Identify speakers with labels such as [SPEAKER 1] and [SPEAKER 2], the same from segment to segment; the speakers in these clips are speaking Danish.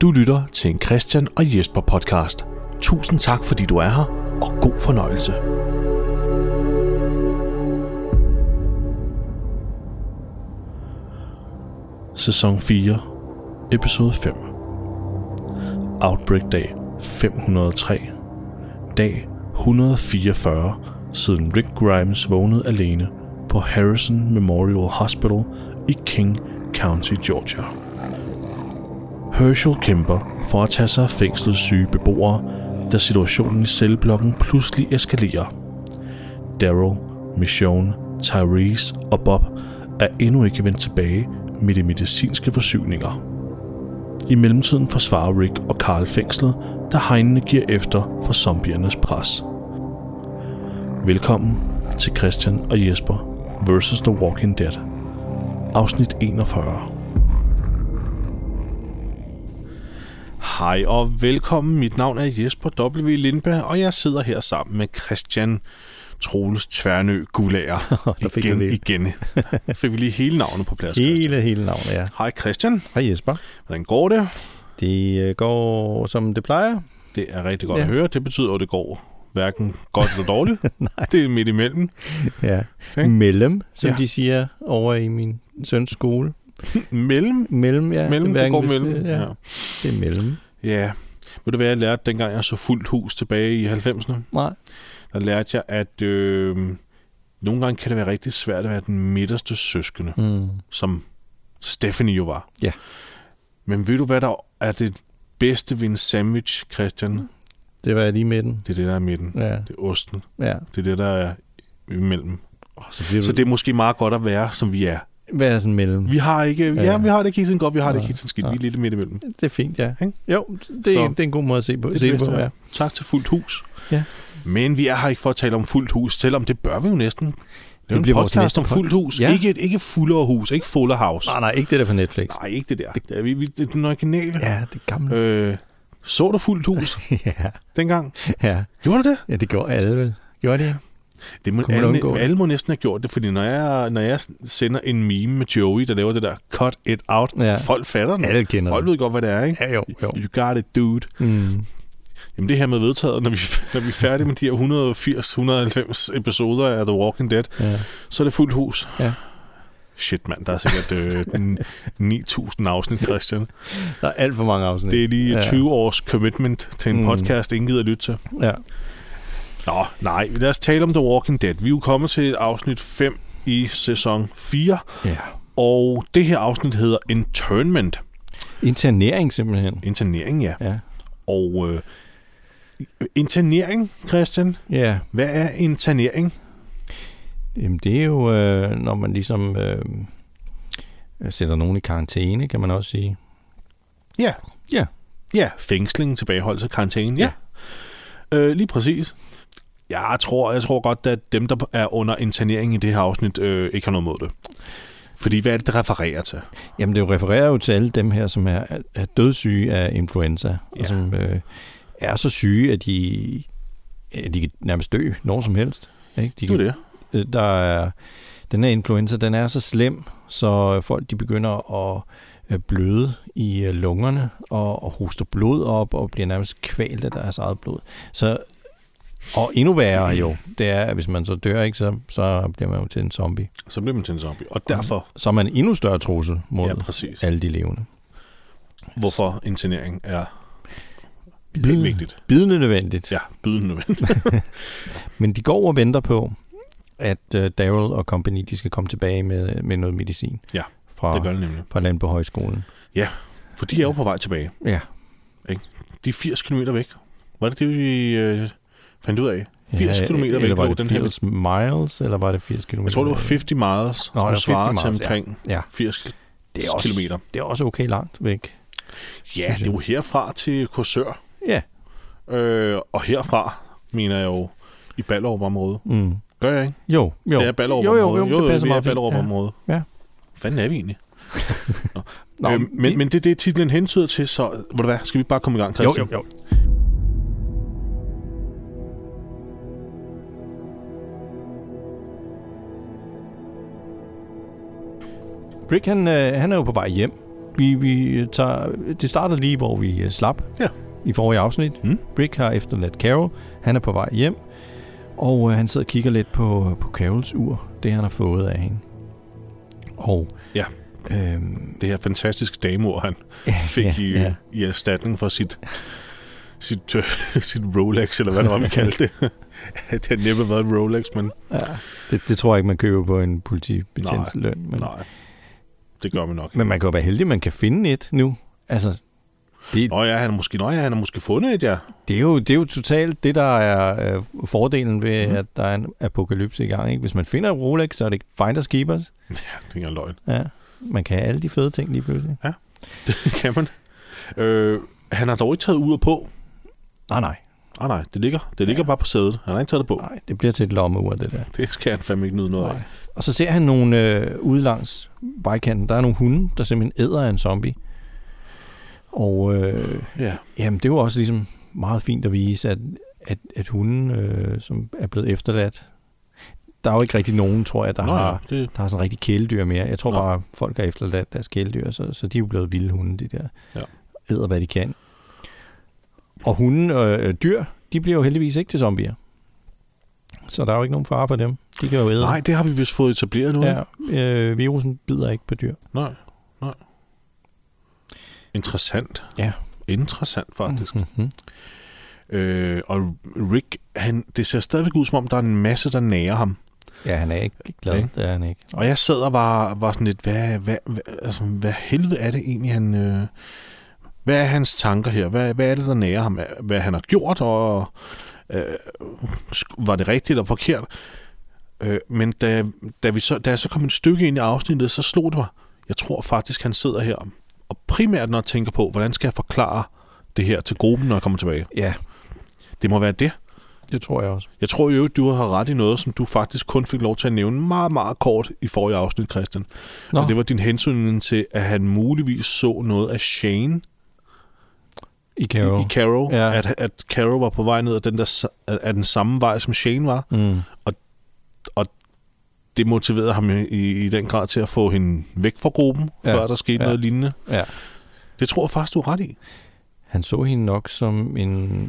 [SPEAKER 1] Du lytter til en Christian og Jesper podcast. Tusind tak, fordi du er her, og god fornøjelse. Sæson 4, episode 5. Outbreak dag 503. Dag 144, siden Rick Grimes vågnede alene på Harrison Memorial Hospital i King County, Georgia. Herschel kæmper for at tage sig af fængslets syge beboere, da situationen i celleblokken pludselig eskalerer. Daryl, Michonne, Tyrese og Bob er endnu ikke vendt tilbage med de medicinske forsyninger. I mellemtiden forsvarer Rick og Carl fængslet, da hegnene giver efter for zombiernes pres. Velkommen til Christian og Jesper vs. The Walking Dead, afsnit 41. Hej og velkommen. Mit navn er Jesper W. Lindberg, og jeg sidder her sammen med Christian Troels Tværnø Gulager.
[SPEAKER 2] Der fik
[SPEAKER 1] igen,
[SPEAKER 2] vi det.
[SPEAKER 1] igen. Fik vi lige hele navnet på plads. Christian.
[SPEAKER 2] Hele, hele navnet, ja.
[SPEAKER 1] Hej Christian.
[SPEAKER 2] Hej Jesper.
[SPEAKER 1] Hvordan går det?
[SPEAKER 2] Det øh, går, som det plejer.
[SPEAKER 1] Det er rigtig godt ja.
[SPEAKER 2] Ja.
[SPEAKER 1] at høre. Det betyder, at det går hverken godt eller dårligt. Det er midt imellem.
[SPEAKER 2] Ja.
[SPEAKER 1] Okay.
[SPEAKER 2] Okay. Mellem, som
[SPEAKER 1] Ja.
[SPEAKER 2] ja. de siger over i min søns skole.
[SPEAKER 1] Mellem?
[SPEAKER 2] Mellem, ja.
[SPEAKER 1] Mellem, det
[SPEAKER 2] hverken
[SPEAKER 1] går
[SPEAKER 2] hvis
[SPEAKER 1] mellem.
[SPEAKER 2] Det, ja.
[SPEAKER 1] Ja.
[SPEAKER 2] det er mellem.
[SPEAKER 1] ja. Ved du hvad jeg lærte, dengang jeg så fuldt hus tilbage i 90'erne?
[SPEAKER 2] Nej.
[SPEAKER 1] Der lærte jeg, at øh, nogle gange kan det være rigtig svært at være den midterste søskende,
[SPEAKER 2] Mm.
[SPEAKER 1] som Stephanie jo var.
[SPEAKER 2] Ja.
[SPEAKER 1] Men ved du, hvad der er det bedste ved en sandwich, Christian?
[SPEAKER 2] Mm.
[SPEAKER 1] Det
[SPEAKER 2] Det var jeg lige med den.
[SPEAKER 1] er det, der er i midten.
[SPEAKER 2] Ja,
[SPEAKER 1] Det er osten.
[SPEAKER 2] ja.
[SPEAKER 1] Det er det, der er imellem.
[SPEAKER 2] Oh, så bliver
[SPEAKER 1] Så det er måske meget godt at være, som vi er.
[SPEAKER 2] Hvad er sådan mellem?
[SPEAKER 1] Vi har ikke, ja,
[SPEAKER 2] Ja.
[SPEAKER 1] vi har det ikke helt sådan godt, vi har det ikke
[SPEAKER 2] Nej,
[SPEAKER 1] helt sådan skidt.
[SPEAKER 2] nej.
[SPEAKER 1] Vi er lidt midt imellem.
[SPEAKER 2] Det er fint, ja.
[SPEAKER 1] Ikke?
[SPEAKER 2] Jo, det
[SPEAKER 1] Så-
[SPEAKER 2] er, det er en god måde at se på.
[SPEAKER 1] Det er
[SPEAKER 2] se
[SPEAKER 1] det bedste,
[SPEAKER 2] på
[SPEAKER 1] ja.
[SPEAKER 2] ja.
[SPEAKER 1] Tak til fuldt hus.
[SPEAKER 2] Ja.
[SPEAKER 1] Men vi er her ikke for at tale om fuldt hus, selvom det bør vi jo næsten. Det, det
[SPEAKER 2] bliver
[SPEAKER 1] bliver en
[SPEAKER 2] vores
[SPEAKER 1] podcast
[SPEAKER 2] næste
[SPEAKER 1] om
[SPEAKER 2] pod-
[SPEAKER 1] fuldt hus. Ja.
[SPEAKER 2] Ja.
[SPEAKER 1] Ikke, et- ikke fuller hus, ikke fuller house.
[SPEAKER 2] Nej, nej, ikke det der på Netflix.
[SPEAKER 1] Nej, ikke det der. Det er, vi, vi, det er den originale.
[SPEAKER 2] Ja, det gamle.
[SPEAKER 1] Øh, så du fuldt hus
[SPEAKER 2] ja,
[SPEAKER 1] dengang?
[SPEAKER 2] ja.
[SPEAKER 1] Gjorde du det?
[SPEAKER 2] ja, det gjorde alle vel. Gjorde det?
[SPEAKER 1] det må,
[SPEAKER 2] Kunne man undgå
[SPEAKER 1] alle,
[SPEAKER 2] det?
[SPEAKER 1] alle må næsten have gjort det, fordi når jeg, når jeg sender en meme med Joey, der laver det der cut it out, ja.
[SPEAKER 2] Ja.
[SPEAKER 1] folk fatter den.
[SPEAKER 2] Alle kender
[SPEAKER 1] Folk
[SPEAKER 2] det.
[SPEAKER 1] ved godt, hvad det er, ikke?
[SPEAKER 2] Ja, jo, jo.
[SPEAKER 1] You got it, dude.
[SPEAKER 2] Mm.
[SPEAKER 1] Jamen det her med vedtaget, når vi, når vi er færdige med de her 180-190 episoder af The Walking Dead,
[SPEAKER 2] Ja.
[SPEAKER 1] så er det fuldt hus.
[SPEAKER 2] Ja.
[SPEAKER 1] Shit, mand, der er sikkert øh, den 9.000 afsnit, Christian.
[SPEAKER 2] Der er alt for mange afsnit.
[SPEAKER 1] Det er lige
[SPEAKER 2] Ja.
[SPEAKER 1] 20 års commitment til en
[SPEAKER 2] Mm.
[SPEAKER 1] podcast, ingen gider lytte til.
[SPEAKER 2] Ja.
[SPEAKER 1] Nå, nej, lad os tale om The Walking Dead. Vi er jo kommet til afsnit 5 i sæson 4,
[SPEAKER 2] ja.
[SPEAKER 1] og det her afsnit hedder Internment.
[SPEAKER 2] Internering simpelthen.
[SPEAKER 1] Internering, ja.
[SPEAKER 2] Ja.
[SPEAKER 1] Og øh, internering, Christian,
[SPEAKER 2] Ja,
[SPEAKER 1] hvad er internering?
[SPEAKER 2] jamen det er jo, øh, når man ligesom øh, sætter nogen i karantæne, kan man også sige.
[SPEAKER 1] Ja.
[SPEAKER 2] Ja.
[SPEAKER 1] Ja, fængsling, tilbageholdelse, karantæne. Ja. ja. Øh, lige præcis. Jeg tror, jeg tror godt, at dem, der er under internering i det her afsnit, øh, ikke har noget mod det. Fordi hvad er det, det refererer til?
[SPEAKER 2] Jamen det jo refererer jo til alle dem her, som er, er dødssyge af influenza,
[SPEAKER 1] Ja.
[SPEAKER 2] og som øh, er så syge, at de, at de kan nærmest dø når som helst. Ikke? De
[SPEAKER 1] Det er
[SPEAKER 2] kan,
[SPEAKER 1] det.
[SPEAKER 2] øh, der er, den her influenza, den er så slem, så folk de begynder at øh, bløde i øh, lungerne og, og hoster blod op og bliver nærmest kvalt af deres eget blod. Så, og endnu værre jo, det er, at hvis man så dør, ikke, så, så bliver man jo til en zombie.
[SPEAKER 1] Så bliver man til en zombie. Og derfor,
[SPEAKER 2] Så er man en endnu større trussel mod
[SPEAKER 1] ja
[SPEAKER 2] ja,
[SPEAKER 1] præcis,
[SPEAKER 2] alle de levende.
[SPEAKER 1] hvorfor internering er helt vigtigt.
[SPEAKER 2] Bidende nødvendigt.
[SPEAKER 1] Ja, bydende nødvendigt.
[SPEAKER 2] Men de går og venter på, at øh, Daryl og company, de skal komme tilbage med, med noget medicin
[SPEAKER 1] Ja, Det gør
[SPEAKER 2] fra,
[SPEAKER 1] det nemlig.
[SPEAKER 2] fra land på højskolen.
[SPEAKER 1] For de er jo på vej tilbage.
[SPEAKER 2] Ja.
[SPEAKER 1] De er 80 km væk. Var det det, vi øh, fandt ud af? 80 km væk
[SPEAKER 2] eller var
[SPEAKER 1] lå
[SPEAKER 2] det
[SPEAKER 1] den
[SPEAKER 2] 80
[SPEAKER 1] her-
[SPEAKER 2] miles, eller var det 80 km?
[SPEAKER 1] Jeg tror, det var 50 miles,
[SPEAKER 2] Nå, det var
[SPEAKER 1] som
[SPEAKER 2] 50
[SPEAKER 1] svarer til
[SPEAKER 2] miles, ja.
[SPEAKER 1] omkring
[SPEAKER 2] Ja.
[SPEAKER 1] 80
[SPEAKER 2] det er også,
[SPEAKER 1] kilometer.
[SPEAKER 2] Det er også okay langt væk.
[SPEAKER 1] Ja,
[SPEAKER 2] synes
[SPEAKER 1] det er
[SPEAKER 2] jeg.
[SPEAKER 1] jo herfra til Korsør.
[SPEAKER 2] Ja.
[SPEAKER 1] Øh, og herfra, mener jeg jo, i Ballerup-området.
[SPEAKER 2] Mm.
[SPEAKER 1] Gør jeg ikke?
[SPEAKER 2] Jo, jo.
[SPEAKER 1] Det er Ballerup-området.
[SPEAKER 2] jo, jo, jo, det passer
[SPEAKER 1] vi er
[SPEAKER 2] meget fint.
[SPEAKER 1] Ballerup-området.
[SPEAKER 2] Ja. Ja.
[SPEAKER 1] Fanden er vi egentlig? Nå.
[SPEAKER 2] Nå,
[SPEAKER 1] øh, men,
[SPEAKER 2] vi-
[SPEAKER 1] men det er det, titlen hentyder til, så ved du hvad, skal vi bare komme i gang,
[SPEAKER 2] jo,
[SPEAKER 1] Christian?
[SPEAKER 2] jo, jo. Rick, han, øh, han er jo på vej hjem vi, vi tager, det starter lige, hvor vi øh, slap
[SPEAKER 1] Ja.
[SPEAKER 2] i forrige afsnit.
[SPEAKER 1] Hmm?
[SPEAKER 3] Mm.
[SPEAKER 2] Rick har efterladt Carol. Han er på vej hjem, og øh, han sidder og kigger lidt på, på Carols ur, det han har fået af hende. Og
[SPEAKER 1] Ja.
[SPEAKER 2] øhm,
[SPEAKER 1] Det her fantastiske dameord, han fik
[SPEAKER 2] ja,
[SPEAKER 1] ja, i,
[SPEAKER 2] ja.
[SPEAKER 1] ja. i erstatning for sit, sit, øh, sit Rolex, eller hvad det var, vi kaldte det. det har næppe været en Rolex, men
[SPEAKER 2] Ja, det, det tror jeg ikke, man køber på en politibetjents
[SPEAKER 1] Nej.
[SPEAKER 2] løn. Men,
[SPEAKER 1] nej, det gør vi nok.
[SPEAKER 2] men man kan jo være heldig, at man kan finde et nu. Altså, det,
[SPEAKER 1] Nå ja, han har måske, nå ja, han har måske fundet et, ja.
[SPEAKER 2] det, er jo, det er jo totalt det, der er øh, fordelen ved,
[SPEAKER 3] Mhm.
[SPEAKER 2] mm. at der er en apokalypse i gang. Ikke? Hvis man finder et Rolex, så er det finders keepers.
[SPEAKER 1] Ja, det er ikke engang løgn.
[SPEAKER 2] Ja. Man kan have alle de fede ting lige pludselig.
[SPEAKER 1] Det kan man. Øh, han har dog ikke taget ud og på.
[SPEAKER 2] Nej, nej.
[SPEAKER 1] Ah, nej, det ligger, det ligger
[SPEAKER 2] Ja.
[SPEAKER 1] ja. bare på sædet. Han har ikke taget det på.
[SPEAKER 2] nej det bliver til et lommeur, det der.
[SPEAKER 1] Det skal han fandme ikke nyde noget af.
[SPEAKER 2] Nej. Og så ser han nogle øh, ude langs vejkanten. Der er nogle hunde, der simpelthen æder af en zombie. Og øh,
[SPEAKER 1] Ja.
[SPEAKER 2] Jamen, det var også ligesom meget fint at vise, at, at, at hunden, øh, som er blevet efterladt, der er jo ikke rigtig nogen, tror jeg, der,
[SPEAKER 1] Nå, ja,
[SPEAKER 2] har,
[SPEAKER 1] det,
[SPEAKER 2] der har sådan rigtig kæledyr mere. Jeg tror
[SPEAKER 1] Nå.
[SPEAKER 2] bare, folk har efterladt deres kæledyr, så, så de er jo blevet vilde hunde, de der.
[SPEAKER 1] Ja.
[SPEAKER 2] Æder, hvad de kan. Og hunden og øh, dyr, de bliver jo heldigvis ikke til zombier. Så der er jo ikke nogen fare for dem. De kan jo æde.
[SPEAKER 1] nej, det har vi vist fået etableret nu.
[SPEAKER 2] Ja, øh, virusen bider ikke på dyr.
[SPEAKER 1] Nej, nej. Interessant.
[SPEAKER 2] Ja.
[SPEAKER 1] Interessant, faktisk.
[SPEAKER 2] Mm-hmm.
[SPEAKER 1] Mm. Øh, og Rick, han, det ser stadigvæk ud, som om der er en masse, der nærer ham.
[SPEAKER 2] Ja, han er ikke glad.
[SPEAKER 1] Ikke?
[SPEAKER 2] Det er han ikke.
[SPEAKER 1] Og jeg sad og var, var sådan lidt, hvad, hvad, hvad, altså, hvad helvede er det egentlig, han... Øh, hvad er hans tanker her? Hvad, hvad er det, der nærer ham? Hvad han har gjort, og øh, sk- var det rigtigt eller forkert? Øh, men da, da, vi så, da jeg så kom et stykke ind i afsnittet, så slog det mig. Jeg tror faktisk, han sidder her og primært når jeg tænker på, hvordan skal jeg forklare det her til gruppen, når jeg kommer tilbage?
[SPEAKER 2] Ja,
[SPEAKER 1] Det må være det.
[SPEAKER 2] det tror jeg også.
[SPEAKER 1] Jeg tror jo, du har ret i noget, som du faktisk kun fik lov til at nævne meget, meget kort i forrige afsnit, Christian.
[SPEAKER 2] Nå.
[SPEAKER 1] Og det var din hensyn til, at han muligvis så noget af Shane
[SPEAKER 2] I
[SPEAKER 1] i,
[SPEAKER 2] Carol.
[SPEAKER 1] i Carol.
[SPEAKER 2] Ja.
[SPEAKER 1] At, at Carol var på vej ned ad den, der, sa- af den samme vej, som Shane var.
[SPEAKER 2] Mm.
[SPEAKER 1] Det motiverede ham i, i, i den grad til at få hende væk fra gruppen,
[SPEAKER 2] Ja.
[SPEAKER 1] ja. før der skete
[SPEAKER 2] Ja.
[SPEAKER 1] ja. noget lignende.
[SPEAKER 2] Ja.
[SPEAKER 1] Det tror jeg faktisk, du er ret i.
[SPEAKER 2] Han så hende nok som en...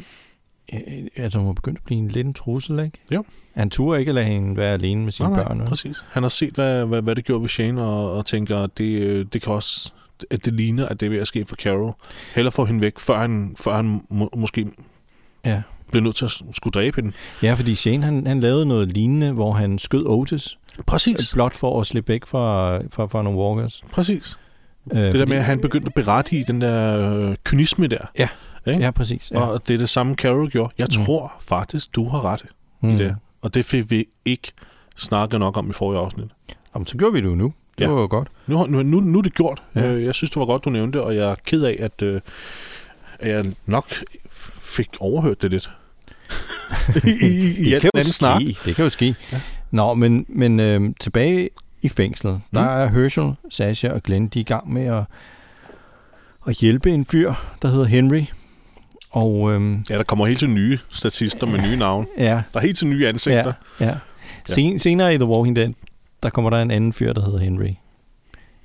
[SPEAKER 2] øh, Altså, hun var begyndt at blive en lidt en trussel, ikke?
[SPEAKER 1] Jo.
[SPEAKER 2] Han turde ikke lade hende være alene med sine
[SPEAKER 1] Nej, nej,
[SPEAKER 2] børn. vel?
[SPEAKER 1] Præcis. Han har set, hvad, hvad, hvad det gjorde ved Shane, og, og tænker, at det, øh, det kan også at det ligner, at det er ved at ske for Carol. Heller få hende væk, før han, før han må, måske
[SPEAKER 2] Ja.
[SPEAKER 1] bliver nødt til at s- skulle dræbe hende.
[SPEAKER 2] ja, fordi Shane, han, han lavede noget lignende, hvor han skød Otis,
[SPEAKER 1] Præcis.
[SPEAKER 2] blot for at slippe væk fra, fra, fra nogle walkers.
[SPEAKER 1] Præcis.
[SPEAKER 2] Øh, det
[SPEAKER 1] Det der med, at han begyndte at berette i den der øh, kynisme der. ikke?
[SPEAKER 2] Ja, præcis.
[SPEAKER 1] Ja.
[SPEAKER 2] Ja.
[SPEAKER 1] Og det er det samme, Carol gjorde. Jeg
[SPEAKER 2] Mm.
[SPEAKER 1] tror faktisk, du har ret.
[SPEAKER 2] mm.
[SPEAKER 1] det. Og det fik vi ikke snakket nok om i forrige afsnit.
[SPEAKER 2] Jamen, så gjorde vi det jo nu. Det
[SPEAKER 1] Ja.
[SPEAKER 2] var jo godt.
[SPEAKER 1] Nu, har- nu, nu, nu er det gjort.
[SPEAKER 2] Ja.
[SPEAKER 1] Ja. Jeg synes, det var godt, du nævnte det, og jeg er ked af, at, øh, at jeg nok fik overhørt det lidt. I, i, i
[SPEAKER 2] det kan
[SPEAKER 1] alt den
[SPEAKER 2] jo
[SPEAKER 1] anden snak.
[SPEAKER 2] ske. Det kan jo ske. Ja.
[SPEAKER 1] Ja.
[SPEAKER 2] Nå, men, men øh, tilbage i fængslet, mm. der er Herschel, Sasha og Glenn, de er i gang med at, at hjælpe en fyr, der hedder Henry. Og øh,
[SPEAKER 1] Ja, der kommer helt til nye statister med nye navne.
[SPEAKER 2] ja,
[SPEAKER 1] Der er helt til nye ansigter.
[SPEAKER 2] ja, ja. Sen, senere i The Walking Dead, der kommer der en anden fyr, der hedder Henry.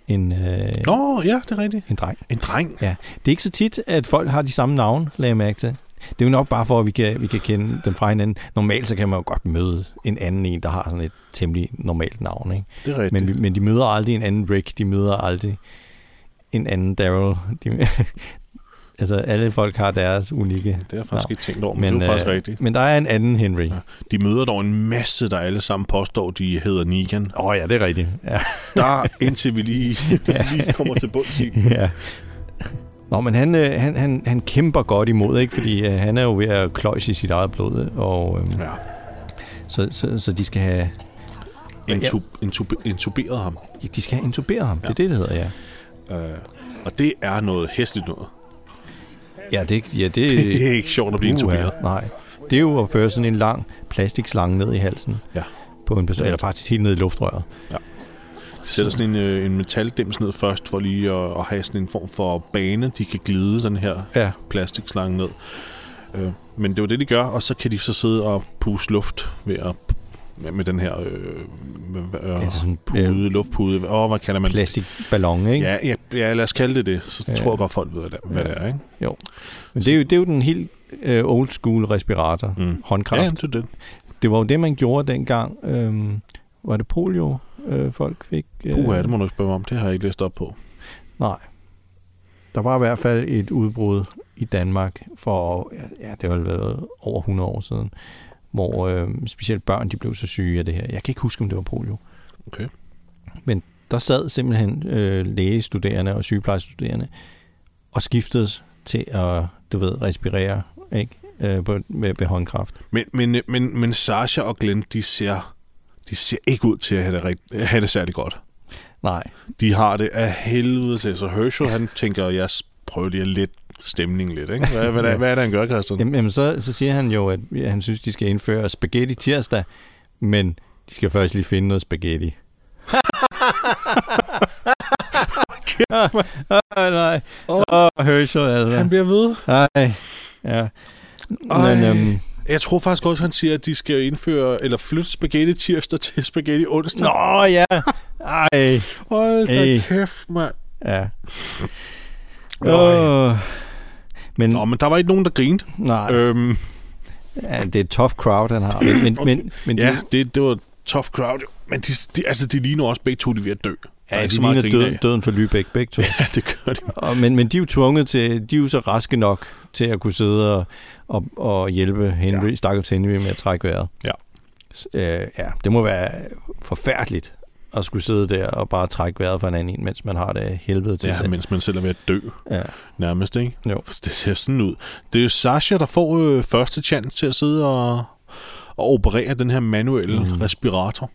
[SPEAKER 2] En, øh,
[SPEAKER 1] Ja. Nå, ja, det er rigtigt.
[SPEAKER 2] en dreng.
[SPEAKER 1] En dreng.
[SPEAKER 2] Det er ikke så tit, at folk har de samme navne, lagde jeg mærke til. Det er jo nok bare for, at vi kan, vi kan kende dem fra hinanden. Normalt så kan man jo godt møde en anden en, der har sådan et temmelig normalt navn, ikke?
[SPEAKER 1] Det er rigtigt.
[SPEAKER 2] Men, vi- men de møder aldrig en anden Rick, de møder aldrig en anden Daryl. De, altså, alle folk har deres unikke.
[SPEAKER 1] det har jeg faktisk
[SPEAKER 2] Nå.
[SPEAKER 1] ikke tænkt over, men,
[SPEAKER 2] Men,
[SPEAKER 1] men det er faktisk
[SPEAKER 2] øh,
[SPEAKER 1] rigtigt.
[SPEAKER 2] Men der er en anden Henry. Åh
[SPEAKER 1] Ja. De møder dog en masse, der alle sammen påstår, de hedder Negan.
[SPEAKER 2] ja. Oh, ja, det er rigtigt. Ja.
[SPEAKER 1] Der, indtil vi lige, lige kommer til bunds i.
[SPEAKER 2] ja. Nå, men han, øh, han, han, han kæmper godt imod, ikke? Fordi øh, han er jo ved at kløjse i sit eget blod, og øh,
[SPEAKER 1] Ja,
[SPEAKER 2] så, så, så de skal have
[SPEAKER 1] intub, intub, intuberet ham.
[SPEAKER 2] de skal have intuberet ham. Ja. Det er det, det hedder, ja.
[SPEAKER 1] Øh, og det er noget hæsligt noget.
[SPEAKER 2] Ja, det, ja, det,
[SPEAKER 1] Det er ikke sjovt at blive intuberet.
[SPEAKER 2] Uha, nej. Det er jo at føre sådan en lang plastikslange ned i halsen.
[SPEAKER 1] Ja.
[SPEAKER 2] På en person, eller faktisk helt ned i luftrøret.
[SPEAKER 1] De sætter sådan en, øh, en metaldims ned først, for lige at, at have sådan en form for bane, de kan glide den her
[SPEAKER 2] Ja.
[SPEAKER 1] plastikslange ned. Øh, men det er jo det, de gør, og så kan de så sidde og puste luft ved at med, med den her øh, med,
[SPEAKER 2] Ja,
[SPEAKER 1] øh,
[SPEAKER 2] det er sådan en
[SPEAKER 1] pude, luftpude. Åh, hvad kalder man det?
[SPEAKER 2] plastikballon, ikke?
[SPEAKER 1] Ja, ja, ja, lad os kalde det det. Så
[SPEAKER 2] Ja.
[SPEAKER 1] ja. tror jeg godt, folk ved, hvad det er, hvad
[SPEAKER 2] Ja.
[SPEAKER 1] det er ikke?
[SPEAKER 2] Men det er, jo, det er jo den helt øh, old school respirator,
[SPEAKER 1] Mm.
[SPEAKER 2] håndkraft.
[SPEAKER 1] Ja,
[SPEAKER 2] Ja.
[SPEAKER 1] det er det.
[SPEAKER 2] Det var jo det, man gjorde dengang. Øh, var det polio, øh, folk fik?
[SPEAKER 1] Puh, det må du ikke spørge mig om. Det har jeg ikke læst op på.
[SPEAKER 2] Nej. Der var i hvert fald et udbrud i Danmark for, ja, det har vel været over 100 år siden, hvor øh, specielt børn, de blev så syge af det her. Jeg kan ikke huske, om det var polio.
[SPEAKER 1] Okay.
[SPEAKER 2] Men der sad simpelthen øh, lægestuderende og sygeplejestuderende og skiftede til at, du ved, respirere, ikke? Øh, på, med, med håndkraft.
[SPEAKER 1] Men, men, øh, men, men Sasha og Glenn, de ser, de ser ikke ud til at have det, rigt- have det særlig godt.
[SPEAKER 2] Nej.
[SPEAKER 1] De har det af helvede til. Så Herschel, han tænker, jeg s- prøver lige at lette stemningen lidt. Ikke? Hvad, hvad,
[SPEAKER 2] Ja.
[SPEAKER 1] ja. hvad er det, han gør, Christian?
[SPEAKER 2] Jamen, jamen så, så siger han jo, at han synes, de skal indføre spaghetti tirsdag, men de skal først lige finde noget spaghetti. Åh, oh, nej. Åh, oh, Herschel,
[SPEAKER 1] Han
[SPEAKER 2] altså.
[SPEAKER 1] bliver ved.
[SPEAKER 2] Ej, ja. Men,
[SPEAKER 1] Ej.
[SPEAKER 2] øhm,
[SPEAKER 1] Jeg tror faktisk også, han siger, at de skal indføre, eller flytte spaghetti tirsdag til spaghetti onsdag.
[SPEAKER 2] nå, ja. Ej.
[SPEAKER 1] Hold
[SPEAKER 2] Ey.
[SPEAKER 1] da kæft, mand.
[SPEAKER 2] Ja.
[SPEAKER 1] Ej.
[SPEAKER 2] Åh. Men,
[SPEAKER 1] Nå, men der var ikke nogen, der grinte.
[SPEAKER 2] nej,
[SPEAKER 1] Øhm,
[SPEAKER 2] ja, det er et tough crowd, han har. Men, men, men, men de-
[SPEAKER 1] ja, det, det var et tough crowd. jo. Men de, de, altså, de ligner også begge to, de er ved at dø. Der er
[SPEAKER 2] ja,
[SPEAKER 1] ikke
[SPEAKER 2] de
[SPEAKER 1] så meget
[SPEAKER 2] ligner
[SPEAKER 1] at grine
[SPEAKER 2] døden, døden for Lübeck begge to.
[SPEAKER 1] af. Ja, det gør de.
[SPEAKER 2] Og, men, men de er jo tvunget til, de er jo så raske nok til at kunne sidde og, og, og hjælpe Henry, ja. stakkels Henry med at trække vejret.
[SPEAKER 1] Ja.
[SPEAKER 2] S- øh, ja, det må være forfærdeligt at skulle sidde der og bare trække vejret for en anden en, mens man har det af helvede til
[SPEAKER 1] Ja,
[SPEAKER 2] sig.
[SPEAKER 1] mens man selv er ved at dø,
[SPEAKER 2] Ja.
[SPEAKER 1] nærmest, ikke?
[SPEAKER 2] Jo.
[SPEAKER 1] Det ser sådan ud. Det er jo Sasha, der får øh, første chance til at sidde og, og operere den her manuelle
[SPEAKER 2] Mhm.
[SPEAKER 1] mm. respirator.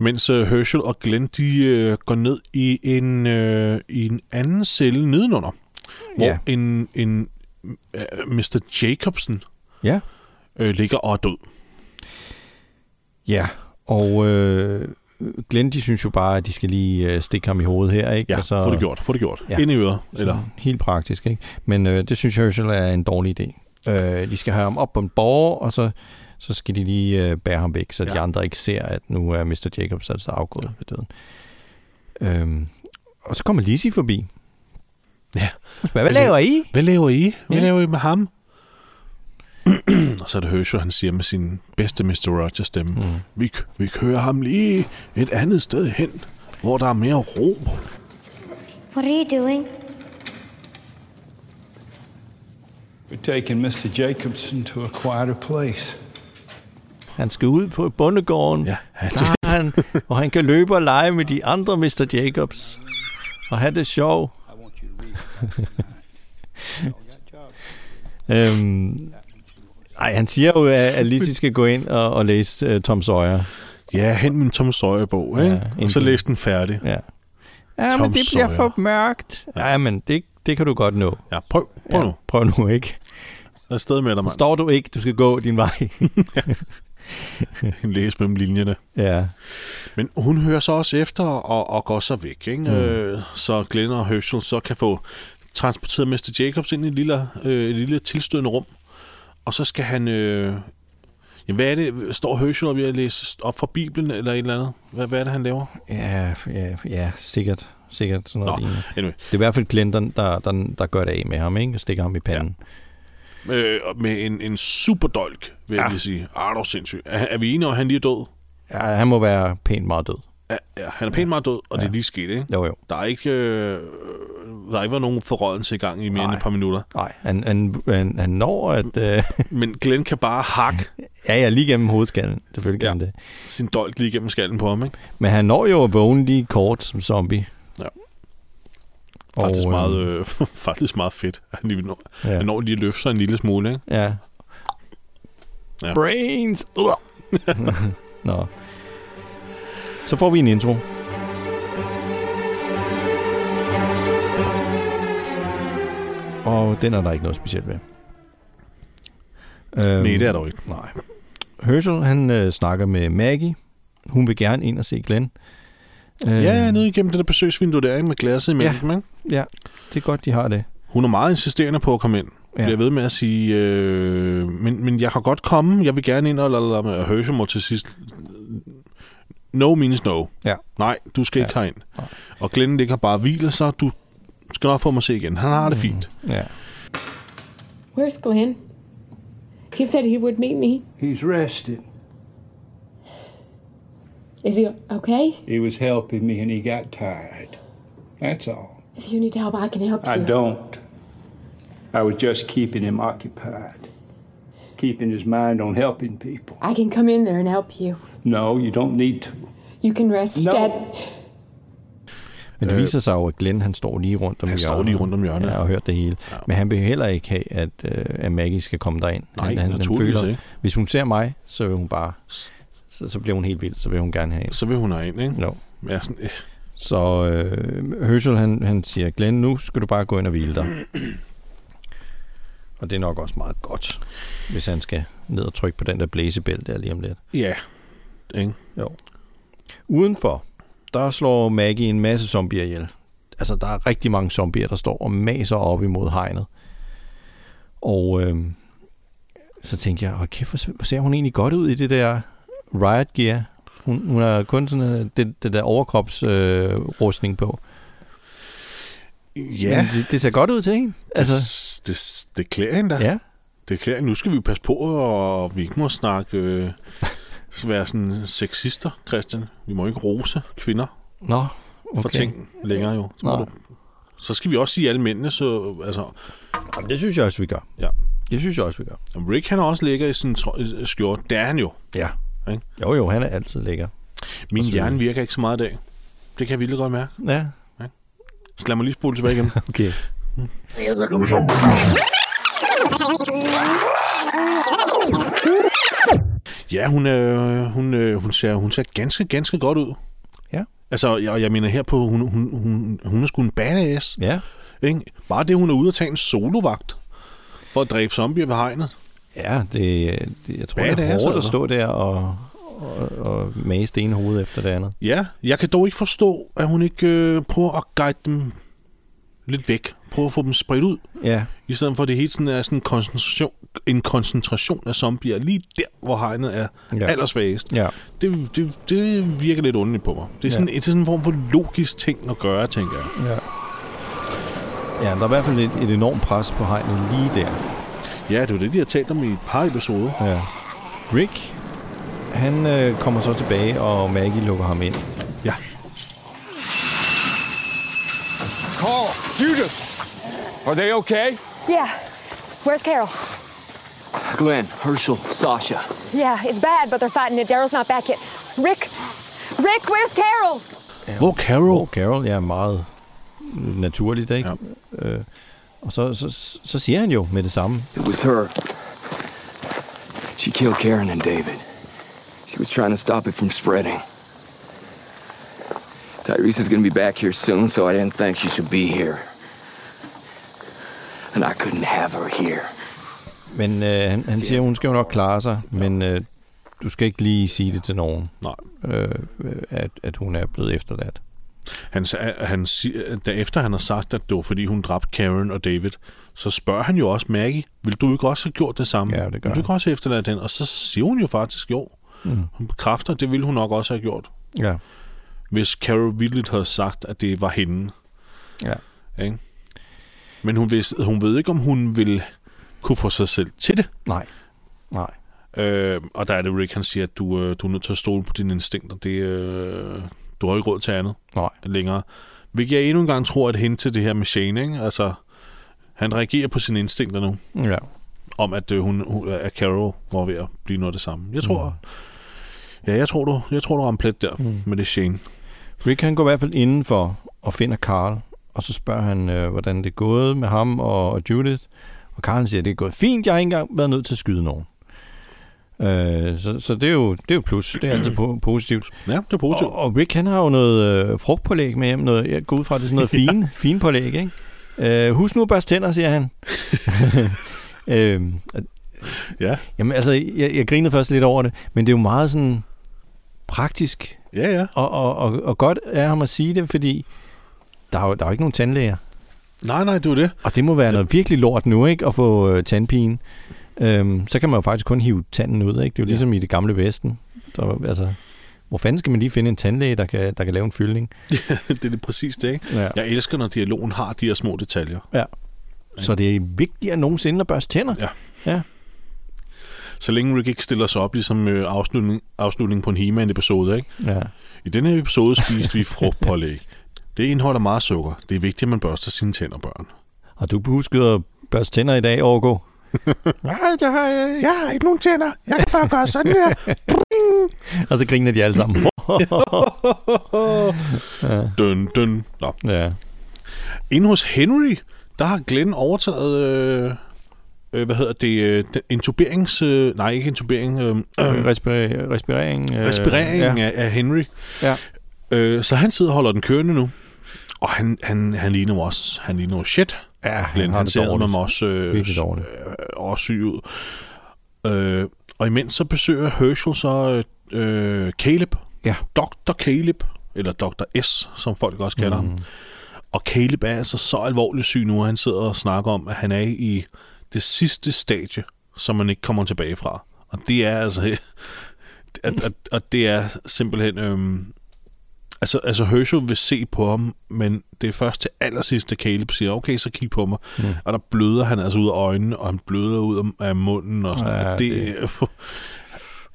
[SPEAKER 1] Mens øh, Herschel og Glenn, de øh, går ned i en, øh, i en anden celle nedenunder. Hvor
[SPEAKER 2] Mm. Ja.
[SPEAKER 1] en, en øh, Mr. Jacobsen
[SPEAKER 2] Ja.
[SPEAKER 1] øh, ligger og er død.
[SPEAKER 2] ja, og øh, Glenn, de synes jo bare, at de skal lige øh, stikke ham i hovedet her, ikke?
[SPEAKER 1] Ja,
[SPEAKER 2] og
[SPEAKER 1] så... få det gjort, få det gjort.
[SPEAKER 2] Ja.
[SPEAKER 1] Ja. Ind i øret,
[SPEAKER 2] Eller?
[SPEAKER 1] eller...
[SPEAKER 2] Helt praktisk, ikke? Men øh, det synes Herschel er en dårlig idé. Øh, de skal have ham op på en borger, og så, så skal de lige øh, bære ham væk, så ja. de
[SPEAKER 1] Ja.
[SPEAKER 2] andre ikke ser, at nu er Mr. Jacobs altså afgået ja. ved døden. Øhm, og så kommer Lizzie forbi.
[SPEAKER 1] Ja.
[SPEAKER 2] Hun spørger, hvad laver I?
[SPEAKER 1] Hvad laver I? Hvad
[SPEAKER 2] Ja.
[SPEAKER 1] ja. laver I med ham? og så er det Herschel, han siger med sin bedste Mr. Rogers stemme. Mm.
[SPEAKER 2] Mm.
[SPEAKER 1] Vi, k- vi kører ham lige et andet sted hen, hvor der er mere ro.
[SPEAKER 4] What are you doing?
[SPEAKER 5] We're taking Mr. Jacobson to a quieter place.
[SPEAKER 2] Han skal ud på bondegården,
[SPEAKER 1] Ja, han-
[SPEAKER 2] der er han, og han kan løbe og lege med de andre Mr. Jacobs, og have det sjov.
[SPEAKER 5] I want you to read.
[SPEAKER 2] Øhm, ej, han siger jo, at at Lizzie skal gå ind og, og læse uh, Tom Sawyer.
[SPEAKER 1] Ja, hen min Tom Sawyer-bog,
[SPEAKER 2] Ja,
[SPEAKER 1] ikke? og så
[SPEAKER 2] indtil-
[SPEAKER 1] læs den færdig.
[SPEAKER 2] Ja. Ja,
[SPEAKER 1] Tom
[SPEAKER 2] men det bliver
[SPEAKER 1] Sawyer.
[SPEAKER 2] for mørkt. Ja, ja men det, det kan du godt nå.
[SPEAKER 1] Ja, prøv, prøv ja.
[SPEAKER 2] Ja,
[SPEAKER 1] nu.
[SPEAKER 2] prøv nu ikke.
[SPEAKER 1] Der er sted med dig, mand.
[SPEAKER 2] Står du ikke, du skal gå din vej.
[SPEAKER 1] Læs mellem linjerne.
[SPEAKER 2] ja.
[SPEAKER 1] Men hun hører så også efter og, og går så væk, ikke? Mm. Øh, så Glenn og Herschel så kan få transporteret Mr. Jacobs ind i et lille, øh, et lille tilstødende rum. Og så skal han... Øh, jamen, hvad er det? Står Herschel og ved at læse op fra Bibelen eller et eller andet? Hvad, hvad er det, han laver?
[SPEAKER 2] Ja, ja, ja, sikkert. Sikkert sådan noget.
[SPEAKER 1] Nå.
[SPEAKER 2] lignende.
[SPEAKER 1] Anyway,
[SPEAKER 2] Det er i hvert fald Glenn, der, der, der, der gør det af med ham, ikke? Og stikker ham i panden. Ja.
[SPEAKER 1] øh, med en, en superdolk, vil ja.
[SPEAKER 2] Ja.
[SPEAKER 1] jeg lige sige. Ah, dog sindssygt. Er, er vi enige om, at han lige er død?
[SPEAKER 2] Ja, han må være pænt meget død.
[SPEAKER 1] Ja, ja, han er pænt meget død, og ja. det er lige sket, ikke?
[SPEAKER 2] Jo, jo.
[SPEAKER 1] Der er ikke, øh, der er ikke været nogen forrådelse i gang i
[SPEAKER 2] Nej.
[SPEAKER 1] mere Nej. end et par minutter.
[SPEAKER 2] Nej, han, han, han, han når at... Øh,
[SPEAKER 1] Men Glenn kan bare hakke
[SPEAKER 2] ja, ja, lige gennem hovedskallen. Selvfølgelig kan
[SPEAKER 1] Ja.
[SPEAKER 2] han det.
[SPEAKER 1] sin dolk lige gennem skallen på ham, ikke?
[SPEAKER 2] Men han når jo at vågne lige kort som zombie.
[SPEAKER 1] Ja.
[SPEAKER 2] Og, øhm,
[SPEAKER 1] Faktisk, og, meget, øh, faktisk meget fedt. Han, lige når,
[SPEAKER 2] ja.
[SPEAKER 1] han når lige at løfte sig en lille smule, ikke?
[SPEAKER 2] Ja.
[SPEAKER 1] Ja.
[SPEAKER 2] Brains! Uah. Nå. Så får vi en intro. Og den er der ikke noget specielt ved. Øhm,
[SPEAKER 1] Nej, det er der jo ikke.
[SPEAKER 2] Nej. Herschel, han øh, snakker med Maggie. Hun vil gerne ind og se Glenn. Øh,
[SPEAKER 1] Ja, ja, nede igennem det der besøgsvindue der, ikke? Med glasset imellem, ja. ikke?
[SPEAKER 2] Det er godt, de har det.
[SPEAKER 1] Hun er meget insisterende på at komme ind.
[SPEAKER 2] Ja.
[SPEAKER 1] Ja. Bliver ved med at sige, øh, men, men jeg kan godt komme, jeg vil gerne ind, og, og, og Herschel må til sidst no means no.
[SPEAKER 2] Ja.
[SPEAKER 1] Nej, du skal
[SPEAKER 2] Ja.
[SPEAKER 1] ikke herind.
[SPEAKER 2] Nej.
[SPEAKER 1] Og Glenn ligger bare og hviler sig. Du skal nok få mig at se igen. Han har
[SPEAKER 2] Mm.
[SPEAKER 1] det fint.
[SPEAKER 2] Ja.
[SPEAKER 6] Where's Glenn? He said he would meet me.
[SPEAKER 7] He's rested.
[SPEAKER 6] Is he okay?
[SPEAKER 7] He was helping me and he got tired. That's all.
[SPEAKER 6] If you need help, I can help
[SPEAKER 7] I
[SPEAKER 6] you.
[SPEAKER 7] don't. I was just keeping him occupied, keeping his mind on helping people.
[SPEAKER 6] I can come in there and help you.
[SPEAKER 7] No, you don't need to.
[SPEAKER 6] You can rest
[SPEAKER 7] No.
[SPEAKER 6] at.
[SPEAKER 2] Men det viser sig jo, at Glenn han står lige rundt om
[SPEAKER 1] Øh, Han
[SPEAKER 2] hjørnet.
[SPEAKER 1] står lige rundt om hjørnet.
[SPEAKER 2] Ja, og har hørt det hele. Ja. Men han vil heller ikke have, at, øh, at Maggie skal komme derind.
[SPEAKER 1] Nej,
[SPEAKER 2] han, han, han
[SPEAKER 1] naturligvis
[SPEAKER 2] føler,
[SPEAKER 1] ikke.
[SPEAKER 2] hvis hun ser mig, så vil hun bare... Så, så bliver hun helt vild, så vil hun gerne have en.
[SPEAKER 1] Så vil hun herind, ikke?
[SPEAKER 2] No.
[SPEAKER 1] Ja, sådan, øh,
[SPEAKER 2] Så øh, Herschel, han, han siger, Glenn, nu skal du bare gå ind og hvile dig. Og det er nok også meget godt, hvis han skal ned og trykke på den der blæsebæl der lige om lidt.
[SPEAKER 1] ja. Ikke?
[SPEAKER 2] Udenfor, der slår Maggie en masse zombier ihjel. Altså, der er rigtig mange zombier, der står og maser op imod hegnet. Og øh, så tænkte jeg, hold kæft, hvor hvor ser hun egentlig godt ud i det der riot gear. Hun, hun har kun sådan øh, det, det der overkropsrustning øh, rustning på.
[SPEAKER 1] Ja,
[SPEAKER 2] Men det, det ser godt ud til hende. Altså,
[SPEAKER 1] altså, det, det, det klæder hende da.
[SPEAKER 2] ja.
[SPEAKER 1] Det klæder hende. Nu skal vi jo passe på, og vi ikke må snakke... Øh, være sådan sexister, Christian. Vi må ikke rose kvinder
[SPEAKER 2] Nå, okay.
[SPEAKER 1] okay. for ting længere jo. Så,
[SPEAKER 2] Nå.
[SPEAKER 1] må du, så skal vi også sige alle mændene, så altså,
[SPEAKER 2] Jamen, det synes jeg også, vi gør.
[SPEAKER 1] Ja.
[SPEAKER 2] Det synes jeg også, vi gør.
[SPEAKER 1] Rick han også ligger i sin tro- skjorte. Det er han jo.
[SPEAKER 2] Ja.
[SPEAKER 1] Ikke?
[SPEAKER 2] Jo, jo, han er altid lækker.
[SPEAKER 1] Min
[SPEAKER 2] Og så-
[SPEAKER 1] hjerne virker ikke så meget i dag. Det kan jeg virkelig godt mærke.
[SPEAKER 2] Ja,
[SPEAKER 1] Så lad mig lige spole tilbage igen.
[SPEAKER 2] okay.
[SPEAKER 1] ja, hun, øh, hun, øh, hun, ser, hun ser ganske, ganske godt ud.
[SPEAKER 2] Ja.
[SPEAKER 1] Altså, jeg, jeg mener her på, hun, hun, hun, hun er sgu en badass.
[SPEAKER 2] Ja.
[SPEAKER 1] Ikke? Bare det, hun er ude at tage en solovagt for at dræbe zombier ved hegnet.
[SPEAKER 2] Ja, det, det jeg tror, det er
[SPEAKER 1] Badass,
[SPEAKER 2] hårdt at
[SPEAKER 1] altså.
[SPEAKER 2] stå der og, og, og mase det ene hoved efter det andet.
[SPEAKER 1] Ja, jeg kan dog ikke forstå, at hun ikke øh, prøver at guide dem lidt væk. Prøver at få dem spredt ud.
[SPEAKER 2] Ja,
[SPEAKER 1] I stedet for at det hele tiden er sådan en koncentration, en koncentration af zombier lige der, hvor hegnet er
[SPEAKER 2] Ja.
[SPEAKER 1] ja. allersvagest.
[SPEAKER 2] ja.
[SPEAKER 1] Det, det, det virker lidt underligt på mig. Det er, sådan,
[SPEAKER 2] Ja.
[SPEAKER 1] ja. det er sådan en form for logisk ting at gøre, tænker jeg.
[SPEAKER 2] ja der er i hvert fald et, et enormt pres på hegnet lige der.
[SPEAKER 1] Ja, det er jo det, de har talt om i et par episoder.
[SPEAKER 2] Ja. Rick, han øh, kommer så tilbage, og Maggie lukker ham ind.
[SPEAKER 1] Ja.
[SPEAKER 8] Carl, Judith, are they okay?
[SPEAKER 9] Yeah. Where's Carol?
[SPEAKER 8] Glenn, Herschel, Sasha.
[SPEAKER 9] Yeah, it's bad, but they're fighting it. Daryl's not back yet. Rick! Rick, where's Carol?
[SPEAKER 1] Hvor Carol?
[SPEAKER 2] Hvor Carol er meget naturligt, ikke? Ja. Øh, og så, så, så siger han jo med det samme.
[SPEAKER 10] It was her. She killed Karen and David. She was trying to stop it from spreading. Tyrese is gonna be back here soon, so I didn't think she should be here. And I couldn't have her here.
[SPEAKER 2] Men øh, han, han siger, hun skal jo nok klare sig, men øh, du skal ikke lige sige det til nogen,
[SPEAKER 1] Nej.
[SPEAKER 2] øh, at, at hun er blevet efterladt.
[SPEAKER 1] Han, sa- han, siger- da efter han har sagt, at det var fordi, hun dræbte Karen og David, så spørger han jo også Maggie, vil du ikke også have gjort det samme?
[SPEAKER 2] Ja, det gør
[SPEAKER 1] Vil du
[SPEAKER 2] han.
[SPEAKER 1] ikke også have efterladt den? Og så siger hun jo faktisk jo. Mm. Hun bekræfter, at det ville hun nok også have gjort.
[SPEAKER 2] Ja.
[SPEAKER 1] hvis Carol vildt havde sagt, at det var hende.
[SPEAKER 2] Ja.
[SPEAKER 1] Ikke? Men hun, vidste, hun ved ikke, om hun ville kunne få sig selv til det.
[SPEAKER 2] Nej. Nej.
[SPEAKER 1] Øh, og der er det Rick, han siger, at du, øh, du er nødt til at stole på dine instinkter. Det, øh, du har ikke råd til andet
[SPEAKER 2] Nej.
[SPEAKER 1] længere. Hvilket jeg endnu en gang tror, at hente til det her med Shane, ikke? Altså, han reagerer på sine instinkter nu,
[SPEAKER 2] Ja.
[SPEAKER 1] om at, øh, hun, hun, at Carol var ved at blive noget af det samme. Jeg tror, mm. ja, jeg tror, du, jeg tror, du har en plet der mm. med det Shane.
[SPEAKER 2] Rick han går i hvert fald indenfor og finder Carl, og så spørger han, øh, hvordan det er gået med ham og, og Judith. Og Carl han siger, det er gået fint, jeg har ikke engang været nødt til at skyde nogen. Øh, så, så det er jo det er jo et plus, det er altid po- positivt.
[SPEAKER 1] Ja, det er positivt.
[SPEAKER 2] Og, og Rick, han har jo noget øh, frugtpålæg med hjem. Noget, jeg går ud fra, at det er sådan noget fine, ja. fine pålæg, ikke? Øh, husk nu at børste tænder, siger han. øh,
[SPEAKER 1] Ja,
[SPEAKER 2] jamen, altså, jeg, jeg grinede først lidt over det, men det er jo meget sådan praktisk,
[SPEAKER 1] ja, ja.
[SPEAKER 2] og, og, og, og godt er ham at sige det, fordi der er jo, der er jo ikke nogen tandlæger.
[SPEAKER 1] Nej, nej, det var det.
[SPEAKER 2] Og det må være noget virkelig lort nu, ikke? At få øh, tandpine. Øhm, så kan man jo faktisk kun hive tanden ud, ikke? Det er jo ligesom i det gamle Vesten. Der, var- altså, hvor hvor fanden skal man lige finde en tandlæge, der kan, der kan lave en fyldning?
[SPEAKER 1] Ja, det er det præcis det, ikke?
[SPEAKER 2] Ja.
[SPEAKER 1] Jeg elsker, når dialogen har de her små detaljer.
[SPEAKER 2] Ja. Så det er vigtigere end nogensinde at børste tænder.
[SPEAKER 1] Ja.
[SPEAKER 2] ja.
[SPEAKER 1] Så længe Rick ikke stiller sig op ligesom øh, afslutning, afslutningen på en He-Man-episode, ikke?
[SPEAKER 2] ja.
[SPEAKER 1] I denne episode spiste vi frugtpålæg. Det indeholder meget sukker. Det er vigtigt, at man børster sine tænder, børn.
[SPEAKER 2] Har du husket at børste tænder i dag, Årgo? Nej, jeg har, jeg har ikke nogen tænder. Jeg kan bare gøre sådan her. og så griner de alle sammen.
[SPEAKER 1] Døn, døn. Nå.
[SPEAKER 2] ja.
[SPEAKER 1] Inde hos Henry, der har Glenn overtaget... Øh, øh, hvad hedder det? Øh, den- intuberings... Øh, nej, ikke intubering. Øh, øh,
[SPEAKER 2] Respir- Øhm. respirering. Øh,
[SPEAKER 1] respireringen
[SPEAKER 2] ja.
[SPEAKER 1] af, af Henry.
[SPEAKER 2] ja.
[SPEAKER 1] Øh, så han sidder og holder den kørende nu. Og han, han, han ligner jo også, han ligner jo shit.
[SPEAKER 2] Ja, han
[SPEAKER 1] Glenn,
[SPEAKER 2] har
[SPEAKER 1] han
[SPEAKER 2] det
[SPEAKER 1] ser
[SPEAKER 2] dårligt.
[SPEAKER 1] med også, øh,
[SPEAKER 2] Virkelig dårligt.
[SPEAKER 1] øh, også syg ud. Øh, og imens så besøger Herschel så øh, øh, Caleb.
[SPEAKER 2] Ja.
[SPEAKER 1] Dr. Caleb, eller Dr. S, som folk også kalder
[SPEAKER 2] Mhm.
[SPEAKER 1] mm. ham. Og Caleb er altså så alvorligt syg nu, at han sidder og snakker om, at han er i det sidste stadie, som man ikke kommer tilbage fra. Og det er altså... At, at, at det er simpelthen... Øhm, Altså, altså Herschel vil se på ham, men det er først til allersidst, at Caleb siger, okay, så kig på mig. Mm. Og der bløder han altså ud af øjnene, og han bløder ud af- af munden. Og sådan.
[SPEAKER 2] Ja,
[SPEAKER 1] Ja, det,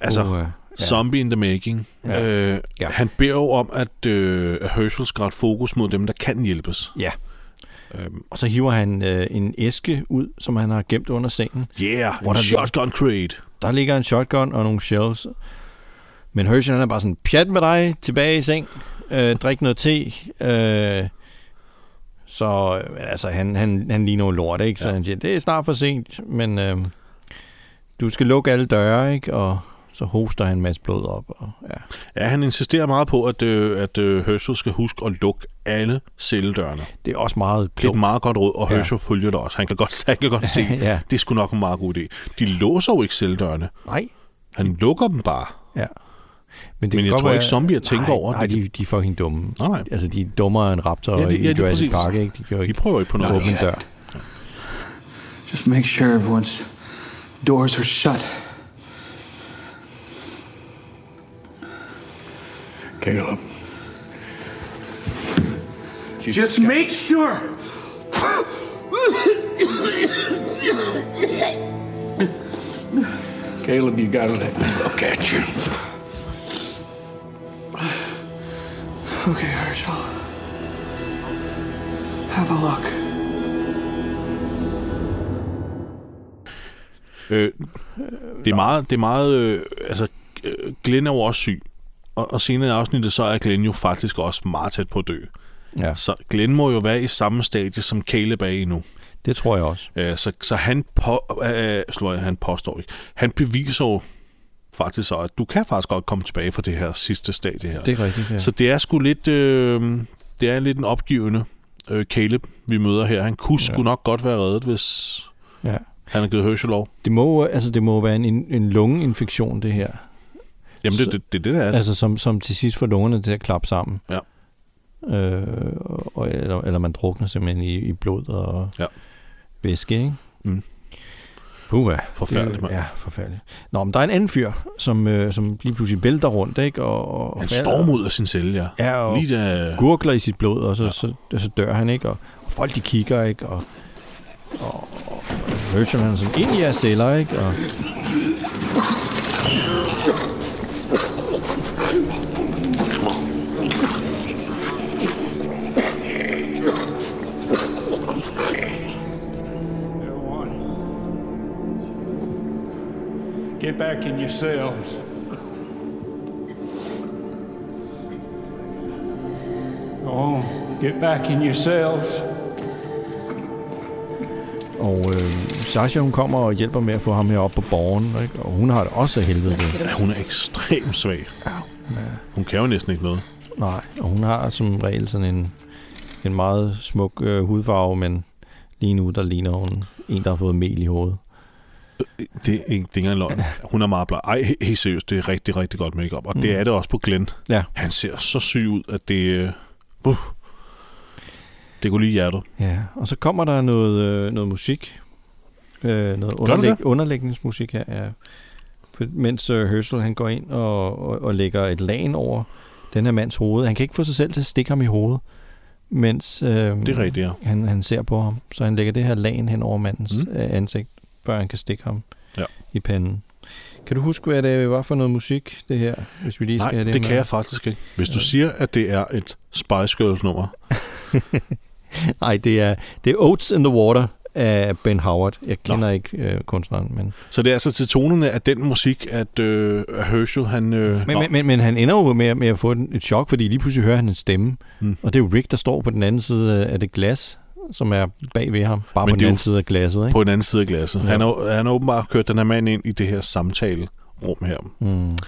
[SPEAKER 1] altså,
[SPEAKER 2] Uh, ja.
[SPEAKER 1] zombie in the making.
[SPEAKER 2] Ja.
[SPEAKER 1] Ja. Øh,
[SPEAKER 2] Ja.
[SPEAKER 1] ja. Han beder jo om, at, øh, at Herschel skal rette fokus mod dem, der kan hjælpes.
[SPEAKER 2] Ja. Og så hiver han øh, en æske ud, som han har gemt under sengen.
[SPEAKER 1] Yeah,
[SPEAKER 2] What
[SPEAKER 1] What
[SPEAKER 2] a-
[SPEAKER 1] shotgun crate.
[SPEAKER 2] Der ligger en shotgun og nogle shells. Men Herschel, han er bare sådan, pjat med dig, tilbage i seng, øh, drik noget te. Øh, så øh, altså, han, han, han ligner jo lort, ikke? Så ja. han siger, det er snart for sent, men øh, du skal lukke alle døre, ikke? Og så hoster han en masse blod op. Og, ja.
[SPEAKER 1] Ja, han insisterer meget på, at, øh, at øh, Herschel skal huske at lukke alle celledørene.
[SPEAKER 2] Det er også meget
[SPEAKER 1] Det er
[SPEAKER 2] klogt.
[SPEAKER 1] et meget godt råd, og
[SPEAKER 2] Ja.
[SPEAKER 1] Herschel ja. følger det også. Han kan godt, han kan godt se,
[SPEAKER 2] Ja.
[SPEAKER 1] ja. det er sgu nok en meget god idé. De låser jo ikke celledørene.
[SPEAKER 2] Nej.
[SPEAKER 1] Han lukker dem bare.
[SPEAKER 2] Ja.
[SPEAKER 1] Men
[SPEAKER 2] kan
[SPEAKER 1] jeg
[SPEAKER 2] godt
[SPEAKER 1] tror ikke, zombier tænker
[SPEAKER 2] nej,
[SPEAKER 1] over det.
[SPEAKER 2] Nej, de, de er fucking dumme.
[SPEAKER 1] Nej, nej.
[SPEAKER 2] Altså, de er dummere end raptor
[SPEAKER 1] Ja, det-
[SPEAKER 2] i
[SPEAKER 1] ja, det er
[SPEAKER 2] Jurassic
[SPEAKER 1] præcis.
[SPEAKER 2] Park, ikke? De, kan jo
[SPEAKER 1] De
[SPEAKER 2] ikke
[SPEAKER 1] prøver ikke på noget.
[SPEAKER 2] åbne en dør.
[SPEAKER 8] Just make sure everyone's doors are shut.
[SPEAKER 5] Caleb.
[SPEAKER 8] Just make sure.
[SPEAKER 7] Caleb, you gotta let me look at you.
[SPEAKER 8] Okay, Herschel. Have a look.
[SPEAKER 1] Øh, det er meget, det er meget øh, altså, øh, Glenn er jo også syg, og, og senere i afsnittet, så er Glenn jo faktisk også meget tæt på at dø.
[SPEAKER 2] Ja,
[SPEAKER 1] Så Glenn må jo være i samme stadie, som Caleb er i nu.
[SPEAKER 2] det tror jeg også.
[SPEAKER 1] Øh, så, så han, på, øh, slår jeg, han påstår ikke. Han beviser jo faktisk så, at du kan faktisk godt komme tilbage fra det her sidste stadie her.
[SPEAKER 2] Det er rigtigt, ja.
[SPEAKER 1] Så det er sgu lidt, øh, det er lidt en opgivende øh, Caleb, vi møder her. Han kunne ja. sgu nok godt være reddet, hvis
[SPEAKER 2] ja.
[SPEAKER 1] han havde givet Herschel lov.
[SPEAKER 2] Det må, altså, det må være en, en lungeinfektion, det her.
[SPEAKER 1] Jamen,
[SPEAKER 2] Så-
[SPEAKER 1] det, det, det, er det der er.
[SPEAKER 2] Altså, som, som til sidst får lungerne til at klappe sammen.
[SPEAKER 1] Ja.
[SPEAKER 2] Øh, og, eller, eller man drukner simpelthen i, i blod og
[SPEAKER 1] Ja.
[SPEAKER 2] væske, ikke?
[SPEAKER 1] Mm.
[SPEAKER 2] Puha.
[SPEAKER 1] Forfærdeligt,
[SPEAKER 2] Det-
[SPEAKER 1] mand.
[SPEAKER 2] Ja, forfærdeligt. Nå, men der er en anden fyr, som, øh, som lige pludselig vælter rundt, ikke? Og, og
[SPEAKER 1] Han
[SPEAKER 2] falder.
[SPEAKER 1] stormer ud af sin celle, ja.
[SPEAKER 2] Ja, og
[SPEAKER 1] Lige da...
[SPEAKER 2] gurgler i sit blod, og så, ja. så, så, så dør han, ikke? Og, og folk, de kigger, ikke? Og, og, og Herschel, han er sådan, ind i jeres celler, ikke? Og,
[SPEAKER 5] Everyone. Get back in your cells. Go on. Get back in your cells.
[SPEAKER 2] og øh, Sasha, hun kommer og hjælper med at få ham herop på borgen, ikke? Og hun har det også af helvede til.
[SPEAKER 1] Ja, hun er ekstremt svag. Hun kan jo næsten ikke noget.
[SPEAKER 2] Nej, og hun har som regel sådan en, en meget smuk øh, hudfarve, men lige nu, der ligner hun en, der har fået mel i hovedet.
[SPEAKER 1] Det er ikke, det er ikke engang løgn. Hun er meget bleg. Ej, he- helt seriøst, det er rigtig, rigtig godt makeup. Og
[SPEAKER 2] Mm.
[SPEAKER 1] det er det også på Glenn.
[SPEAKER 2] Ja.
[SPEAKER 1] Han ser så syg ud, at det... øh, Uh, det kunne lige hjertet.
[SPEAKER 2] Ja, og så kommer der noget, øh, noget musik. Øh, noget
[SPEAKER 1] der
[SPEAKER 2] underlæg,
[SPEAKER 1] det?
[SPEAKER 2] underlægningsmusik her, ja. for, mens øh, Herschel han går ind og, og, og lægger et lagen over den her mands hoved. Han kan ikke få sig selv til at stikke ham i hovedet, mens øh,
[SPEAKER 1] Det er rigtigt, ja.
[SPEAKER 2] han, han ser på ham. Så han lægger det her lagen hen over mandens
[SPEAKER 1] Mm.
[SPEAKER 2] mm. ansigt, før han kan stikke ham
[SPEAKER 1] Ja.
[SPEAKER 2] i panden. Kan du huske, hvad det var for noget musik, det her? Hvis vi lige
[SPEAKER 1] Nej,
[SPEAKER 2] skal have
[SPEAKER 1] det,
[SPEAKER 2] det
[SPEAKER 1] det
[SPEAKER 2] med?
[SPEAKER 1] kan jeg faktisk ikke. Hvis du siger, at det er et Spice Girls-nummer,
[SPEAKER 2] Nej, det er, det er Oats in the Water af Ben Howard. Jeg kender Nå. ikke øh, kunstneren, men...
[SPEAKER 1] så det er altså til tonerne af den musik, at øh, Herschel, han...
[SPEAKER 2] Men,
[SPEAKER 1] Øh, nå,
[SPEAKER 2] men, men, men han ender jo med, med at få et chok, fordi lige pludselig hører han en stemme.
[SPEAKER 1] Mm.
[SPEAKER 2] Mm. Og det er jo Rick, der står på den anden side af det glas, som er bag ved ham. Bare
[SPEAKER 1] Men
[SPEAKER 2] men på
[SPEAKER 1] det
[SPEAKER 2] den
[SPEAKER 1] er jo-
[SPEAKER 2] anden side af glasset, ikke?
[SPEAKER 1] på en anden side af glasset. Ja.
[SPEAKER 2] Ja.
[SPEAKER 1] Han har han har åbenbart kørt den her mand ind i det her samtalerum her.
[SPEAKER 2] Mm.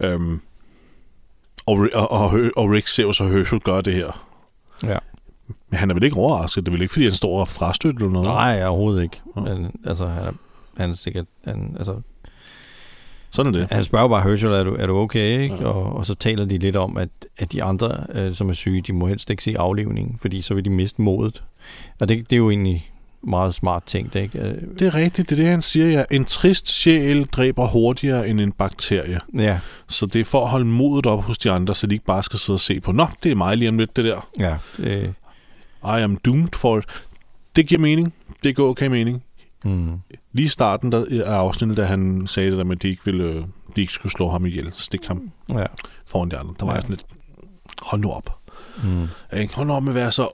[SPEAKER 1] Øhm, og, Ri- og, og, Hø- og Rick ser jo så, at Herschel gør det her.
[SPEAKER 2] Ja.
[SPEAKER 1] Men han er vel ikke overrasket? Det er vel ikke, fordi han står og frastøtter eller noget?
[SPEAKER 2] Nej, overhovedet ikke.
[SPEAKER 1] Nå.
[SPEAKER 2] Men, altså, han er, han er sikkert... Han, altså,
[SPEAKER 1] Sådan er det.
[SPEAKER 2] han spørger bare Herschel, er du, er du okay? Ikke?
[SPEAKER 1] Ja.
[SPEAKER 2] Ja. Og, og så taler de lidt om, at, at de andre, øh, som er syge, de må helst ikke se aflevningen, fordi så vil de miste modet. Og det, det er jo egentlig meget smart tænkt, ikke? Øh,
[SPEAKER 1] Det er rigtigt, det er det, han siger, ja. En trist sjæl dræber hurtigere end en bakterie.
[SPEAKER 2] Ja,
[SPEAKER 1] Så det er for at holde modet op hos de andre, så de ikke bare skal sidde og se på, nå, det er mig lige om lidt, det der.
[SPEAKER 2] ja. Det,
[SPEAKER 1] I am doomed for it. Det giver mening. Det går okay mening.
[SPEAKER 2] mm.
[SPEAKER 1] Lige i starten der, øh, af afsnittet, da han sagde det der med, at de ikke, ville, øh, de ikke skulle slå ham ihjel, stikke ham
[SPEAKER 2] Ja.
[SPEAKER 1] foran de andre, der var
[SPEAKER 2] Ja.
[SPEAKER 1] jeg sådan lidt, hold nu op.
[SPEAKER 2] Mm.
[SPEAKER 1] Ikke? Hold nu op med at være så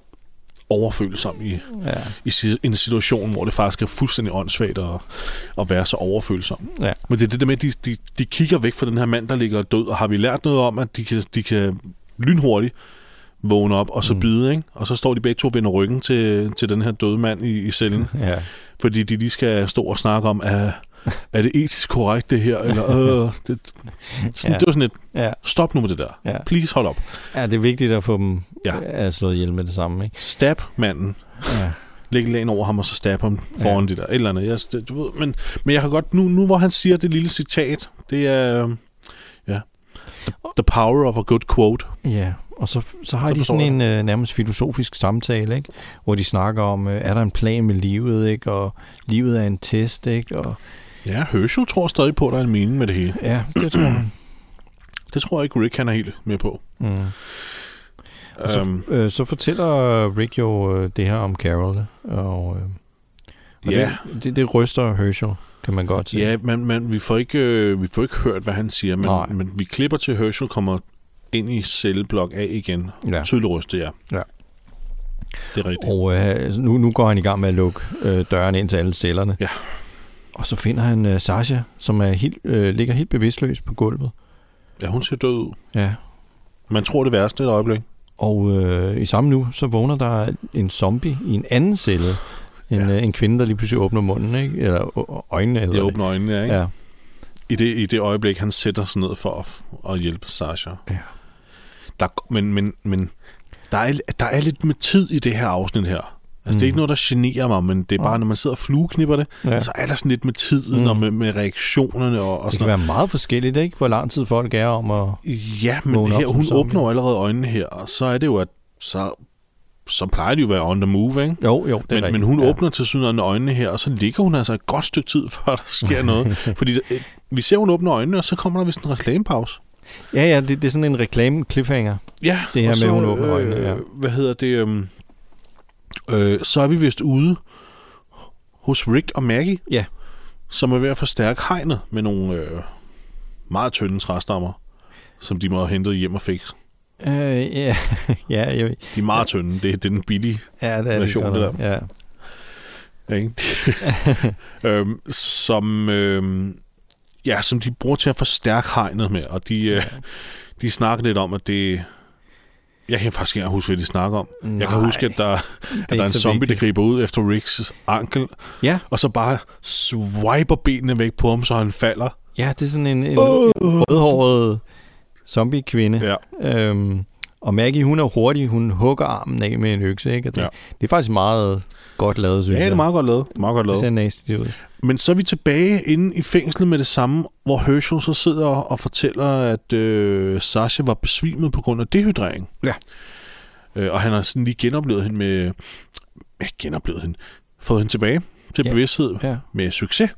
[SPEAKER 1] overfølsom i,
[SPEAKER 2] ja.
[SPEAKER 1] i si- en situation, hvor det faktisk er fuldstændig åndssvagt at, at være så overfølsom.
[SPEAKER 2] Ja.
[SPEAKER 1] Men det er det der med, at de, de, de kigger væk fra den her mand, der ligger død, og har vi lært noget om, at de kan, de kan lynhurtigt vågne op og så mm.
[SPEAKER 2] Mm.
[SPEAKER 1] bide, ikke? Og så står de begge to og vender ryggen til, til den her døde mand i, i cellen,
[SPEAKER 2] Ja.
[SPEAKER 1] fordi de lige skal stå og snakke om, er, er det etisk korrekt det her, eller øh, det, sådan,
[SPEAKER 2] Ja.
[SPEAKER 1] det var sådan et,
[SPEAKER 2] Ja.
[SPEAKER 1] stop nu med det der.
[SPEAKER 2] Ja.
[SPEAKER 1] Please, hold op.
[SPEAKER 2] ja, det er vigtigt at få dem
[SPEAKER 1] Ja.
[SPEAKER 2] ja. at slået ihjel med det samme, ikke?
[SPEAKER 1] Stab manden.
[SPEAKER 2] Ja.
[SPEAKER 1] lægge lagen over ham, og så stabbe ham foran ja. det der, et eller andet. Jeg, det, du ved, men, men jeg kan godt, nu, nu hvor han siger det lille citat, det er, øh, ja, the, the power of a good quote.
[SPEAKER 2] ja. Og så, så har så
[SPEAKER 1] Så
[SPEAKER 2] de
[SPEAKER 1] forstår
[SPEAKER 2] sådan en øh, nærmest filosofisk samtale, ikke? Hvor de snakker om, øh, er der en plan med livet, ikke? Og livet er en test, ikke? Og,
[SPEAKER 1] Ja, Herschel tror stadig på, at der er en mening med det hele.
[SPEAKER 2] ja, det tror jeg.
[SPEAKER 1] Det tror jeg ikke, Rick han er helt med på.
[SPEAKER 2] Mm. Og så,
[SPEAKER 1] Øhm,
[SPEAKER 2] øh, så fortæller Rick jo øh, det her om Carol, og, øh, og
[SPEAKER 1] ja,
[SPEAKER 2] det, det, det ryster Herschel, kan man godt se.
[SPEAKER 1] ja men, men vi, får ikke, øh, vi får ikke hørt, hvad han siger,
[SPEAKER 2] Nej.
[SPEAKER 1] men, men vi klipper til, at Herschel kommer ind i celleblok A igen.
[SPEAKER 2] ja.
[SPEAKER 1] Tydelig ryste, ja.
[SPEAKER 2] Ja.
[SPEAKER 1] Det er rigtigt.
[SPEAKER 2] Og øh, nu, nu går han i gang med at lukke øh, døren ind til alle cellerne.
[SPEAKER 1] Ja.
[SPEAKER 2] Og så finder han øh, Sasha, som er helt, øh, ligger helt bevidstløs på gulvet.
[SPEAKER 1] Ja, hun ser død ud.
[SPEAKER 2] Ja.
[SPEAKER 1] Man tror det værste et øjeblik.
[SPEAKER 2] Og øh, i samme nu, så vågner der en zombie i en anden celle. En,
[SPEAKER 1] Ja.
[SPEAKER 2] ja. øh, en kvinde, der lige pludselig åbner munden, ikke? Eller ø- ø- øjnene. Eller
[SPEAKER 1] Jeg åbner øjnene, ja, ikke?
[SPEAKER 2] Ja.
[SPEAKER 1] I det, I det øjeblik, han sætter sig ned for at, at hjælpe Sasha.
[SPEAKER 2] Ja.
[SPEAKER 1] Der, men men, men der, er, der er lidt med tid i det her afsnit her. Altså, mm. det er
[SPEAKER 2] Mhm.
[SPEAKER 1] ikke noget, der generer mig, men det er bare, når man sidder og flueknipper det, ja.
[SPEAKER 2] ja.
[SPEAKER 1] så er der sådan lidt med tiden
[SPEAKER 2] Mhm.
[SPEAKER 1] og med, med reaktionerne og,
[SPEAKER 2] Det
[SPEAKER 1] og
[SPEAKER 2] kan
[SPEAKER 1] sådan
[SPEAKER 2] være meget forskelligt, ikke? Hvor lang tid folk er om at...
[SPEAKER 1] noget. Ja, men
[SPEAKER 2] vågne op
[SPEAKER 1] her,
[SPEAKER 2] som
[SPEAKER 1] hun
[SPEAKER 2] zombie.
[SPEAKER 1] åbner jo allerede øjnene her, og så er det jo, at så, så plejer det jo at være on the move, ikke?
[SPEAKER 2] Jo, jo, det er
[SPEAKER 1] Men,
[SPEAKER 2] rigtigt.
[SPEAKER 1] men hun
[SPEAKER 2] ja.
[SPEAKER 1] åbner til synligheden øjnene her, og så ligger hun altså et godt stykke tid, før der sker noget. Fordi øh, vi ser, hun åbner øjnene, og så kommer der vist en reklamepause.
[SPEAKER 2] Ja, ja, det, det er sådan en reklame-cliffhanger.
[SPEAKER 1] Ja,
[SPEAKER 2] Det her
[SPEAKER 1] og øh,
[SPEAKER 2] med, hun åbner øjnene, ja.
[SPEAKER 1] Hvad hedder det? øhm, øh, så er vi vist ude hos Rick og Maggie.
[SPEAKER 2] Ja.
[SPEAKER 1] Som er ved at forstærke hegnet med nogle øh, meget tynde træstammer, som de må have hentet hjem og fik.
[SPEAKER 2] Øh, ja, ja, jeg,
[SPEAKER 1] De er meget tynde. Det, det er den billige.
[SPEAKER 2] ja, det er det.
[SPEAKER 1] Version,
[SPEAKER 2] godt
[SPEAKER 1] det
[SPEAKER 2] nok. Ja.
[SPEAKER 1] Ikke? øhm, som, øhm, ja, som de bruger til at forstærke hegnet med. Og de, øh, de snakker lidt om, at det... Jeg kan faktisk ikke engang huske, hvad de snakker om. Jeg kan
[SPEAKER 2] Nej,
[SPEAKER 1] huske, at der,
[SPEAKER 2] det
[SPEAKER 1] at der er en
[SPEAKER 2] ikke så
[SPEAKER 1] zombie,
[SPEAKER 2] vigtigt.
[SPEAKER 1] der griber ud efter Ricks ankel,
[SPEAKER 2] Ja,
[SPEAKER 1] og så bare swiper benene væk på ham, så han falder.
[SPEAKER 2] Ja, det er sådan en, en oh. rødhåret zombie-kvinde.
[SPEAKER 1] Ja.
[SPEAKER 2] Øhm, og Maggie, hun er hurtig. Hun hugger armen af med en økse. Ikke? Og Det,
[SPEAKER 1] Ja.
[SPEAKER 2] ja. det er faktisk meget godt lavet, synes
[SPEAKER 1] Ja, det
[SPEAKER 2] jeg.
[SPEAKER 1] er meget godt lavet. Meget godt
[SPEAKER 2] det ser
[SPEAKER 1] lavet.
[SPEAKER 2] nasty ud.
[SPEAKER 1] Men så er vi tilbage inde i fængslet med det samme, hvor Herschel så sidder og fortæller, at øh, Sasha var besvimet på grund af dehydrering.
[SPEAKER 2] Ja.
[SPEAKER 1] Øh, og han har sådan lige genoplevet hende med... Ja, genoplevet hende. Fået hende tilbage til
[SPEAKER 2] Ja.
[SPEAKER 1] bevidsthed
[SPEAKER 2] Ja.
[SPEAKER 1] med succes.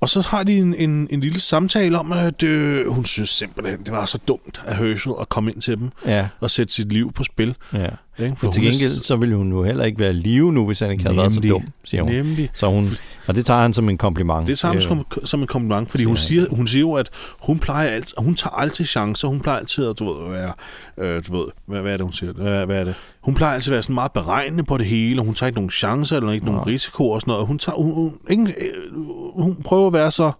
[SPEAKER 1] Og så har de en, en, en lille samtale om, at øh, hun synes simpelthen, det var så dumt af Herschel at komme ind til dem
[SPEAKER 2] Ja.
[SPEAKER 1] og sætte sit liv på spil.
[SPEAKER 2] Ja.
[SPEAKER 1] Ikke?
[SPEAKER 2] For til
[SPEAKER 1] hun er
[SPEAKER 2] gengæld, så ville hun jo heller ikke være i live nu, hvis han ikke havde været så
[SPEAKER 1] Nemlig.
[SPEAKER 2] dum, siger hun.
[SPEAKER 1] Nemlig.
[SPEAKER 2] Så hun. Og det tager han som en kompliment.
[SPEAKER 1] Det tager
[SPEAKER 2] Øh,
[SPEAKER 1] yeah. som, som en kompliment, fordi hun siger, hun siger jo, at hun plejer alt, hun tager altid chancer, hun plejer altid at, du ved, være, øh, du ved, hvad, hvad er det, hun siger, hvad, hvad er det? Hun plejer altid at være sådan meget beregnende på det hele, og hun tager ikke nogen chancer, eller ikke nogen risikoer og sådan noget. Hun, tager, hun, hun, ingen, øh, hun prøver at være så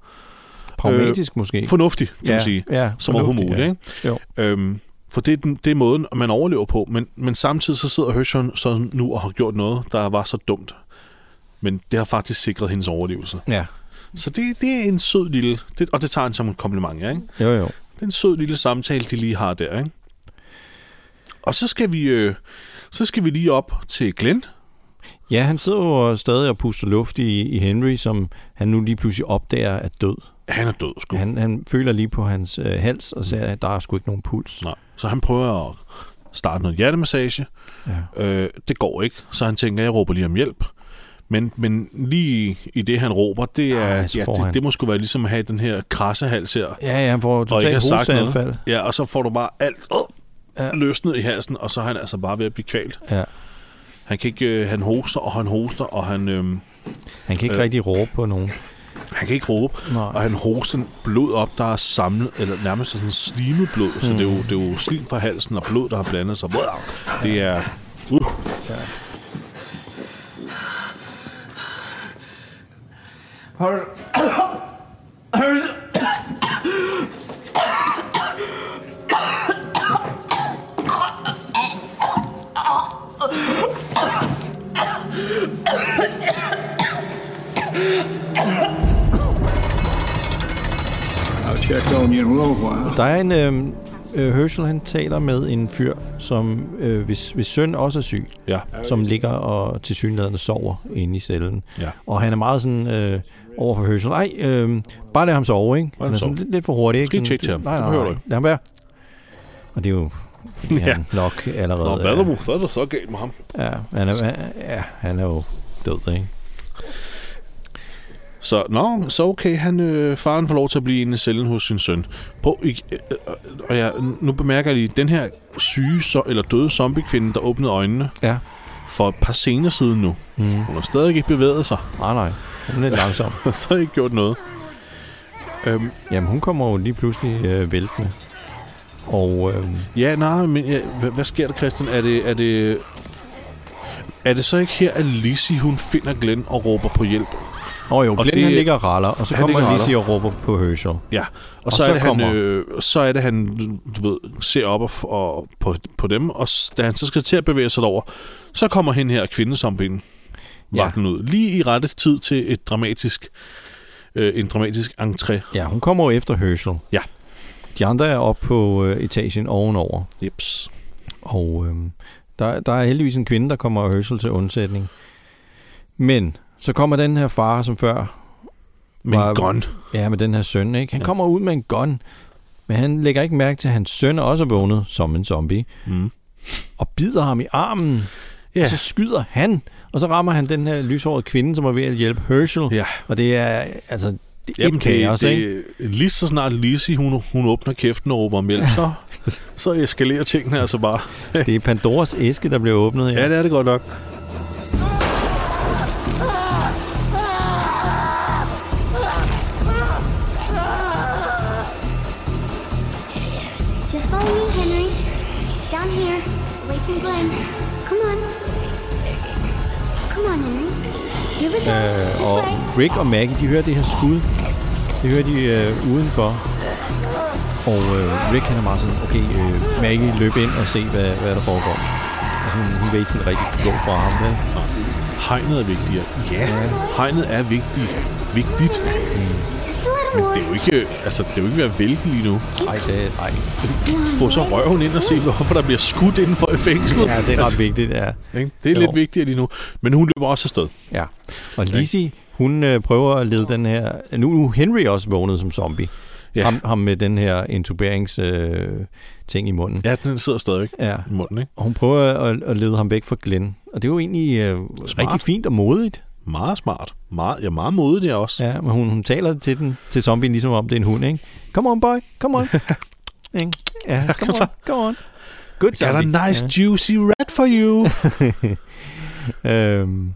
[SPEAKER 2] Pragmatisk øh, måske.
[SPEAKER 1] fornuftig, kan
[SPEAKER 2] Ja,
[SPEAKER 1] man sige,
[SPEAKER 2] ja,
[SPEAKER 1] som overhovedet
[SPEAKER 2] fornuftig,
[SPEAKER 1] muligt.
[SPEAKER 2] ja.
[SPEAKER 1] Ikke?
[SPEAKER 2] Jo.
[SPEAKER 1] Øhm, for det er, den, det er måden, man overlever på. Men, men samtidig så sidder Herschel så nu og har gjort noget, der var så dumt. Men det har faktisk sikret hendes overlevelse.
[SPEAKER 2] Ja.
[SPEAKER 1] Så det, det er en sød lille... Det, og det tager han som en kompliment, ja, ikke?
[SPEAKER 2] Jo, jo.
[SPEAKER 1] Det er en sød lille samtale, de lige har der, ikke? Og så skal vi, øh, så skal vi lige op til Glenn.
[SPEAKER 2] Ja, han sidder jo stadig og puster luft i, i Henry, som han nu lige pludselig opdager er død.
[SPEAKER 1] Han er død, sgu.
[SPEAKER 2] Han, han føler lige på hans øh, hals og ser, at der er sgu ikke nogen puls.
[SPEAKER 1] Nej. Så han prøver at starte noget hjertemassage. Ja. Øh, det går ikke, så han tænker, jeg råber lige om hjælp. Men, men lige i det, han råber, det er,
[SPEAKER 2] Ej,
[SPEAKER 1] Ej,
[SPEAKER 2] så
[SPEAKER 1] ja,
[SPEAKER 2] får han-
[SPEAKER 1] det, det må sgu være ligesom at have den her krassehals her.
[SPEAKER 2] Ja, ja, han får
[SPEAKER 1] og ikke
[SPEAKER 2] totalt
[SPEAKER 1] har sagt
[SPEAKER 2] hosteanfald.
[SPEAKER 1] noget. Ja, og så får du bare alt øh, ja. løsnet i halsen, og så er han altså bare ved at blive kvalt.
[SPEAKER 2] Ja.
[SPEAKER 1] Han kan ikke, øh, han hoster, og han hoster, og han, øh,
[SPEAKER 2] Han kan ikke øh. rigtig råbe på nogen.
[SPEAKER 1] han kan ikke råbe,
[SPEAKER 2] Nej.
[SPEAKER 1] og han hoster blod op, der er samlet, eller nærmest sådan slimet blod, så det, er jo, det er jo slim fra halsen og blod, der har blandet sig. Det er... Uh.
[SPEAKER 5] I'll check on you in a little while.
[SPEAKER 2] Der er en... Øh, øh, Herschel, han taler med en fyr, som, øh, hvis, hvis søn også er syg,
[SPEAKER 1] Ja.
[SPEAKER 2] som ligger og til synligheden sover inde i cellen.
[SPEAKER 1] Ja.
[SPEAKER 2] Og han er meget sådan øh, over for Herschel. Ej, øh, bare lad ham sove, ikke? Han er
[SPEAKER 1] ham
[SPEAKER 2] sådan
[SPEAKER 1] sove.
[SPEAKER 2] lidt, lidt for hurtig, ikke?
[SPEAKER 1] Skal ikke
[SPEAKER 2] Sådan,
[SPEAKER 1] tjekke til ham.
[SPEAKER 2] Nej,
[SPEAKER 1] Det
[SPEAKER 2] nej,
[SPEAKER 1] behøver
[SPEAKER 2] nej.
[SPEAKER 1] du ikke.
[SPEAKER 2] Lad ham være. Og det er jo fordi
[SPEAKER 1] Ja.
[SPEAKER 2] han nok allerede...
[SPEAKER 1] Nå,
[SPEAKER 2] er-
[SPEAKER 1] hvad er der, så er der så galt med ham?
[SPEAKER 2] Ja, han er, ja, han er jo død, ikke?
[SPEAKER 1] Så, nå, så okay, han, øh, faren får lov til at blive inde i cellen hos sin søn. På, øh, øh, og jeg, nu bemærker jeg lige, den her syge så, eller døde zombiekvinde, der åbnede øjnene
[SPEAKER 2] Ja.
[SPEAKER 1] for et par scener siden nu. Mm. Hun har stadig ikke bevæget sig,
[SPEAKER 2] Nej, nej. Hun er lidt langsom.
[SPEAKER 1] har stadig ikke gjort noget. Øhm,
[SPEAKER 2] Jamen, hun kommer jo lige pludselig øh, væltende. Og øh,
[SPEAKER 1] ja, nej, men ja, hvad, hvad sker der, Christian? Er det, er det, er det så ikke her, at Lizzie, hun finder Glenn og råber på hjælp?
[SPEAKER 2] åh jo,
[SPEAKER 1] Og
[SPEAKER 2] Glenn
[SPEAKER 1] det-
[SPEAKER 2] han ligger og raller, og så
[SPEAKER 1] han
[SPEAKER 2] kommer
[SPEAKER 1] ligger og
[SPEAKER 2] Lizzie og råber på Herschel.
[SPEAKER 1] Ja, og, og så,
[SPEAKER 2] så
[SPEAKER 1] så, er det,
[SPEAKER 2] kommer-
[SPEAKER 1] han, øh, så er det, han du ved, ser op og, f- og på, på dem, og s- da han så skal til at bevæge sig over, så kommer hen her kvinde som ben
[SPEAKER 2] Ja.
[SPEAKER 1] ja. ud. Lige i rette tid til et dramatisk, øh, en dramatisk entré.
[SPEAKER 2] Ja, hun kommer jo efter Herschel.
[SPEAKER 1] Ja.
[SPEAKER 2] De andre er oppe på øh, etagen ovenover,
[SPEAKER 1] Jeps.
[SPEAKER 2] og øh, der, der er heldigvis en kvinde, der kommer Herschel til undsætning. Men så kommer den her far, som før
[SPEAKER 1] Men
[SPEAKER 2] Var-
[SPEAKER 1] grøn.
[SPEAKER 2] Ja, med den her søn, ikke? Han ja. kommer ud med en gun, men han lægger ikke mærke til, at hans søn er også vågnet som en zombie.
[SPEAKER 1] Mm.
[SPEAKER 2] Og bider ham i armen, ja.
[SPEAKER 1] Ja.
[SPEAKER 2] og så skyder han, og så rammer han den her lyshårede kvinde, som er ved at hjælpe Herschel.
[SPEAKER 1] Ja.
[SPEAKER 2] Og det er, altså, det er et
[SPEAKER 1] det,
[SPEAKER 2] kaos, ikke?
[SPEAKER 1] det, lige så snart Lizzie, hun, hun åbner kæften og råber om hjælp, så, så eskalerer tingene altså bare.
[SPEAKER 2] Det er Pandoras æske, der bliver åbnet.
[SPEAKER 1] Ja, det er det godt nok.
[SPEAKER 4] Just follow me, Henry. Down here, away from Glenn. Come on. Come on, Henry. Here we go. This
[SPEAKER 2] Og
[SPEAKER 4] way.
[SPEAKER 2] Rick og Maggie, de hører det her skud. Det hører de øh, udenfor. Og øh, Rick han er meget sådan, okay, øh, Maggie, løb ind og se, hvad, hvad der foregår. Og hun, hun vil ikke sådan rigtig gå fra ham, vel?
[SPEAKER 1] Hegnet er vigtigere. Ja, hegnet er vigtigt. Vigtigt.
[SPEAKER 4] Just a little
[SPEAKER 1] Men
[SPEAKER 4] more.
[SPEAKER 1] det er jo ikke, altså, det er jo ikke ved at vælte lige nu.
[SPEAKER 2] Nej, det nej.
[SPEAKER 1] Få så røven ind og se, hvorfor der bliver skudt indenfor i fængslet.
[SPEAKER 2] Ja, det er ret
[SPEAKER 1] altså,
[SPEAKER 2] vigtigt, ja.
[SPEAKER 1] ikke? Det er
[SPEAKER 2] Jo.
[SPEAKER 1] lidt vigtigere lige nu. Men hun løber også afsted.
[SPEAKER 2] ja. Og Lizzie, hun øh, prøver at lede den her... Nu nu er Henry også vågnet som zombie. Ja.
[SPEAKER 1] Ja.
[SPEAKER 2] Ham, ham med den her intuberings øh, ting i munden.
[SPEAKER 1] Ja, den sidder stadigvæk
[SPEAKER 2] Ja.
[SPEAKER 1] i munden, ikke?
[SPEAKER 2] Og hun prøver at, at lede ham væk fra Glenn. Og det er jo egentlig øh, rigtig fint og modigt.
[SPEAKER 1] Meget smart. Meget, ja, meget modig der også.
[SPEAKER 2] Ja, men hun, hun taler til, den, til zombien ligesom om det er en hund, ikke? Come on, boy. Come on. Ikke? ja, come on. Come on. Good
[SPEAKER 1] Got a
[SPEAKER 2] zombie.
[SPEAKER 1] nice juicy rat for you.
[SPEAKER 2] ja. øhm,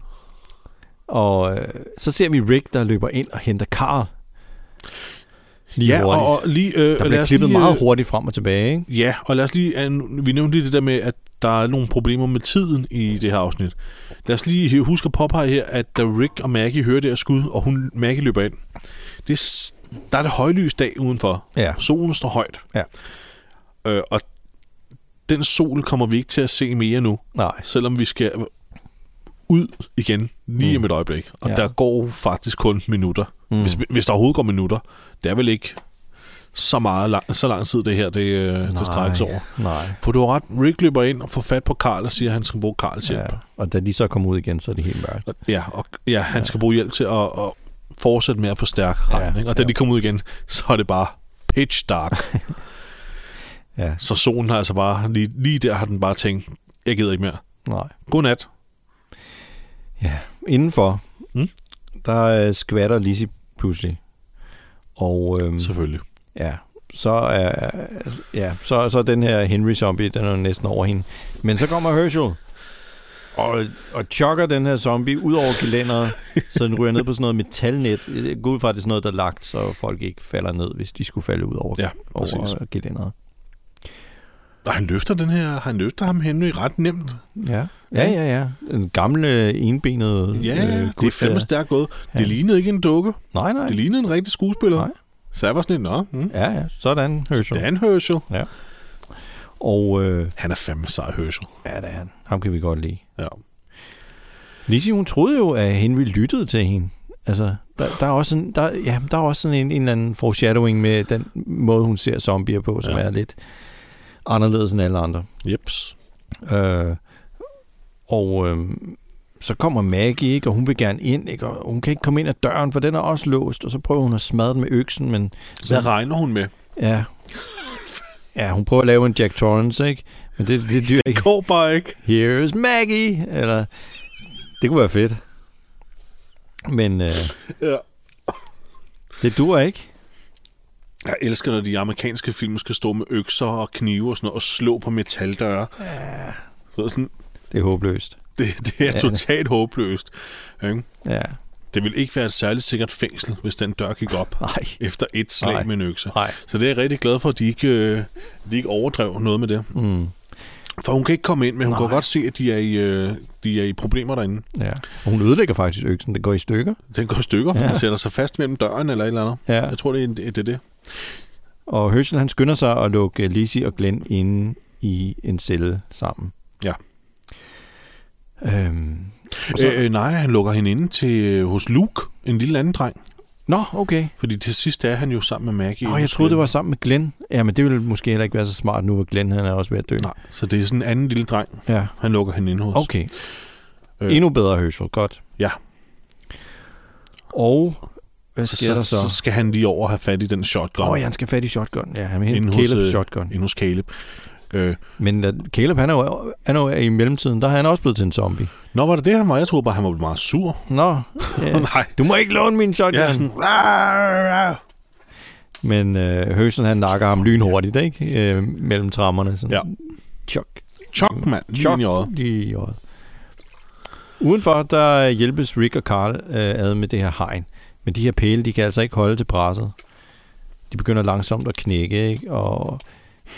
[SPEAKER 2] og øh, så ser vi Rick, der løber ind og henter Carl. Lige
[SPEAKER 1] ja,
[SPEAKER 2] hurtigt.
[SPEAKER 1] og, og lige... Øh,
[SPEAKER 2] der
[SPEAKER 1] lad
[SPEAKER 2] bliver
[SPEAKER 1] os
[SPEAKER 2] klippet
[SPEAKER 1] lige, øh,
[SPEAKER 2] meget hurtigt frem og tilbage, ikke?
[SPEAKER 1] Ja, og lad os lige... an- Vi nævnte lige det der med, at der er nogle problemer med tiden i det her afsnit. Lad os lige huske at påpege her, at da Rick og Maggie hører det her skud, og hun, Maggie løber ind, det, er s- der er det højlys dag udenfor.
[SPEAKER 2] Ja.
[SPEAKER 1] Solen står højt.
[SPEAKER 2] Ja.
[SPEAKER 1] Øh, og den sol kommer vi ikke til at se mere nu,
[SPEAKER 2] Nej.
[SPEAKER 1] selvom vi skal ud igen lige om et øjeblik. Og
[SPEAKER 2] Ja.
[SPEAKER 1] Mm. ja. der går faktisk kun minutter. Mm. Hvis, hvis der overhovedet går minutter. Det er vel ikke så meget lang, så lang tid det her, det, øh, det strækkes over.
[SPEAKER 2] Nej.
[SPEAKER 1] For du har ret, Rick løber ind og får fat på Karl og siger, at han skal bruge Karls hjælp.
[SPEAKER 2] Ja. Og da de så kommer ud igen, så er det helt mørkt.
[SPEAKER 1] Ja, og, ja han ja. skal bruge hjælp til at, at fortsætte med at forstærke regn. Ja, og da ja. de kommer ud igen, så er det bare pitch dark.
[SPEAKER 2] Ja.
[SPEAKER 1] så solen har altså bare, lige, lige der har den bare tænkt, jeg gider ikke mere.
[SPEAKER 2] Nej.
[SPEAKER 1] Godnat.
[SPEAKER 2] Ja, indenfor,
[SPEAKER 1] Mm.
[SPEAKER 2] der øh, skvatter Lizzie pludselig. Og øhm, så.
[SPEAKER 1] Selvfølgelig.
[SPEAKER 2] ja, så er, ja, så, så er den her Henry zombie, den er jo næsten over hende. Men så kommer Herschel og, og chokker den her zombie ud over gelænderet, så den ryger ned på sådan noget metalnet. Jeg går ud fra, at det er sådan noget, der er lagt, så folk ikke falder ned, hvis de skulle falde ud over,
[SPEAKER 1] Ja, præcis.
[SPEAKER 2] over gelænderet.
[SPEAKER 1] Og han løfter den her, han løfter ham Henry ret nemt.
[SPEAKER 2] Ja. ja, ja, øh, ja. Den gamle enbenede
[SPEAKER 1] Ja, øh, det er
[SPEAKER 2] gut
[SPEAKER 1] fandme
[SPEAKER 2] der.
[SPEAKER 1] stærkt gået.
[SPEAKER 2] Ja.
[SPEAKER 1] Det lignede ikke en dukke.
[SPEAKER 2] Nej, nej.
[SPEAKER 1] Det lignede en rigtig skuespiller.
[SPEAKER 2] Nej.
[SPEAKER 1] Så jeg var sådan lidt, nå, mm.
[SPEAKER 2] Ja, ja. Sådan, Herschel.
[SPEAKER 1] Dan Herschel.
[SPEAKER 2] Og øh,
[SPEAKER 1] Han er fandme sej Herschel.
[SPEAKER 2] ja, det er han. Ham kan vi godt lide.
[SPEAKER 1] Ja.
[SPEAKER 2] Lizzie, hun troede jo, at Henry lyttede til hende. Altså, der, der er også sådan, der, ja, der er også sådan en, en eller anden foreshadowing med den måde, hun ser zombier på, som ja.
[SPEAKER 1] Ja.
[SPEAKER 2] er lidt anderledes end alle andre.
[SPEAKER 1] Jeps.
[SPEAKER 2] Øh, og øh, så kommer Maggie, ikke, og hun vil gerne ind, ikke, og hun kan ikke komme ind ad døren, for den er også låst, og så prøver hun at smadre den med øksen, men
[SPEAKER 1] Hvad regner hun med?
[SPEAKER 2] ja, ja hun prøver at lave en Jack Torrance, ikke? Men det, det, det dyr ikke.
[SPEAKER 1] Går bare ikke.
[SPEAKER 2] Here's Maggie! Eller, det kunne være fedt. Men øh,
[SPEAKER 1] Ja.
[SPEAKER 2] det dur ikke.
[SPEAKER 1] Jeg elsker, når de amerikanske film skal stå med økser og knive og sådan noget, og slå på metaldøre. Ja. Så er sådan,
[SPEAKER 2] Det er håbløst.
[SPEAKER 1] det, det er
[SPEAKER 2] det-
[SPEAKER 1] totalt håbløst. Ikke?
[SPEAKER 2] Ja.
[SPEAKER 1] Det vil ikke være et særligt sikkert fængsel, hvis den dør gik op
[SPEAKER 2] Nej.
[SPEAKER 1] efter et slag
[SPEAKER 2] Nej.
[SPEAKER 1] med en økse.
[SPEAKER 2] Nej.
[SPEAKER 1] Så det er jeg rigtig glad for, at de ikke, øh, de ikke overdrev noget med det.
[SPEAKER 2] Mm.
[SPEAKER 1] For hun kan ikke komme ind, men hun Nej. kan godt se, at de er, i, øh, de er i problemer derinde.
[SPEAKER 2] Ja. Og hun ødelægger faktisk øksen. Den går i stykker.
[SPEAKER 1] Den går i stykker, for
[SPEAKER 2] Ja.
[SPEAKER 1] ja. den sætter sig fast mellem døren eller et eller andet.
[SPEAKER 2] Ja.
[SPEAKER 1] Jeg tror, det er det. Er det.
[SPEAKER 2] Og Herschel, han skynder sig at lukke Lizzie og Glenn inde i en celle sammen.
[SPEAKER 1] Ja.
[SPEAKER 2] Øhm. Og så,
[SPEAKER 1] Så... Øh, nej, han lukker hende inde til, øh, hos Luke, en lille anden dreng.
[SPEAKER 2] Nå, okay.
[SPEAKER 1] Fordi til sidst er han jo sammen med Maggie.
[SPEAKER 2] Nå, jeg troede, det var sammen med Glenn. Ja, men det ville måske heller ikke være så smart nu, hvor Glenn han er også ved at dø.
[SPEAKER 1] Nej, så det er sådan en anden lille dreng,
[SPEAKER 2] Ja,
[SPEAKER 1] han lukker hende ind hos.
[SPEAKER 2] okay.
[SPEAKER 1] Øh.
[SPEAKER 2] Endnu bedre Herschel, godt.
[SPEAKER 1] Ja,
[SPEAKER 2] Og hvad
[SPEAKER 1] så,
[SPEAKER 2] sker der så?
[SPEAKER 1] så skal han lige over og have fat i den shotgun.
[SPEAKER 2] Åh oh, ja, han skal have fat i shotgun. Ja, han vil hente
[SPEAKER 1] Inde
[SPEAKER 2] Caleb's
[SPEAKER 1] hos, øh,
[SPEAKER 2] shotgun.
[SPEAKER 1] Inde hos Caleb. Øh,
[SPEAKER 2] Men da Caleb, han er, jo, han er jo i mellemtiden, der er han også blevet til en zombie.
[SPEAKER 1] nå, var det det, han var? Jeg troede bare, han var blevet meget sur.
[SPEAKER 2] Nå, øh,
[SPEAKER 1] Nej.
[SPEAKER 2] du må ikke låne min shotgun.
[SPEAKER 1] Ja,
[SPEAKER 2] Ja,
[SPEAKER 1] sådan... "Rar, rar."
[SPEAKER 2] Men øh, Høsen, han nakker ham lynhurtigt, ikke? Øh, mellem trammerne. Sådan.
[SPEAKER 1] Ja.
[SPEAKER 2] Chok.
[SPEAKER 1] Chok, mand. Lige
[SPEAKER 2] Chok.
[SPEAKER 1] ind i øjet.
[SPEAKER 2] Lige i øjet. Udenfor, der hjælpes Rick og Carl øh, ad med det her hegn. Men de her pæle, de kan altså ikke holde til presset. De begynder langsomt at knække, ikke? Og,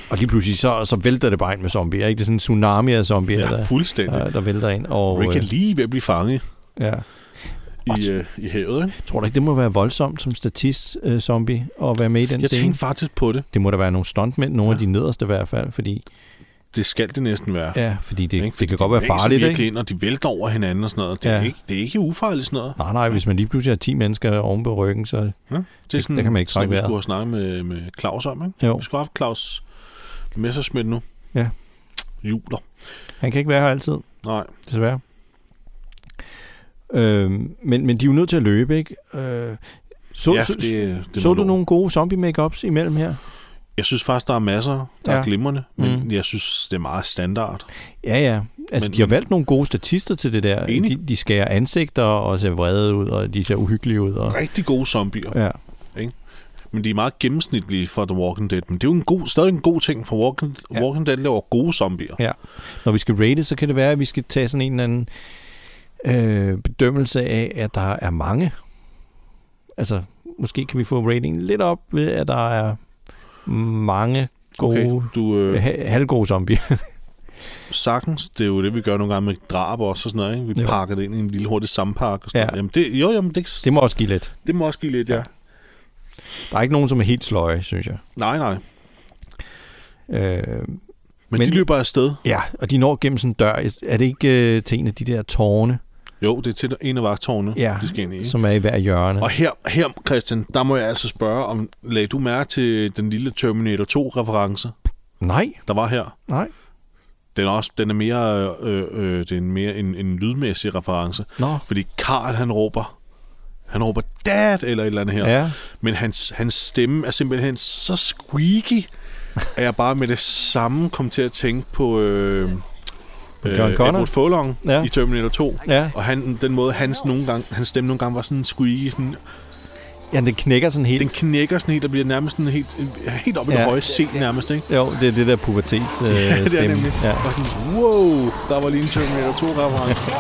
[SPEAKER 2] og lige pludselig, så, så vælter det bare ind med zombier, ikke? Det er sådan en tsunami af zombier,
[SPEAKER 1] Ja,
[SPEAKER 2] der,
[SPEAKER 1] fuldstændig.
[SPEAKER 2] der, der vælter ind. Og,
[SPEAKER 1] Rick
[SPEAKER 2] øh,
[SPEAKER 1] er lige ved at blive fanget
[SPEAKER 2] Ja.
[SPEAKER 1] i, øh, i havet, ikke?
[SPEAKER 2] Tror du ikke, det må være voldsomt som statist-zombie at være med i den
[SPEAKER 1] Jeg
[SPEAKER 2] scene?
[SPEAKER 1] tænkte faktisk på det.
[SPEAKER 2] Det må der være nogle stuntmænd, nogle ja. af de nederste i hvert fald, fordi,
[SPEAKER 1] Det skal det næsten være.
[SPEAKER 2] ja, fordi det,
[SPEAKER 1] Ikke?
[SPEAKER 2] det kan
[SPEAKER 1] Fordi
[SPEAKER 2] godt være
[SPEAKER 1] de væser
[SPEAKER 2] farligt,
[SPEAKER 1] virkelig
[SPEAKER 2] ikke?
[SPEAKER 1] Ind, og de vælter over hinanden og sådan noget. Det er,
[SPEAKER 2] Ja.
[SPEAKER 1] ikke, det er ikke ufarligt sådan noget.
[SPEAKER 2] Nej, nej, hvis man lige pludselig har 10 mennesker oven på ryggen, så...
[SPEAKER 1] Ja, det er sådan,
[SPEAKER 2] der kan man ikke
[SPEAKER 1] sådan,
[SPEAKER 2] trække
[SPEAKER 1] vi
[SPEAKER 2] vejret.
[SPEAKER 1] skulle have snakket med, med Claus om, ikke?
[SPEAKER 2] Jo.
[SPEAKER 1] Vi skulle have haft Claus Messerschmidt nu.
[SPEAKER 2] Ja.
[SPEAKER 1] Juler.
[SPEAKER 2] Han kan ikke være her altid,
[SPEAKER 1] Nej.
[SPEAKER 2] desværre. Øhm, men, men de er jo nødt til at løbe, ikke? Øh, så
[SPEAKER 1] ja,
[SPEAKER 2] så,
[SPEAKER 1] det, det
[SPEAKER 2] så
[SPEAKER 1] må
[SPEAKER 2] du nogle gode zombie makeups imellem her?
[SPEAKER 1] Jeg synes faktisk, der er masser, der ja.
[SPEAKER 2] Ja.
[SPEAKER 1] er glimrende, men
[SPEAKER 2] Mm.
[SPEAKER 1] mm. jeg synes, det er meget standard.
[SPEAKER 2] Ja, ja. Altså,
[SPEAKER 1] Men-
[SPEAKER 2] de har valgt nogle gode statister til det der.
[SPEAKER 1] Enig.
[SPEAKER 2] De, de skærer ansigter og ser vrede ud, og de ser uhyggelige ud. Og,
[SPEAKER 1] Rigtig gode zombier, ja.
[SPEAKER 2] ja.
[SPEAKER 1] men de er meget gennemsnitlige for The Walking Dead. Men det er jo en god, stadig en god ting, for Walking,
[SPEAKER 2] Ja.
[SPEAKER 1] ja. Walking Dead laver gode zombier.
[SPEAKER 2] Ja. Når vi skal rate, så kan det være, at vi skal tage sådan en eller anden øh, bedømmelse af, at der er mange. Altså, måske kan vi få ratingen lidt op ved, at der er mange gode,
[SPEAKER 1] Okay, du øh,
[SPEAKER 2] øh, ha- halvgode zombier.
[SPEAKER 1] sagtens, det er jo det, vi gør nogle gange med drab også og sådan noget, ikke? Vi
[SPEAKER 2] Jo.
[SPEAKER 1] jo. pakker det ind i en lille hurtig sampark og sådan
[SPEAKER 2] Ja.
[SPEAKER 1] ja. noget. Jamen det, jo, jamen det,
[SPEAKER 2] det
[SPEAKER 1] det,
[SPEAKER 2] må også give lidt.
[SPEAKER 1] det må også give lidt, ja.
[SPEAKER 2] Ja.
[SPEAKER 1] ja.
[SPEAKER 2] Der er ikke nogen, som er helt sløje, synes jeg.
[SPEAKER 1] Nej, nej.
[SPEAKER 2] Øh,
[SPEAKER 1] Men,
[SPEAKER 2] Men-
[SPEAKER 1] men de løber afsted.
[SPEAKER 2] ja, og de når gennem sådan en dør. Er det ikke øh, til en af de der tårne,
[SPEAKER 1] Jo, det er til en af vagtårnene,
[SPEAKER 2] Ja,
[SPEAKER 1] ja. de skal ind i. ikke?
[SPEAKER 2] som er i hver hjørne?
[SPEAKER 1] Og her, her, Christian, der må jeg altså spørge, om lagde du mærke til den lille Terminator 2-reference,
[SPEAKER 2] Nej,
[SPEAKER 1] der var her?
[SPEAKER 2] nej.
[SPEAKER 1] Den er, også, den er mere, øh, øh, det er en, mere en, en lydmæssig reference.
[SPEAKER 2] Nå.
[SPEAKER 1] Fordi Karl han råber, han råber dad eller et eller andet her.
[SPEAKER 2] Ja.
[SPEAKER 1] Men hans, hans stemme er simpelthen så squeaky, at jeg bare med det samme kom til at tænke på... Øh,
[SPEAKER 2] John Connor?
[SPEAKER 1] Edward Furlong
[SPEAKER 2] Ja.
[SPEAKER 1] ja. i Terminator 2.
[SPEAKER 2] Ja.
[SPEAKER 1] Og han, den måde, hans, nogle gange, hans stemme nogle gange var sådan squeaky, sådan,
[SPEAKER 2] Ja, den knækker sådan helt.
[SPEAKER 1] den knækker sådan helt og bliver nærmest sådan helt, helt op i
[SPEAKER 2] Ja.
[SPEAKER 1] ja. det høje set nærmest, ikke?
[SPEAKER 2] Jo, det er det der pubertets øh,
[SPEAKER 1] Ja, det er
[SPEAKER 2] stemme.
[SPEAKER 1] nemlig. Ja.
[SPEAKER 2] Ja.
[SPEAKER 1] Og sådan, wow, der var lige en Terminator 2 reference.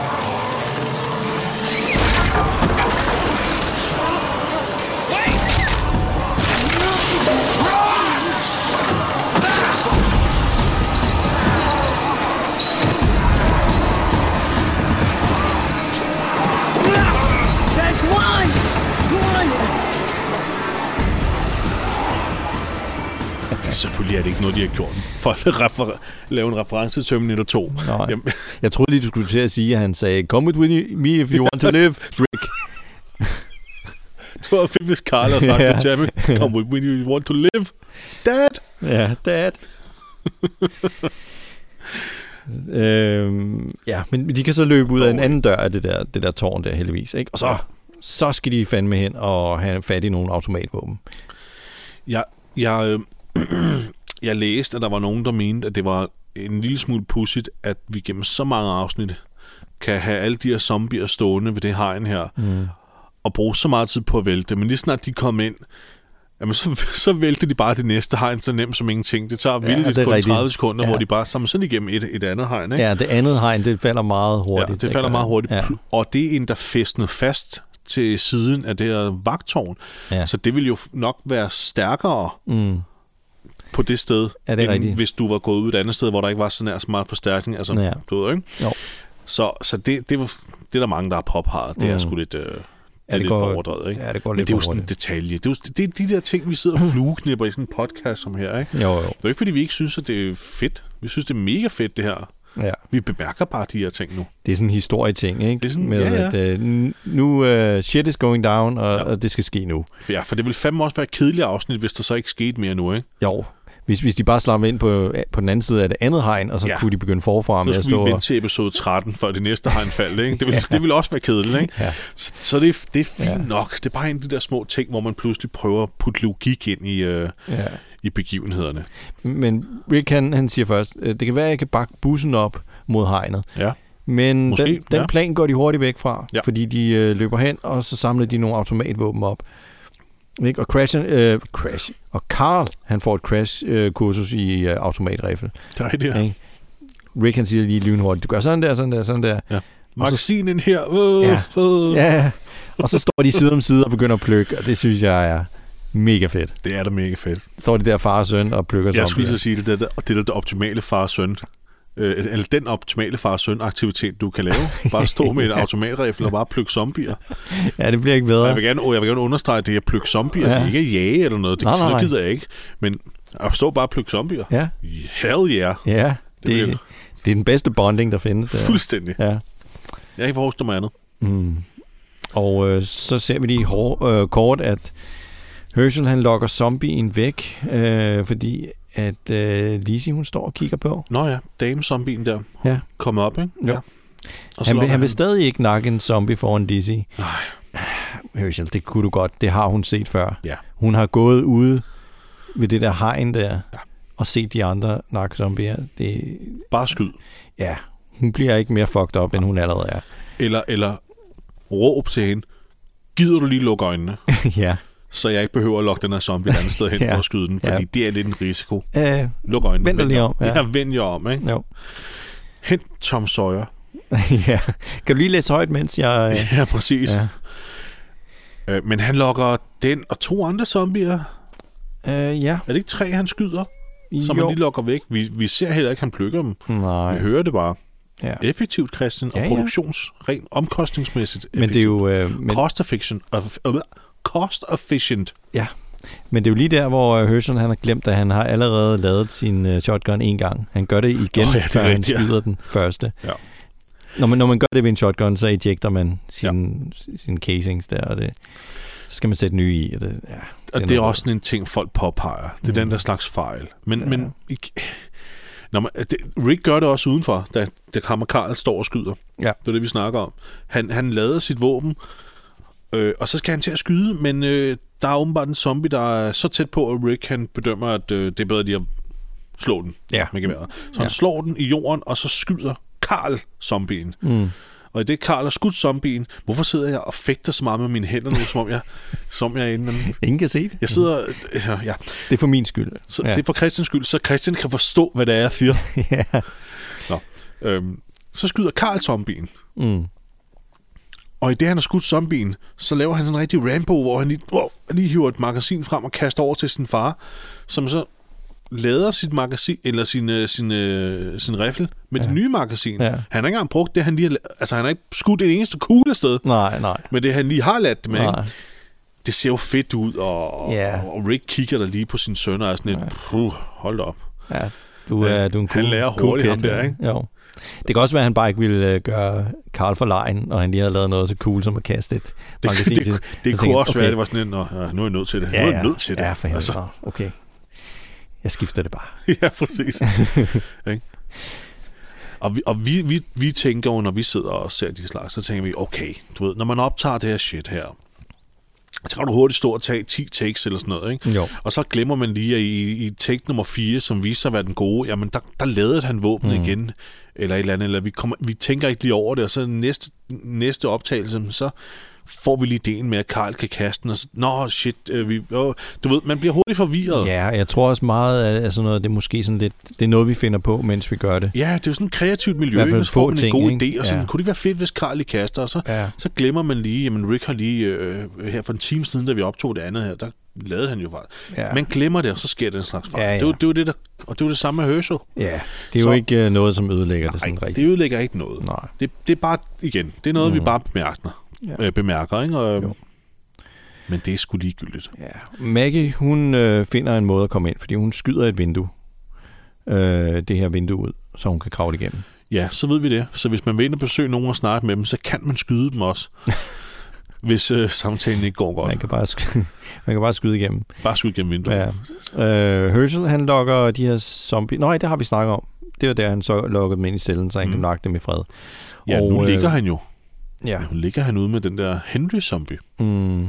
[SPEAKER 1] Det, selvfølgelig er det ikke noget, de har gjort for at refer- lave en reference til Terminator 2.
[SPEAKER 2] Nej.
[SPEAKER 1] Jamen,
[SPEAKER 2] Jeg troede lige, du skulle til at sige, at han sagde, Come with me if you want to live, Rick.
[SPEAKER 1] det var fedt, hvis Carl havde sagt
[SPEAKER 2] Ja.
[SPEAKER 1] ja. til Jamie, come with me, you want to live. Dad!
[SPEAKER 2] Ja, dad. øhm, ja, men men de kan så løbe ud af en anden dør af det der, det der tårn der, heldigvis. Ikke? Og så, så skal de fandme hen og have fat i nogle automatvåben.
[SPEAKER 1] Jeg, jeg, øh, jeg læste, at der var nogen, der mente, at det var en lille smule pudsigt, at vi gennem så mange afsnit kan have alle de her zombier stående ved det hegn her, mm. og bruge så meget tid på at vælte. Men lige snart de kom ind, jamen så, så vælte de bare det næste hegn så nemt som ingenting. Det tager
[SPEAKER 2] Ja,
[SPEAKER 1] vildt
[SPEAKER 2] det er
[SPEAKER 1] kun
[SPEAKER 2] rigtigt.
[SPEAKER 1] 30 sekunder,
[SPEAKER 2] Ja.
[SPEAKER 1] ja. hvor de bare samler sådan igennem et, et andet hegn. Ikke?
[SPEAKER 2] Ja, det andet hegn, det falder meget hurtigt.
[SPEAKER 1] ja, det falder
[SPEAKER 2] gør
[SPEAKER 1] meget hurtigt.
[SPEAKER 2] Ja.
[SPEAKER 1] Ja. Og det er en, der festnede fast til siden af det her vagtårn.
[SPEAKER 2] Ja.
[SPEAKER 1] Ja. Så det vil jo nok være stærkere
[SPEAKER 2] Mm.
[SPEAKER 1] på det sted,
[SPEAKER 2] Ja, det er rigtigt.
[SPEAKER 1] hvis du var gået ud et andet sted, hvor der ikke var så nær så meget forstærkning. Altså,
[SPEAKER 2] Ja.
[SPEAKER 1] ja. du ved, ikke?
[SPEAKER 2] Jo.
[SPEAKER 1] Så, så det, det, var, det er der mange, der har påpeget. Det er
[SPEAKER 2] Mm.
[SPEAKER 1] sgu lidt... Øh,
[SPEAKER 2] det
[SPEAKER 1] det er lidt
[SPEAKER 2] går-
[SPEAKER 1] for overdrevet, ikke?
[SPEAKER 2] ja, det går
[SPEAKER 1] Men
[SPEAKER 2] lidt
[SPEAKER 1] det er jo
[SPEAKER 2] for
[SPEAKER 1] sådan en
[SPEAKER 2] hurtigt.
[SPEAKER 1] detalje. Det er, jo, det er de der ting, vi sidder og flueknipper i sådan en podcast som her,
[SPEAKER 2] Jo,
[SPEAKER 1] ikke?
[SPEAKER 2] jo.
[SPEAKER 1] Det er jo ikke, fordi vi ikke synes, at det er fedt. Vi synes, det er mega fedt, det her.
[SPEAKER 2] Ja.
[SPEAKER 1] Vi bemærker bare de her ting nu.
[SPEAKER 2] Det er sådan en historieting, ikke?
[SPEAKER 1] Det er sådan-
[SPEAKER 2] Med,
[SPEAKER 1] ja, ja.
[SPEAKER 2] at øh, n- nu uh, shit is going down, og, ja. og det skal ske nu.
[SPEAKER 1] For, ja, for det ville fandme også være et kedeligt afsnit, hvis der så ikke skete mere nu, ikke?
[SPEAKER 2] Jo. Hvis, hvis de bare slap ind på, øh, på den anden side af det andet hegn, og så ja.
[SPEAKER 1] Ja.
[SPEAKER 2] kunne de begynde forfra med
[SPEAKER 1] Så
[SPEAKER 2] at
[SPEAKER 1] skulle
[SPEAKER 2] stå
[SPEAKER 1] vi
[SPEAKER 2] og...
[SPEAKER 1] vente til episode 13, før det næste har en fald. Ikke? Det, vil, ja. det vil også være kedeligt. Ikke?
[SPEAKER 2] Ja.
[SPEAKER 1] Så, så det, er- det er fint
[SPEAKER 2] Ja.
[SPEAKER 1] ja. nok. Det er bare en af de der små ting, hvor man pludselig prøver at putte logik ind i, øh,
[SPEAKER 2] Ja.
[SPEAKER 1] i begivenhederne.
[SPEAKER 2] Men Rick, han, han siger først, øh, det kan være, at jeg kan bakke bussen op mod hegnet.
[SPEAKER 1] Ja.
[SPEAKER 2] Men
[SPEAKER 1] Måske,
[SPEAKER 2] den, den
[SPEAKER 1] ja.
[SPEAKER 2] plan går de hurtigt væk fra,
[SPEAKER 1] Ja.
[SPEAKER 2] fordi de øh, løber hen, og så samler de nogle automatvåben op. Ikke? Og Crash, øh, Crash. Og Carl, han får et crash-kursus i øh, automatriffel.
[SPEAKER 1] Der er det her.
[SPEAKER 2] Ikke? Rick, han siger lige lynhurtigt, du gør sådan der, sådan der, sådan der.
[SPEAKER 1] Vaccinen her. Øh,
[SPEAKER 2] Ja.
[SPEAKER 1] ja. Øh. Ja.
[SPEAKER 2] Ja, og så står de side om side og begynder at pløkke, og det synes jeg er mega fedt.
[SPEAKER 1] Det er da mega fedt.
[SPEAKER 2] Står de der far og søn og plukker
[SPEAKER 1] Jeg skulle
[SPEAKER 2] zombier.
[SPEAKER 1] lige så sige, det, det, det, det er da det optimale far-søn. Øh, eller den optimale far-søn-aktivitet, du kan lave. Bare stå med en automatrifle og bare plukke zombier.
[SPEAKER 2] Ja, det bliver ikke
[SPEAKER 1] Og
[SPEAKER 2] bedre.
[SPEAKER 1] jeg vil gerne, og jeg vil gerne understrege, at det er at plukke zombier.
[SPEAKER 2] Ja.
[SPEAKER 1] Ja. Det er ikke at jage eller noget. Det,
[SPEAKER 2] Nej,
[SPEAKER 1] nej,
[SPEAKER 2] nej,
[SPEAKER 1] nej,
[SPEAKER 2] nej.
[SPEAKER 1] gider jeg ikke. Men at stå bare og plukke zombier.
[SPEAKER 2] Ja,
[SPEAKER 1] Hell yeah.
[SPEAKER 2] ja.
[SPEAKER 1] Det
[SPEAKER 2] Det,
[SPEAKER 1] bliver-
[SPEAKER 2] det er den bedste bonding, der findes
[SPEAKER 1] Ja.
[SPEAKER 2] der.
[SPEAKER 1] Fuldstændig.
[SPEAKER 2] Ja.
[SPEAKER 1] Jeg kan ikke forestille mig andet.
[SPEAKER 2] Mm. Og øh, så ser vi lige hår, øh, kort, at Herschel han lokker zombien væk, øh, fordi at øh, Lizzie, hun står og kigger på.
[SPEAKER 1] Nå ja, damezombien der.
[SPEAKER 2] Ja.
[SPEAKER 1] Kommer op, ikke?
[SPEAKER 2] Jo.
[SPEAKER 1] Ja. Og
[SPEAKER 2] Han
[SPEAKER 1] slår
[SPEAKER 2] vil, han
[SPEAKER 1] han.
[SPEAKER 2] vil stadig ikke nakke en zombie foran Lizzie.
[SPEAKER 1] Nej.
[SPEAKER 2] Herschel, det kunne du godt. Det har hun set før.
[SPEAKER 1] Ja.
[SPEAKER 2] Hun har gået ude ved det der hegn der, ja. og se de andre narkozombier. Det,
[SPEAKER 1] Bare skyd.
[SPEAKER 2] ja, hun bliver ikke mere fucked up, end hun allerede er.
[SPEAKER 1] Eller, eller råb til hende. Gider du lige lukke øjnene,
[SPEAKER 2] ja.
[SPEAKER 1] så jeg ikke behøver at lokke den her zombie et andet sted hen
[SPEAKER 2] Ja.
[SPEAKER 1] for at skyde den, fordi
[SPEAKER 2] Ja.
[SPEAKER 1] det er lidt en risiko.
[SPEAKER 2] Øh,
[SPEAKER 1] Luk øjnene.
[SPEAKER 2] Vend dig lige
[SPEAKER 1] jer
[SPEAKER 2] om, ja.
[SPEAKER 1] Ja, vend jer om, ikke?
[SPEAKER 2] jo.
[SPEAKER 1] Hent Tom Sawyer.
[SPEAKER 2] ja. Kan du lige læse højt, mens jeg... øh,
[SPEAKER 1] Ja, præcis.
[SPEAKER 2] Ja.
[SPEAKER 1] Ja. Øh, men han lokker den og to andre zombier.
[SPEAKER 2] Øh, ja.
[SPEAKER 1] Er det ikke tre, han skyder? Som
[SPEAKER 2] jo.
[SPEAKER 1] han lige lokker væk. Vi, vi ser heller ikke, han plukker dem.
[SPEAKER 2] Nej.
[SPEAKER 1] Vi hører det bare.
[SPEAKER 2] Ja.
[SPEAKER 1] Effektivt, Christian, og
[SPEAKER 2] Ja,
[SPEAKER 1] ja,
[SPEAKER 2] ja.
[SPEAKER 1] produktions, rent omkostningsmæssigt
[SPEAKER 2] Men det er jo... Øh, men,
[SPEAKER 1] effektivt. Cost efficient. of- øh, Cost efficient.
[SPEAKER 2] ja. men det er jo lige der, hvor øh, Herschel han har glemt, at han har allerede lavet sin øh, shotgun en gang. Han gør det igen,
[SPEAKER 1] Åh,
[SPEAKER 2] oh,
[SPEAKER 1] ja,
[SPEAKER 2] ja,
[SPEAKER 1] det er
[SPEAKER 2] før han
[SPEAKER 1] rigtigt, ja.
[SPEAKER 2] skyder den første.
[SPEAKER 1] Ja.
[SPEAKER 2] Når man, når man gør det ved en shotgun, så ejecter man sin, ja. sin casings der, og det, så skal man sætte nye i. Og det, ja,
[SPEAKER 1] Og
[SPEAKER 2] er
[SPEAKER 1] det er
[SPEAKER 2] noget-
[SPEAKER 1] også sådan en ting, folk påpeger. Det er mm. den der slags fejl. Men, ja. men ikke- Nå, men øh, det, Rick gør det også udenfor, da, da Kammer Karl står og skyder.
[SPEAKER 2] Ja.
[SPEAKER 1] Det er det, vi snakker om. Han, han lader sit våben, øh, og så skal han til at skyde, men øh, der er åbenbart en zombie, der er så tæt på, at Rick han bedømmer, at øh, det er bedre lige at slå den
[SPEAKER 2] Ja.
[SPEAKER 1] med geværet. Så han slår den i jorden, og så skyder Karl zombien.
[SPEAKER 2] Mm.
[SPEAKER 1] Og i det, Karl har skudt zombien, hvorfor sidder jeg og fægter så meget med mine hænder nu, som om jeg, som jeg er inde?
[SPEAKER 2] Ingen kan se det.
[SPEAKER 1] Jeg sidder... Øh, ja.
[SPEAKER 2] Det er for min skyld.
[SPEAKER 1] Så
[SPEAKER 2] ja.
[SPEAKER 1] ja. det er for Christians skyld, så Christian kan forstå, hvad det er, jeg siger.
[SPEAKER 2] ja.
[SPEAKER 1] Nå. Øhm, så skyder Karl zombien.
[SPEAKER 2] Mm.
[SPEAKER 1] Og i det, han har skudt zombien, så laver han sådan en rigtig Rambo, hvor han lige, wow, lige hiver et magasin frem og kaster over til sin far, som så lader sit magasin, eller sin, øh, sin, øh, sin rifle med ja. det nye magasin.
[SPEAKER 2] Ja.
[SPEAKER 1] Ja. Han har ikke engang brugt det, han lige har, la- altså han har ikke skudt det eneste kugle sted
[SPEAKER 2] Nej, nej.
[SPEAKER 1] med det, han lige har ladt det med.
[SPEAKER 2] Mm. nej.
[SPEAKER 1] Ikke? Det ser jo fedt ud, og,
[SPEAKER 2] Ja.
[SPEAKER 1] og Rick kigger der lige på sin søn og er sådan lidt, puh, hold da op.
[SPEAKER 2] Ja, du er, du er en
[SPEAKER 1] øh, Han
[SPEAKER 2] cool,
[SPEAKER 1] lærer
[SPEAKER 2] cool
[SPEAKER 1] hurtigt,
[SPEAKER 2] kid,
[SPEAKER 1] ham der,
[SPEAKER 2] ja.
[SPEAKER 1] ikke?
[SPEAKER 2] Jo. Det kan også være, at han bare ikke ville øh, gøre Karl for lejen, og han lige havde lavet noget så cool som at kaste et
[SPEAKER 1] Det,
[SPEAKER 2] magasin
[SPEAKER 1] det,
[SPEAKER 2] til.
[SPEAKER 1] det,
[SPEAKER 2] Så
[SPEAKER 1] det
[SPEAKER 2] tænker
[SPEAKER 1] kunne
[SPEAKER 2] jeg,
[SPEAKER 1] også være, at det var sådan en, "Nå, ja, nu er jeg nødt til det.
[SPEAKER 2] altså, ja,
[SPEAKER 1] nu er
[SPEAKER 2] ja,
[SPEAKER 1] jeg nødt til det.
[SPEAKER 2] Ja, for helvede.
[SPEAKER 1] altså,
[SPEAKER 2] Altså. Okay. Jeg skifter det bare.
[SPEAKER 1] ja, præcis. Ikke? Og, vi, og vi, vi, vi tænker jo, når vi sidder og ser de slags, så tænker vi, okay, du ved, når man optager det her shit her, så kan du hurtigt stå og tage 10 takes eller sådan noget, ikke?
[SPEAKER 2] Jo.
[SPEAKER 1] Og så glemmer man lige, at i, i take nummer 4, som viser sig at være den gode, jamen der, der lavede han våbnet mm. igen, eller et eller andet, eller vi, kommer, vi tænker ikke lige over det, og så næste, næste optagelse, så får vi lige ideen med, at Karl kan kaste den, og så, nå shit, øh, vi, åh, du ved, man bliver hurtigt forvirret.
[SPEAKER 2] Ja, og jeg tror også meget, at at sådan noget, det er måske sådan lidt, det er noget, vi finder på, mens vi gør det.
[SPEAKER 1] Ja, det er jo sådan et kreativt
[SPEAKER 2] I
[SPEAKER 1] miljø,
[SPEAKER 2] hvert fald
[SPEAKER 1] hvis får
[SPEAKER 2] få
[SPEAKER 1] man
[SPEAKER 2] ting,
[SPEAKER 1] en god
[SPEAKER 2] ikke?
[SPEAKER 1] idé, og sådan,
[SPEAKER 2] Ja.
[SPEAKER 1] ja. kunne det være fedt, hvis Karl lige kaster, og så,
[SPEAKER 2] Ja.
[SPEAKER 1] ja. så glemmer man lige, jamen Rick har lige, øh, her for en time siden, da vi optog det andet her, der lavede han jo fejl.
[SPEAKER 2] Ja.
[SPEAKER 1] Ja. Man glemmer det, og så sker den slags fejl.
[SPEAKER 2] Ja,
[SPEAKER 1] Ja,
[SPEAKER 2] ja.
[SPEAKER 1] ja. Det, er jo- det, er jo det der, og det er jo det samme med Herschel.
[SPEAKER 2] Ja, det er jo
[SPEAKER 1] Så-
[SPEAKER 2] ikke øh, noget, som ødelægger det sådan
[SPEAKER 1] Nej,
[SPEAKER 2] rigtigt.
[SPEAKER 1] det ødelægger ikke noget.
[SPEAKER 2] Nej.
[SPEAKER 1] Det, det er bare, igen, det er noget, mm. vi bare bemærker.
[SPEAKER 2] Ja.
[SPEAKER 1] Ja. Øh, bemærker ikke? Og,
[SPEAKER 2] Jo.
[SPEAKER 1] men det er sgu ligegyldigt.
[SPEAKER 2] Ja. Maggie, hun øh, finder en måde at komme ind, fordi hun skyder et vindue, øh, det her vindue ud, så hun kan kravle igennem.
[SPEAKER 1] Ja, så ved vi det. Så hvis man vil ind og besøge nogen og snakke med dem, så kan man skyde dem også. hvis øh, samtalen ikke går godt.
[SPEAKER 2] Man kan bare skyde, man kan bare skyde igennem.
[SPEAKER 1] Bare skyd gennem vinduet.
[SPEAKER 2] Ja. Øh, Herschel, han lokker de her zombie... Nej, det har vi snakket om. Det var der, han så lokkede dem ind i cellen, så han mm. kunne nakke dem i fred.
[SPEAKER 1] Ja, og, nu
[SPEAKER 2] øh,
[SPEAKER 1] ligger han jo.
[SPEAKER 2] Ja.
[SPEAKER 1] Nu ligger han ude med den der Henry-zombie.
[SPEAKER 2] Mm,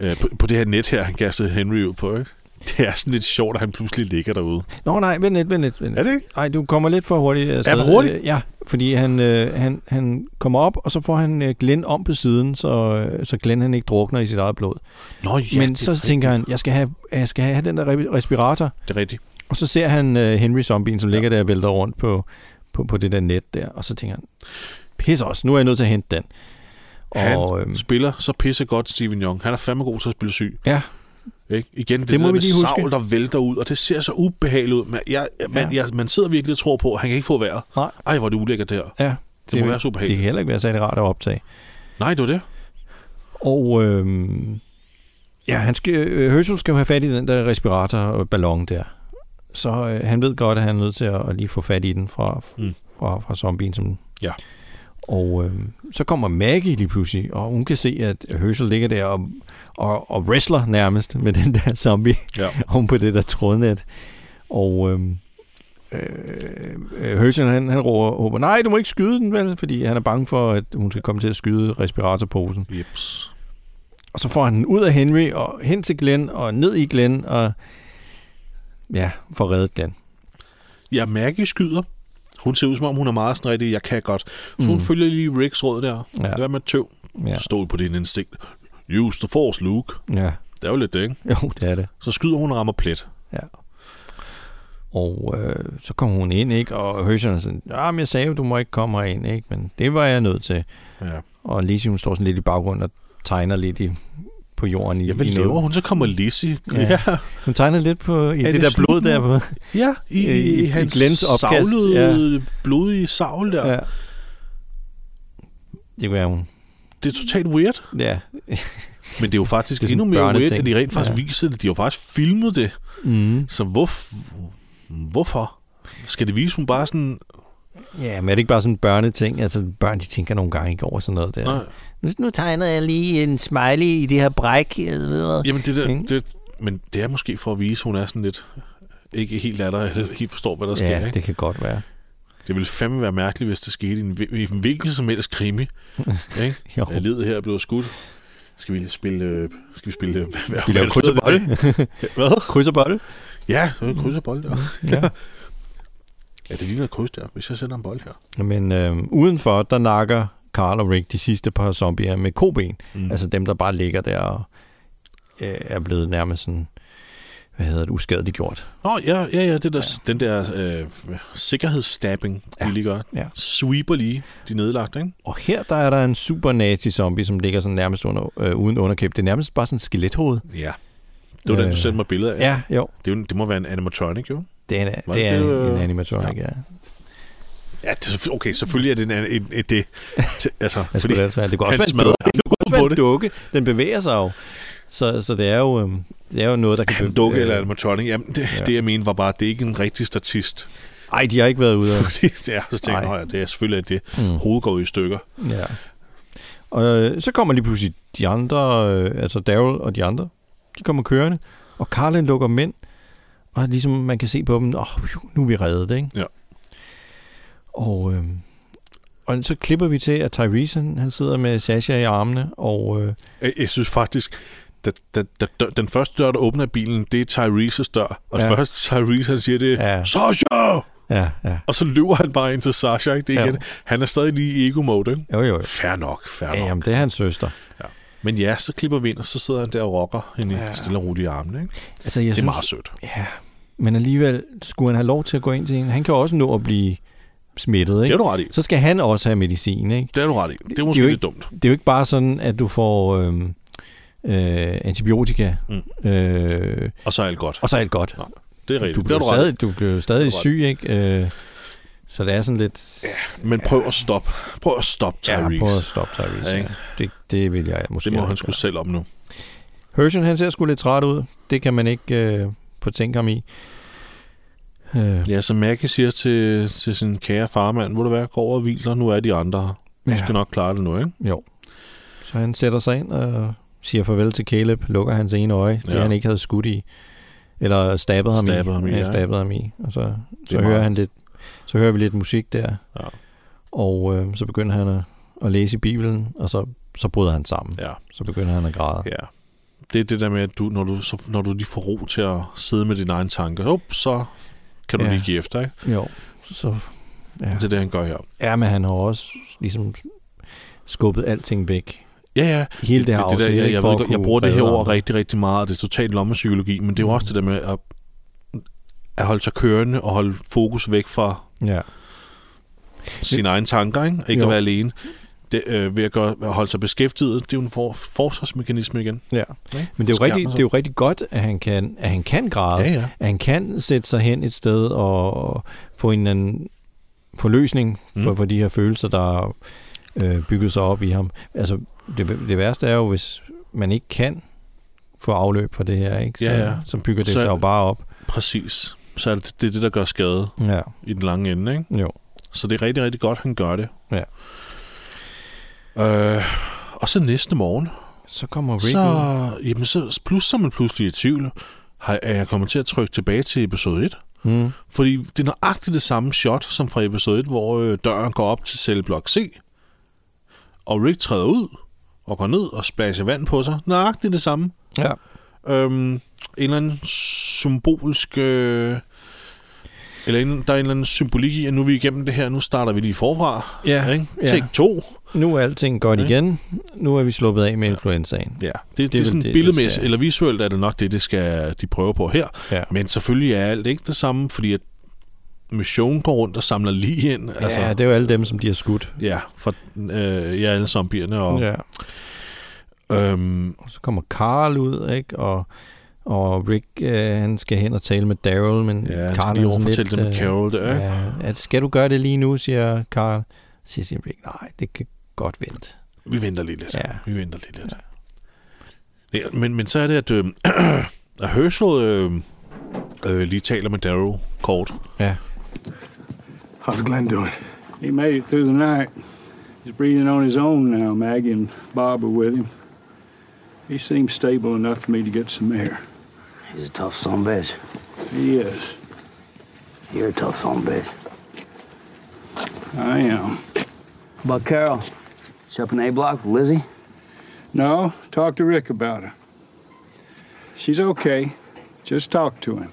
[SPEAKER 1] Øh, på, på det her net her, han kastede Henry ud på, ikke? Det er sådan lidt sjovt, at han pludselig ligger derude.
[SPEAKER 2] Nå nej, vent lidt, vent lidt. Vent lidt.
[SPEAKER 1] Er det ikke?
[SPEAKER 2] Nej, du kommer lidt for hurtigt. afsted.
[SPEAKER 1] Er jeg for hurtig?
[SPEAKER 2] Øh, Ja, fordi han, øh, han, han kommer op, og så får han øh, Glenn om på siden, så, øh, så Glenn han ikke drukner i sit eget blod.
[SPEAKER 1] Nå ja,
[SPEAKER 2] Ja, Men
[SPEAKER 1] det,
[SPEAKER 2] så tænker han, jeg skal, have, jeg skal have den der re- respirator.
[SPEAKER 1] det er rigtigt.
[SPEAKER 2] Og så ser han øh, Henry Zombien, som ligger der og vælter rundt på, på, på det der net der, og så tænker han, pis os, nu er jeg nødt til at hente den.
[SPEAKER 1] Han
[SPEAKER 2] Og øhm,
[SPEAKER 1] spiller så pisse godt Steven Young. Han er fandme god til at spille syg.
[SPEAKER 2] ja,
[SPEAKER 1] Ikke? Igen, det,
[SPEAKER 2] Det må
[SPEAKER 1] der
[SPEAKER 2] vi
[SPEAKER 1] med
[SPEAKER 2] lige huske.
[SPEAKER 1] savl, der vælter ud, og det ser så ubehageligt ud. Men jeg, jeg, man,
[SPEAKER 2] Ja.
[SPEAKER 1] jeg, man sidder virkelig og tror på, at han kan ikke få vejret.
[SPEAKER 2] Nej.
[SPEAKER 1] Ej, hvor er det ulækkert det her.
[SPEAKER 2] ja.
[SPEAKER 1] Det må
[SPEAKER 2] er-
[SPEAKER 1] være super
[SPEAKER 2] Det
[SPEAKER 1] helt.
[SPEAKER 2] kan heller ikke være særlig rart at optage.
[SPEAKER 1] Nej, det var det.
[SPEAKER 2] Og øhm, ja, han skal, øh, Herschel skal jo have fat i den der respiratorballon der. Så øh, han ved godt, at han er nødt til at, at lige få fat i den fra, mm.
[SPEAKER 1] Mm.
[SPEAKER 2] fra, fra zombien. Som,
[SPEAKER 1] Ja.
[SPEAKER 2] Og øhm, så kommer Maggie lige pludselig, og hun kan se, at Herschel ligger der og, og, og wrestler nærmest med den der zombie
[SPEAKER 1] Ja.
[SPEAKER 2] oven på det der trådnet. Og øhm, øh, Herschel, han, han råber, råber, nej, du må ikke skyde den vel, fordi han er bange for, at hun skal komme til at skyde respiratorposen.
[SPEAKER 1] Jeps.
[SPEAKER 2] Og så får han den ud af Henry og hen til Glenn og ned i Glenn, og Ja, for reddet Glenn.
[SPEAKER 1] Ja, Maggie skyder. Hun ser ud som om, hun er meget sådan rigtig, jeg kan godt. Så mm. hun følger lige Ricks råd der.
[SPEAKER 2] Ja.
[SPEAKER 1] Ja. Hvad med tøv?
[SPEAKER 2] Ja.
[SPEAKER 1] Ja. Stol på din instinkt. Use the force, Luke.
[SPEAKER 2] ja.
[SPEAKER 1] Det er jo lidt det, ikke?
[SPEAKER 2] Jo, det er det.
[SPEAKER 1] Så skyder hun og rammer plet.
[SPEAKER 2] Ja. Og øh, så kom hun ind, ikke? Og Herschel er sådan, "Ah, men jeg sagde jo, du må ikke komme herind, ikke? Men det var jeg nødt til.
[SPEAKER 1] Ja.
[SPEAKER 2] Og Lise, hun står sådan lidt i baggrunden og tegner lidt i, på jorden. I,
[SPEAKER 1] Ja, hvad
[SPEAKER 2] i
[SPEAKER 1] laver
[SPEAKER 2] noget.
[SPEAKER 1] hun? Så kommer Lizzie.
[SPEAKER 2] Ja.
[SPEAKER 1] Ja.
[SPEAKER 2] Hun tegner lidt på, i
[SPEAKER 1] Er
[SPEAKER 2] det, det
[SPEAKER 1] det
[SPEAKER 2] der blod der.
[SPEAKER 1] slutningen?
[SPEAKER 2] På.
[SPEAKER 1] ja, i,
[SPEAKER 2] I-
[SPEAKER 1] i,
[SPEAKER 2] i
[SPEAKER 1] i hans
[SPEAKER 2] Glens opkast,
[SPEAKER 1] savlede, ja. blodige savl der. Ja.
[SPEAKER 2] Ja. Det kunne være hun.
[SPEAKER 1] Det er totalt weird.
[SPEAKER 2] Ja.
[SPEAKER 1] Men det er jo faktisk
[SPEAKER 2] Det er
[SPEAKER 1] det er
[SPEAKER 2] sådan
[SPEAKER 1] endnu mere weird,
[SPEAKER 2] børneting.
[SPEAKER 1] at de rent faktisk
[SPEAKER 2] Ja.
[SPEAKER 1] ja. viser det. De har jo faktisk filmet det.
[SPEAKER 2] Mm.
[SPEAKER 1] Så hvorf- hvorfor skal det vise, hun bare sådan...
[SPEAKER 2] Ja, men er det ikke bare sådan en børneting? Altså, børn, de tænker nogle gange ikke over sådan noget der.
[SPEAKER 1] Nej.
[SPEAKER 2] Nu, nu tegner jeg lige en smiley i det her bræk. Jeg ved.
[SPEAKER 1] Jamen, det der,
[SPEAKER 2] Ikke?
[SPEAKER 1] det, men det er måske for at vise, hun er sådan lidt ikke helt af dig, eller helt forstår, hvad der sker.
[SPEAKER 2] Ja,
[SPEAKER 1] ikke?
[SPEAKER 2] det kan godt være.
[SPEAKER 1] Det ville fandme være mærkeligt, hvis det skete i en, hvil- i en hvilken som helst krimi. Ikke?
[SPEAKER 2] Jo.
[SPEAKER 1] Jeg led her og blev skudt. Skal vi spille... Øh, skal vi spille... Øh, hvad,
[SPEAKER 2] Vi laver
[SPEAKER 1] hvad-
[SPEAKER 2] kryds og bolle.
[SPEAKER 1] Hvad?
[SPEAKER 2] kryds og bolle?
[SPEAKER 1] Ja, så er det kryds og bold der.
[SPEAKER 2] Ja.
[SPEAKER 1] Ja, det ligner et kryds der, hvis jeg sender en bold her.
[SPEAKER 2] Men øh, udenfor, der nakker Carl og Rick de sidste par zombier med koben. Mm. Altså dem, der bare ligger der og øh, er blevet nærmest sådan, hvad hedder det, uskadeligt gjort.
[SPEAKER 1] Nå, ja, ja, ja, det der, ja. den der øh, sikkerhedsstabbing, de
[SPEAKER 2] Ja.
[SPEAKER 1] lige gør.
[SPEAKER 2] Ja.
[SPEAKER 1] Sweeper lige de nedlagte, ikke?
[SPEAKER 2] Og her, der er der en super nasty zombie, som ligger sådan nærmest under, øh, uden underkæb. Det er nærmest bare sådan et skelethoved.
[SPEAKER 1] Ja. Det var øh, den, du
[SPEAKER 2] Øh,
[SPEAKER 1] sendte mig billeder af.
[SPEAKER 2] Ja, jo.
[SPEAKER 1] Det, er jo, det må være en animatronic, jo.
[SPEAKER 2] Det er en,
[SPEAKER 1] Var
[SPEAKER 2] det er
[SPEAKER 1] det,
[SPEAKER 2] en,
[SPEAKER 1] øh,
[SPEAKER 2] en animatronic, ja. ja.
[SPEAKER 1] Ja, det, okay, selvfølgelig er det en, en, en, det. t- Altså,
[SPEAKER 2] Altså,
[SPEAKER 1] fordi,
[SPEAKER 2] det, også være, det kunne
[SPEAKER 1] han
[SPEAKER 2] også være en
[SPEAKER 1] smadrer
[SPEAKER 2] dukke. Det kunne også
[SPEAKER 1] på
[SPEAKER 2] være en
[SPEAKER 1] det.
[SPEAKER 2] dukke. Den bevæger sig jo. Så, så det, er jo, øh, det er jo noget, der kan...
[SPEAKER 1] Jamen,
[SPEAKER 2] bev-
[SPEAKER 1] dukke
[SPEAKER 2] øh,
[SPEAKER 1] eller animatronic, jamen, det,
[SPEAKER 2] ja.
[SPEAKER 1] ja. det jeg mente var bare, at det er ikke en rigtig statist.
[SPEAKER 2] Ej, de har ikke været ude af
[SPEAKER 1] Fordi det er, så tænker
[SPEAKER 2] Nej.
[SPEAKER 1] jeg, "Nå ja, det er selvfølgelig, at det
[SPEAKER 2] Mm.
[SPEAKER 1] hovedet går i stykker.
[SPEAKER 2] Ja. Og øh, så kommer lige pludselig de andre, øh, altså Daryl og de andre, de kommer kørende, og Carlin lukker mænd, og ligesom man kan se på dem, oh, nu er vi reddet, ikke?
[SPEAKER 1] Ja.
[SPEAKER 2] Og, øh, og så klipper vi til, at Tyrese, han, han sidder med Sasha i armene, og øh,
[SPEAKER 1] Jeg, jeg synes faktisk, da, da, da, dør- den første dør, der åbner af bilen, det er Tyrese's dør. Og
[SPEAKER 2] Ja.
[SPEAKER 1] ja. først Tyrese, han siger det,
[SPEAKER 2] Ja.
[SPEAKER 1] ja. Sasha!
[SPEAKER 2] ja, ja.
[SPEAKER 1] Og så løber han bare ind til Sasha, ikke? Det er
[SPEAKER 2] Ja.
[SPEAKER 1] igen. Han er stadig lige i ego-mode, ikke?
[SPEAKER 2] Jo, jo, jo.
[SPEAKER 1] Fair nok, fair
[SPEAKER 2] Ja,
[SPEAKER 1] nok.
[SPEAKER 2] jamen, det er hans søster.
[SPEAKER 1] Men ja, så klipper vi ind, og så sidder han der og rocker hende ja. stille og roligt i armene, ikke? Jeg
[SPEAKER 2] Altså, jeg
[SPEAKER 1] det er
[SPEAKER 2] synes,
[SPEAKER 1] synes... meget sødt.
[SPEAKER 2] Ja, men alligevel skulle han have lov til at gå ind til en. Han kan jo også nå at blive smittet, ikke?
[SPEAKER 1] Det er du ret i.
[SPEAKER 2] Så skal han også have medicin, ikke?
[SPEAKER 1] Det er du ret i. Det er
[SPEAKER 2] Det er
[SPEAKER 1] måske
[SPEAKER 2] jo
[SPEAKER 1] det
[SPEAKER 2] ikke-
[SPEAKER 1] lidt dumt.
[SPEAKER 2] det er jo ikke bare sådan, at du får øh, øh, antibiotika, mm. øh,
[SPEAKER 1] Og så er alt godt.
[SPEAKER 2] og så er alt godt.
[SPEAKER 1] Nå, det er rigtigt.
[SPEAKER 2] Du
[SPEAKER 1] det er
[SPEAKER 2] bliver
[SPEAKER 1] du
[SPEAKER 2] jo
[SPEAKER 1] ret i.
[SPEAKER 2] stadig, du bliver jo stadig
[SPEAKER 1] Det er
[SPEAKER 2] syg, ikke? Øh, så det er sådan lidt...
[SPEAKER 1] Men prøv at stoppe. Prøv at stoppe, Tyrese.
[SPEAKER 2] Ja, prøv at stoppe Tyrese.
[SPEAKER 1] Ja,
[SPEAKER 2] Ja.
[SPEAKER 1] ikke?
[SPEAKER 2] Det, det vil jeg måske
[SPEAKER 1] Det må
[SPEAKER 2] ikke
[SPEAKER 1] han sgu
[SPEAKER 2] gøre.
[SPEAKER 1] selv om nu.
[SPEAKER 2] Herschel, han ser sgu lidt træt ud. Det kan man ikke øh, på tænke ham i. Øh,
[SPEAKER 1] Ja, så Maggie siger til, til sin kære farmand, må du være, gå over og hvil dig, nu er de andre her. Du skal
[SPEAKER 2] ja,
[SPEAKER 1] nok klare det nu, ikke?
[SPEAKER 2] jo. Så han sætter sig ind og siger farvel til Caleb, lukker hans ene øje, det
[SPEAKER 1] Ja.
[SPEAKER 2] han ikke havde skudt i. Eller stabbet ham
[SPEAKER 1] Stabbet
[SPEAKER 2] i.
[SPEAKER 1] ham i,
[SPEAKER 2] ja,
[SPEAKER 1] ja.
[SPEAKER 2] stabbet ham i. Og så så
[SPEAKER 1] meget-
[SPEAKER 2] hører, han lidt, så hører vi lidt musik der,
[SPEAKER 1] Ja.
[SPEAKER 2] og øh, så begynder han at, at læse i Bibelen, og så, så bryder han sammen.
[SPEAKER 1] Ja,
[SPEAKER 2] Så begynder han at græde.
[SPEAKER 1] ja. Det er det der med, at du, når, du, så, når du lige får ro til at sidde med dine egne tanker, op, så kan du
[SPEAKER 2] Ja.
[SPEAKER 1] ja. lige give efter, ikke?
[SPEAKER 2] Jo, så... Ja.
[SPEAKER 1] Ja. Det er det, han gør her.
[SPEAKER 2] ja, men han har også ligesom skubbet alting væk.
[SPEAKER 1] Ja, ja.
[SPEAKER 2] Hele det her
[SPEAKER 1] det, det der,
[SPEAKER 2] afsnit,
[SPEAKER 1] jeg,
[SPEAKER 2] ikke,
[SPEAKER 1] jeg,
[SPEAKER 2] for
[SPEAKER 1] ved
[SPEAKER 2] at
[SPEAKER 1] ikke, jeg
[SPEAKER 2] kunne
[SPEAKER 1] bruger det her
[SPEAKER 2] redde
[SPEAKER 1] ord
[SPEAKER 2] andre.
[SPEAKER 1] rigtig, rigtig meget, og det er totalt lommepsykologi, men det er jo også det der med at, at holde sig kørende og holde fokus væk fra
[SPEAKER 2] Ja,
[SPEAKER 1] sine egne tanker, ikke? Og ikke
[SPEAKER 2] Jo.
[SPEAKER 1] at være alene. Det, øh, ved at gøre, at holde sig beskæftiget, det er jo en for, forsvarsmekanisme igen.
[SPEAKER 2] ja. Men det er, jo rigtig, det er jo rigtig godt, at han kan, at han kan græde.
[SPEAKER 1] Ja, ja.
[SPEAKER 2] At han kan sætte sig hen et sted og få en eller anden forløsning for, mm.
[SPEAKER 1] Mm.
[SPEAKER 2] for de her følelser, der øh, bygget sig op i ham. Altså, det, det værste er jo, hvis man ikke kan få afløb for det her, ikke? Så,
[SPEAKER 1] Ja, ja.
[SPEAKER 2] så bygger det så,
[SPEAKER 1] Så-
[SPEAKER 2] sig jo bare op.
[SPEAKER 1] Præcis. Så er det, det er det, der gør skade
[SPEAKER 2] Ja,
[SPEAKER 1] i den lange ende, ikke?
[SPEAKER 2] jo.
[SPEAKER 1] Så det er rigtig, rigtig godt, han gør det.
[SPEAKER 2] Ja.
[SPEAKER 1] Øh, og så næste morgen,
[SPEAKER 2] Så kommer Rick
[SPEAKER 1] så,
[SPEAKER 2] så...
[SPEAKER 1] jamen, så, plus, så er man pludselig i tvivl, har, er jeg kommet til at trykke tilbage til episode 1?
[SPEAKER 2] Mm.
[SPEAKER 1] Fordi det er nøjagtigt det samme shot, som fra episode 1, hvor øh, døren går op til celleblok C, og Rick træder ud og går ned og splasher vand på sig. Nøjagtigt det samme.
[SPEAKER 2] Ja.
[SPEAKER 1] Øhm, en eller anden symbolsk... Øh, eller en, der er en eller anden symbolik i, at nu er vi igennem det her, nu starter vi lige forfra.
[SPEAKER 2] Ja,
[SPEAKER 1] Ikke?
[SPEAKER 2] ja.
[SPEAKER 1] Take to.
[SPEAKER 2] Nu er alting godt
[SPEAKER 1] Ja.
[SPEAKER 2] igen. Nu er vi sluppet af med influenzaen.
[SPEAKER 1] Ja, det, det, det er
[SPEAKER 2] vel
[SPEAKER 1] sådan
[SPEAKER 2] det, der
[SPEAKER 1] billedmæssigt,
[SPEAKER 2] skal-
[SPEAKER 1] eller visuelt er det nok det, det skal de prøve på her.
[SPEAKER 2] Ja.
[SPEAKER 1] Men selvfølgelig er alt ikke det samme, fordi at Mission går rundt og samler lige ind.
[SPEAKER 2] Altså, ja, det er jo alle dem, som de har skudt.
[SPEAKER 1] ja, for øh, ja, alle zombierne. Og,
[SPEAKER 2] Ja.
[SPEAKER 1] øhm,
[SPEAKER 2] Og så kommer Carl ud, ikke? Og, og Rick, øh, han skal hen og tale med Daryl, men
[SPEAKER 1] ja, han
[SPEAKER 2] Carl
[SPEAKER 1] skal lige
[SPEAKER 2] er sådan lidt...
[SPEAKER 1] overfortælle det med
[SPEAKER 2] øh,
[SPEAKER 1] Carol der. Ja.
[SPEAKER 2] Ja, at skal du gøre det lige nu, siger Carl. Så siger- siger Rick, nej, det kan godt vente.
[SPEAKER 1] Vi venter lige lidt.
[SPEAKER 2] Ja.
[SPEAKER 1] Vi venter lige lidt. Ja. Ja, men, men så er det, at, øh, at Herschel øh, øh, lige taler med Darrow kort.
[SPEAKER 2] Ja.
[SPEAKER 8] How's Glenn doing?
[SPEAKER 7] He made it through the night. He's breathing on his own now. Maggie and Bob are with him. He seems stable enough for me to get some air.
[SPEAKER 11] He's a tough son of a bitch.
[SPEAKER 7] He is.
[SPEAKER 11] You're a tough son of a bitch.
[SPEAKER 7] I am.
[SPEAKER 11] But Carol, she up in A block with Lizzie?
[SPEAKER 7] No, talk to Rick about her. She's okay. Just talk to him.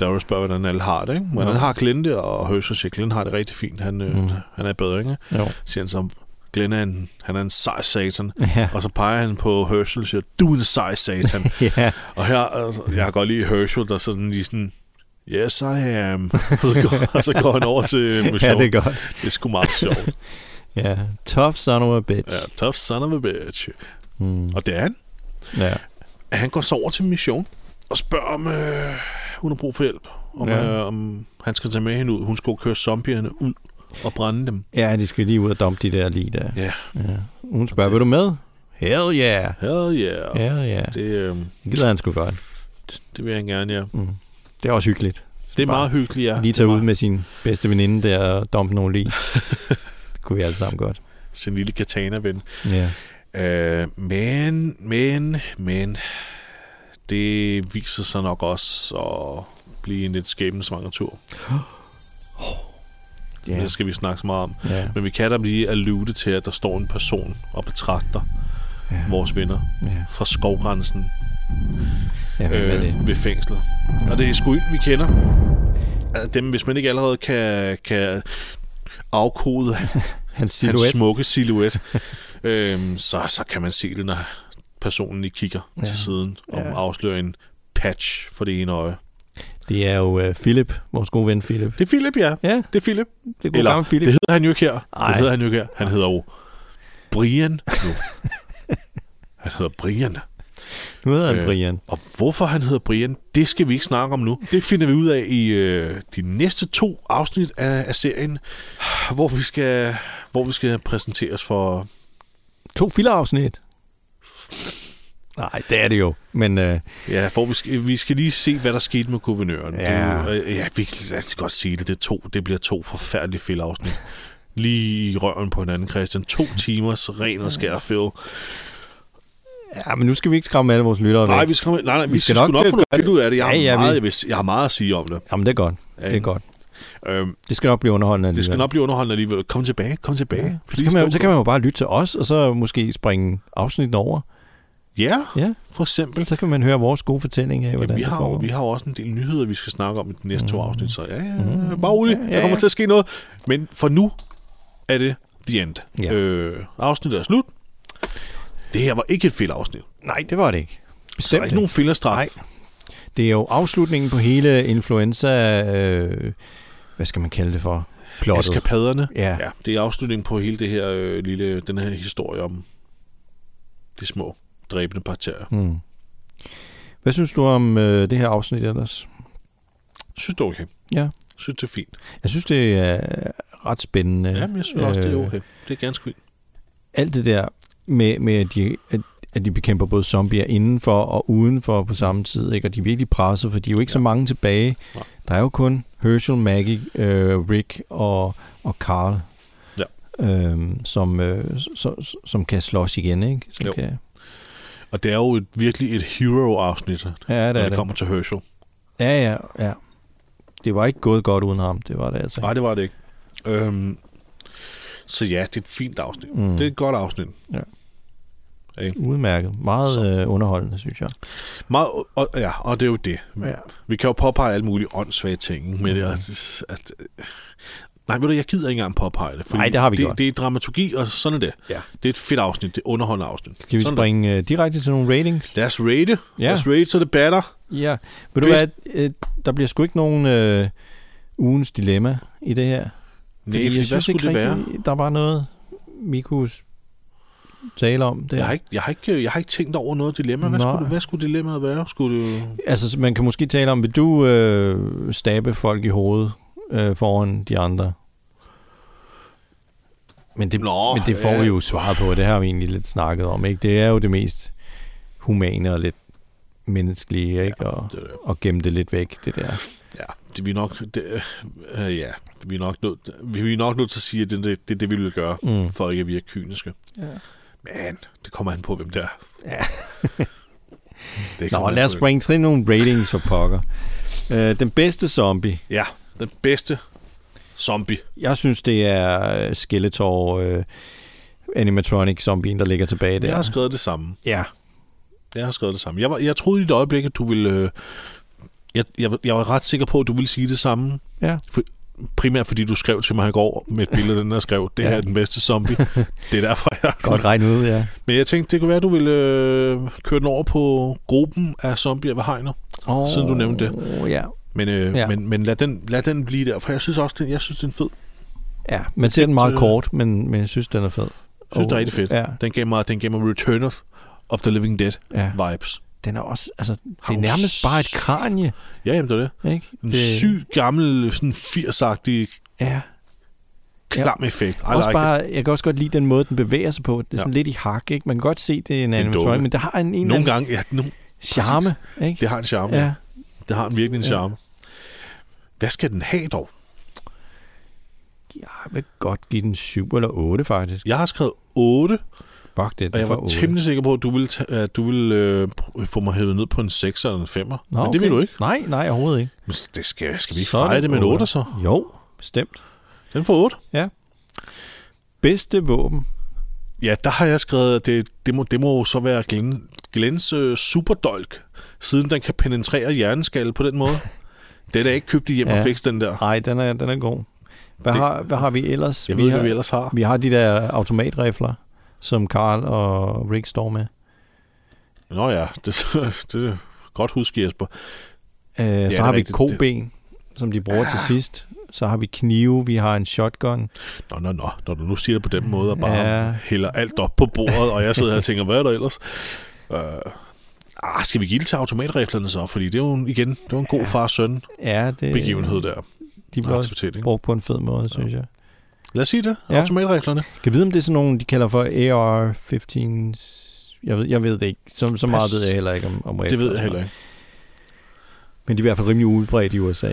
[SPEAKER 1] Darrow spørger, hvordan alle har det. Ikke? Hvordan
[SPEAKER 2] Ja.
[SPEAKER 1] har Glenn det? Og Herschel siger, Glenn har det rigtig fint. Han, øh,
[SPEAKER 2] Mm.
[SPEAKER 1] mm. han er bedre, ikke?
[SPEAKER 2] Jo.
[SPEAKER 1] Siger han så, Glenn er en, han er en sej satan.
[SPEAKER 2] Ja.
[SPEAKER 1] Og så peger han på Herschel og siger, du er en sej satan.
[SPEAKER 2] ja.
[SPEAKER 1] og her, altså, jeg kan godt lide Herschel, der sådan lige sådan, yes I am. og, så går, og så går han over til Michonne.
[SPEAKER 2] ja, det er godt.
[SPEAKER 1] Det er sgu meget sjovt.
[SPEAKER 2] Ja. Tough son of a bitch.
[SPEAKER 1] Ja, tough son of a bitch.
[SPEAKER 2] Mm.
[SPEAKER 1] Og det er han.
[SPEAKER 2] ja.
[SPEAKER 1] Han går så over til Mission og spørger, om øh, hun har brug for hjælp. Om,
[SPEAKER 2] Ja.
[SPEAKER 1] ja. øh, om han skal tage med hende ud. Hun skulle køre zombierne ud og brænde dem.
[SPEAKER 2] ja, de skal lige ud og dumpe de der lige der.
[SPEAKER 1] Ja.
[SPEAKER 2] ja. Hun spørger, vil du med? Hell yeah.
[SPEAKER 1] Hell yeah.
[SPEAKER 2] Ja,
[SPEAKER 1] Ja.
[SPEAKER 2] ja.
[SPEAKER 1] Det, øh,
[SPEAKER 2] Det gider han sgu godt.
[SPEAKER 1] det vil han gerne, ja.
[SPEAKER 2] Mm. Det er også hyggeligt.
[SPEAKER 1] Det er
[SPEAKER 2] Bare
[SPEAKER 1] meget hyggeligt, ja.
[SPEAKER 2] Lige
[SPEAKER 1] Det er
[SPEAKER 2] tage ud
[SPEAKER 1] meget-
[SPEAKER 2] med sin bedste veninde der og dumpe nogle lige. det kunne vi alle sammen godt.
[SPEAKER 1] Sin lille katana-ven.
[SPEAKER 2] Ja.
[SPEAKER 1] Øh, men, men, men... Det viser sig nok også at blive en lidt skæbnesvanger tur.
[SPEAKER 2] Ja.
[SPEAKER 1] Det skal vi snakke så meget om.
[SPEAKER 2] Ja.
[SPEAKER 1] Men vi kan da lige allude til, at der står en person og betragter
[SPEAKER 2] Ja.
[SPEAKER 1] vores venner
[SPEAKER 2] Ja.
[SPEAKER 1] fra skovgrænsen
[SPEAKER 2] Ja, hvem er det?
[SPEAKER 1] øh, ved fængslet. Og det er sgu en, vi kender. Altså, Dem, hvis man ikke allerede kan, kan afkode
[SPEAKER 2] Hans
[SPEAKER 1] silhouette.
[SPEAKER 2] silhuet.
[SPEAKER 1] hans smukke silhuet, øhm, så, så kan man se det, når personen lige kigger ja. til siden og
[SPEAKER 2] Ja.
[SPEAKER 1] ja. afslører en patch for det ene øje.
[SPEAKER 2] Det er jo øh, Philip, vores gode ven Philip.
[SPEAKER 1] Det er Philip, ja.
[SPEAKER 2] Ja,
[SPEAKER 1] Det er Philip.
[SPEAKER 2] det er gammel Philip.
[SPEAKER 1] det hedder han jo ikke her.
[SPEAKER 2] Ej.
[SPEAKER 1] Det hedder han jo ikke her. Han hedder jo Brian nu. han hedder Brian.
[SPEAKER 2] Nu hedder han
[SPEAKER 1] Øh,
[SPEAKER 2] Brian.
[SPEAKER 1] Og hvorfor han hedder Brian, det skal vi ikke snakke om nu. Det finder vi ud af i øh, de næste to afsnit af, af serien, hvor vi skal hvor vi skal præsenteres for
[SPEAKER 2] To filafsnit. Nej, det er det jo. Men øh,
[SPEAKER 1] ja, hvor vi skal, vi skal lige se hvad der skete med guvernøren.
[SPEAKER 2] Ja.
[SPEAKER 1] Det, er jo- øh, ja, vi kan altså godt sige det, det er to, det bliver to forfærdelige filafsnit. Lige i røven på hinanden, Christian. To timers ren og skær fil.
[SPEAKER 2] ja, men nu skal vi ikke skræmme alle vores lyttere
[SPEAKER 1] Nej,
[SPEAKER 2] væk.
[SPEAKER 1] vi skal, nej, nej, vi,
[SPEAKER 2] Vi
[SPEAKER 1] vi
[SPEAKER 2] skal
[SPEAKER 1] skal,
[SPEAKER 2] nok øh,
[SPEAKER 1] sgu nok få
[SPEAKER 2] gøre det.
[SPEAKER 1] noget fedt ud af det. Jeg har,
[SPEAKER 2] Ja,
[SPEAKER 1] ja,
[SPEAKER 2] ja,
[SPEAKER 1] ja,
[SPEAKER 2] vi-
[SPEAKER 1] meget, jeg, vil, jeg har meget at sige om det.
[SPEAKER 2] Jamen, det er godt. Det er godt.
[SPEAKER 1] Øhm,
[SPEAKER 2] Det skal nok blive underholdende
[SPEAKER 1] det skal
[SPEAKER 2] alligevel.
[SPEAKER 1] nok blive underholdende alligevel. Kom tilbage, kom tilbage. Ja,
[SPEAKER 2] så kan, man, jo- så kan man jo bare lytte til os, og så måske springe afsnitten over.
[SPEAKER 1] Ja,
[SPEAKER 2] Ja,
[SPEAKER 1] for eksempel.
[SPEAKER 2] så kan man høre vores gode fortælling af, hvordan
[SPEAKER 1] Ja, vi,
[SPEAKER 2] det
[SPEAKER 1] har jo,
[SPEAKER 2] foregår. Mhm.
[SPEAKER 1] vi har jo også en del nyheder, vi skal snakke om i de næste to afsnit, så ja, ja, ja, bare rolig,
[SPEAKER 2] Ja, ja,
[SPEAKER 1] der kommer
[SPEAKER 2] ja.
[SPEAKER 1] til at ske noget. Men for nu er det the end.
[SPEAKER 2] Ja.
[SPEAKER 1] Øh, afsnittet er slut. Det her var ikke et filafsnit.
[SPEAKER 2] Nej, det var det ikke.
[SPEAKER 1] Der er
[SPEAKER 2] Bestemt
[SPEAKER 1] ikke nogen
[SPEAKER 2] Nej.
[SPEAKER 1] fillerstraf.
[SPEAKER 2] Det er jo afslutningen på hele influenza... Øh, hvad skal man kalde det for? Plottet.
[SPEAKER 1] Eskapaderne.
[SPEAKER 2] Ja.
[SPEAKER 1] ja. Det er afslutningen på hele det her øh, lille, den her historie om de små dræbende bakterier.
[SPEAKER 2] Hmm. Hvad synes du om øh, det her afsnit ellers?
[SPEAKER 1] Synes det er okay.
[SPEAKER 2] Ja.
[SPEAKER 1] Synes det er fint.
[SPEAKER 2] Jeg synes, det er ret spændende.
[SPEAKER 1] Ja, men jeg synes også,
[SPEAKER 2] Øh.
[SPEAKER 1] det er okay. Det er ganske fint.
[SPEAKER 2] Alt det der med, med at, de, at, at de bekæmper både zombier indenfor og udenfor på samme tid, ikke? og de er virkelig presset, for de er jo ikke ja. så mange tilbage.
[SPEAKER 1] Nej.
[SPEAKER 2] Der er jo kun Herschel, Maggie, øh, Rick og, og Carl,
[SPEAKER 1] Ja.
[SPEAKER 2] øhm, som, øh, som, som kan slås igen. Ikke? Som
[SPEAKER 1] Jo.
[SPEAKER 2] Kan,
[SPEAKER 1] Og det er jo et, virkelig et hero-afsnit, når
[SPEAKER 2] ja, det
[SPEAKER 1] det,
[SPEAKER 2] er
[SPEAKER 1] det
[SPEAKER 2] det.
[SPEAKER 1] kommer til Herschel.
[SPEAKER 2] Ja, ja, ja. Det var ikke gået godt uden ham, det var det altså.
[SPEAKER 1] Nej, det var det ikke. Øhm, så ja, det er et fint afsnit.
[SPEAKER 2] Mm.
[SPEAKER 1] Mm. Det er et godt afsnit.
[SPEAKER 2] Ja.
[SPEAKER 1] Ikke?
[SPEAKER 2] Udmærket. Meget øh, underholdende, synes jeg.
[SPEAKER 1] Meget, og, ja, og det er jo det. Ja. Vi kan jo påpege alle mulige åndssvage ting,
[SPEAKER 2] Mm.
[SPEAKER 1] men det er, at, at, øh, Nej, ved du, jeg gider ikke engang påpege det. fordi
[SPEAKER 2] Nej, det har vi
[SPEAKER 1] det,
[SPEAKER 2] gjort.
[SPEAKER 1] Det er dramaturgi, og sådan er det. Ja. Det er et fedt afsnit. Det er underholdende afsnit.
[SPEAKER 2] Skal vi
[SPEAKER 1] sådan
[SPEAKER 2] springe øh, direkte til nogle ratings?
[SPEAKER 1] Lad os rate. Ja. Lad os rate, så det batter.
[SPEAKER 2] Ja. Ved du
[SPEAKER 1] Bedst-
[SPEAKER 2] hvad, øh, der bliver sgu ikke nogen øh, ugens dilemma i det her.
[SPEAKER 1] fordi hvad skulle det
[SPEAKER 2] være? der var noget, vi kunne s- tale om. Det
[SPEAKER 1] Jeg har, ikke, jeg, har ikke, jeg har ikke tænkt over noget dilemma. Hvad,
[SPEAKER 2] Nå.
[SPEAKER 1] skulle, det- hvad skulle dilemmaet være? Skulle det...
[SPEAKER 2] Altså, så man kan måske tale om, vil du øh, stabe folk i hovedet øh, foran de andre? Men det,
[SPEAKER 1] Nå,
[SPEAKER 2] men det får
[SPEAKER 1] ja.
[SPEAKER 2] vi jo svaret på, og det har vi egentlig lidt snakket om. Ikke? Det er jo det mest humane og lidt menneskelige, ikke? og, og gemme det lidt væk, det der.
[SPEAKER 1] Ja, det, vi er nok... Det, øh, ja, vi er nok, nødt, vi er nok nødt til at sige, at det er det, det, er det, vi vil gøre,
[SPEAKER 2] Mm.
[SPEAKER 1] mm. for ikke at vi er kyniske.
[SPEAKER 2] Ja.
[SPEAKER 1] Men det kommer an på, hvem det er.
[SPEAKER 2] Ja.
[SPEAKER 1] det kommer
[SPEAKER 2] Nå,
[SPEAKER 1] an
[SPEAKER 2] lad os
[SPEAKER 1] på, hvem-
[SPEAKER 2] springe til nogle ratings for pokker. Øh, den bedste zombie.
[SPEAKER 1] Ja, den bedste zombie.
[SPEAKER 2] Jeg synes, det er øh, Skeletor øh, animatronic-zombien, der ligger tilbage der.
[SPEAKER 1] Jeg har skrevet det samme.
[SPEAKER 2] Ja.
[SPEAKER 1] Jeg har skrevet det samme. Jeg, var, jeg troede i et øjeblik, at du ville... Øh, jeg, jeg, jeg var ret sikker på, at du ville sige det samme.
[SPEAKER 2] Ja.
[SPEAKER 1] For, primært fordi du skrev til mig i går med et billede, den der skrev, det
[SPEAKER 2] Ja.
[SPEAKER 1] ja. her er den bedste zombie. det er derfor, jeg...
[SPEAKER 2] Godt regnet ud, ja.
[SPEAKER 1] Men jeg tænkte, det kunne være, at du ville øh, køre den over på gruppen af zombier ved hegner,
[SPEAKER 2] Åh,
[SPEAKER 1] oh, siden du nævnte det.
[SPEAKER 2] ja.
[SPEAKER 1] Men, øh,
[SPEAKER 2] Ja.
[SPEAKER 1] ja. men, men lad, den, lad den blive der, for jeg synes også, det, jeg synes, det er en fed.
[SPEAKER 2] Ja, man ser den meget kort, men, men jeg synes, den er fed.
[SPEAKER 1] Jeg synes, oh, det er
[SPEAKER 2] Og-
[SPEAKER 1] rigtig fedt.
[SPEAKER 2] Ja,
[SPEAKER 1] Ja. Den gav mig, den gav mig Return of, of the Living Dead
[SPEAKER 2] Ja.
[SPEAKER 1] ja. vibes.
[SPEAKER 2] den er også, altså, det er
[SPEAKER 1] hun
[SPEAKER 2] nærmest bare et kranje.
[SPEAKER 1] Ja, jamen det er det.
[SPEAKER 2] Ikke?
[SPEAKER 1] En
[SPEAKER 2] Det-
[SPEAKER 1] det... syg, gammel, sådan 80-agtig,
[SPEAKER 2] Ja.
[SPEAKER 1] klam effekt. I
[SPEAKER 2] Også
[SPEAKER 1] like
[SPEAKER 2] bare,
[SPEAKER 1] it.
[SPEAKER 2] jeg kan også godt lide den måde, den bevæger sig på. Det er sådan
[SPEAKER 1] Ja.
[SPEAKER 2] lidt i hak, ikke? Man kan godt se, det er en
[SPEAKER 1] Det er
[SPEAKER 2] animatronic,
[SPEAKER 1] dumme.
[SPEAKER 2] men det har en, en eller
[SPEAKER 1] Nogle
[SPEAKER 2] anden
[SPEAKER 1] gange, ja, nu,
[SPEAKER 2] charme. Ikke?
[SPEAKER 1] Det har en charme.
[SPEAKER 2] Ja.
[SPEAKER 1] Ja. Det har en virkelig en
[SPEAKER 2] Ja.
[SPEAKER 1] charme. Hvad skal den have dog?
[SPEAKER 2] Jeg vil godt give den 7 eller 8, faktisk.
[SPEAKER 1] Jeg har skrevet 8,
[SPEAKER 2] Fuck det,
[SPEAKER 1] og
[SPEAKER 2] den
[SPEAKER 1] jeg
[SPEAKER 2] får
[SPEAKER 1] var
[SPEAKER 2] 8.
[SPEAKER 1] temmelig sikker på, at du ville, ta- at du ville øh, pr- få mig hævet ned på en 6 eller en 5. Nå, Men det vil du ikke.
[SPEAKER 2] Nej, nej, overhovedet ikke.
[SPEAKER 1] Men Det skal, skal vi ikke
[SPEAKER 2] Så er
[SPEAKER 1] fejre det med en
[SPEAKER 2] otter.
[SPEAKER 1] 8 så?
[SPEAKER 2] Jo, bestemt.
[SPEAKER 1] Den får 8.
[SPEAKER 2] Ja. Bedste våben.
[SPEAKER 1] Ja, der har jeg skrevet, at det, det, må, det må så være Glenn, Glens øh, superdolk, siden den kan penetrere hjerneskallen på den måde. det er da ikke købt i hjem ja.
[SPEAKER 2] Ja.
[SPEAKER 1] og fix den der.
[SPEAKER 2] Nej, den er, den er god. Hvad, det,
[SPEAKER 1] Det-
[SPEAKER 2] har, hvad har vi ellers?
[SPEAKER 1] Jeg ved ikke, hvad vi ellers har.
[SPEAKER 2] Vi har de der automatrifler, som Karl og Rick står med.
[SPEAKER 1] Nå ja, det, det er godt huske, Jesper.
[SPEAKER 2] Øh, ja,
[SPEAKER 1] det
[SPEAKER 2] så
[SPEAKER 1] er
[SPEAKER 2] har vi
[SPEAKER 1] rigtigt.
[SPEAKER 2] koben, som de bruger til sidst. Så har vi knive, vi har en shotgun.
[SPEAKER 1] Nå, nå, nå, når du nu siger det på den måde, og bare
[SPEAKER 2] Ja.
[SPEAKER 1] ja. hælder alt op på bordet, og jeg sidder her og tænker, hvad er der ellers? Øh, ah, skal vi give det til automatriflerne så? Fordi det er jo en- igen, det var en god far søn
[SPEAKER 2] Ja, det,
[SPEAKER 1] begivenhed der.
[SPEAKER 2] de bliver også
[SPEAKER 1] aktivitet, ikke?
[SPEAKER 2] brugt på en fed måde, synes jeg.
[SPEAKER 1] Lad os sige det,
[SPEAKER 2] Ja.
[SPEAKER 1] ja. automatriflerne.
[SPEAKER 2] Kan jeg vide, om det er sådan nogle, de kalder for AR-15... Jeg ved, jeg ved det ikke. Så, så meget
[SPEAKER 1] Pas.
[SPEAKER 2] ved jeg heller ikke om, om
[SPEAKER 1] Det ved jeg heller ikke.
[SPEAKER 2] Men de er i hvert fald rimelig udbredt i USA.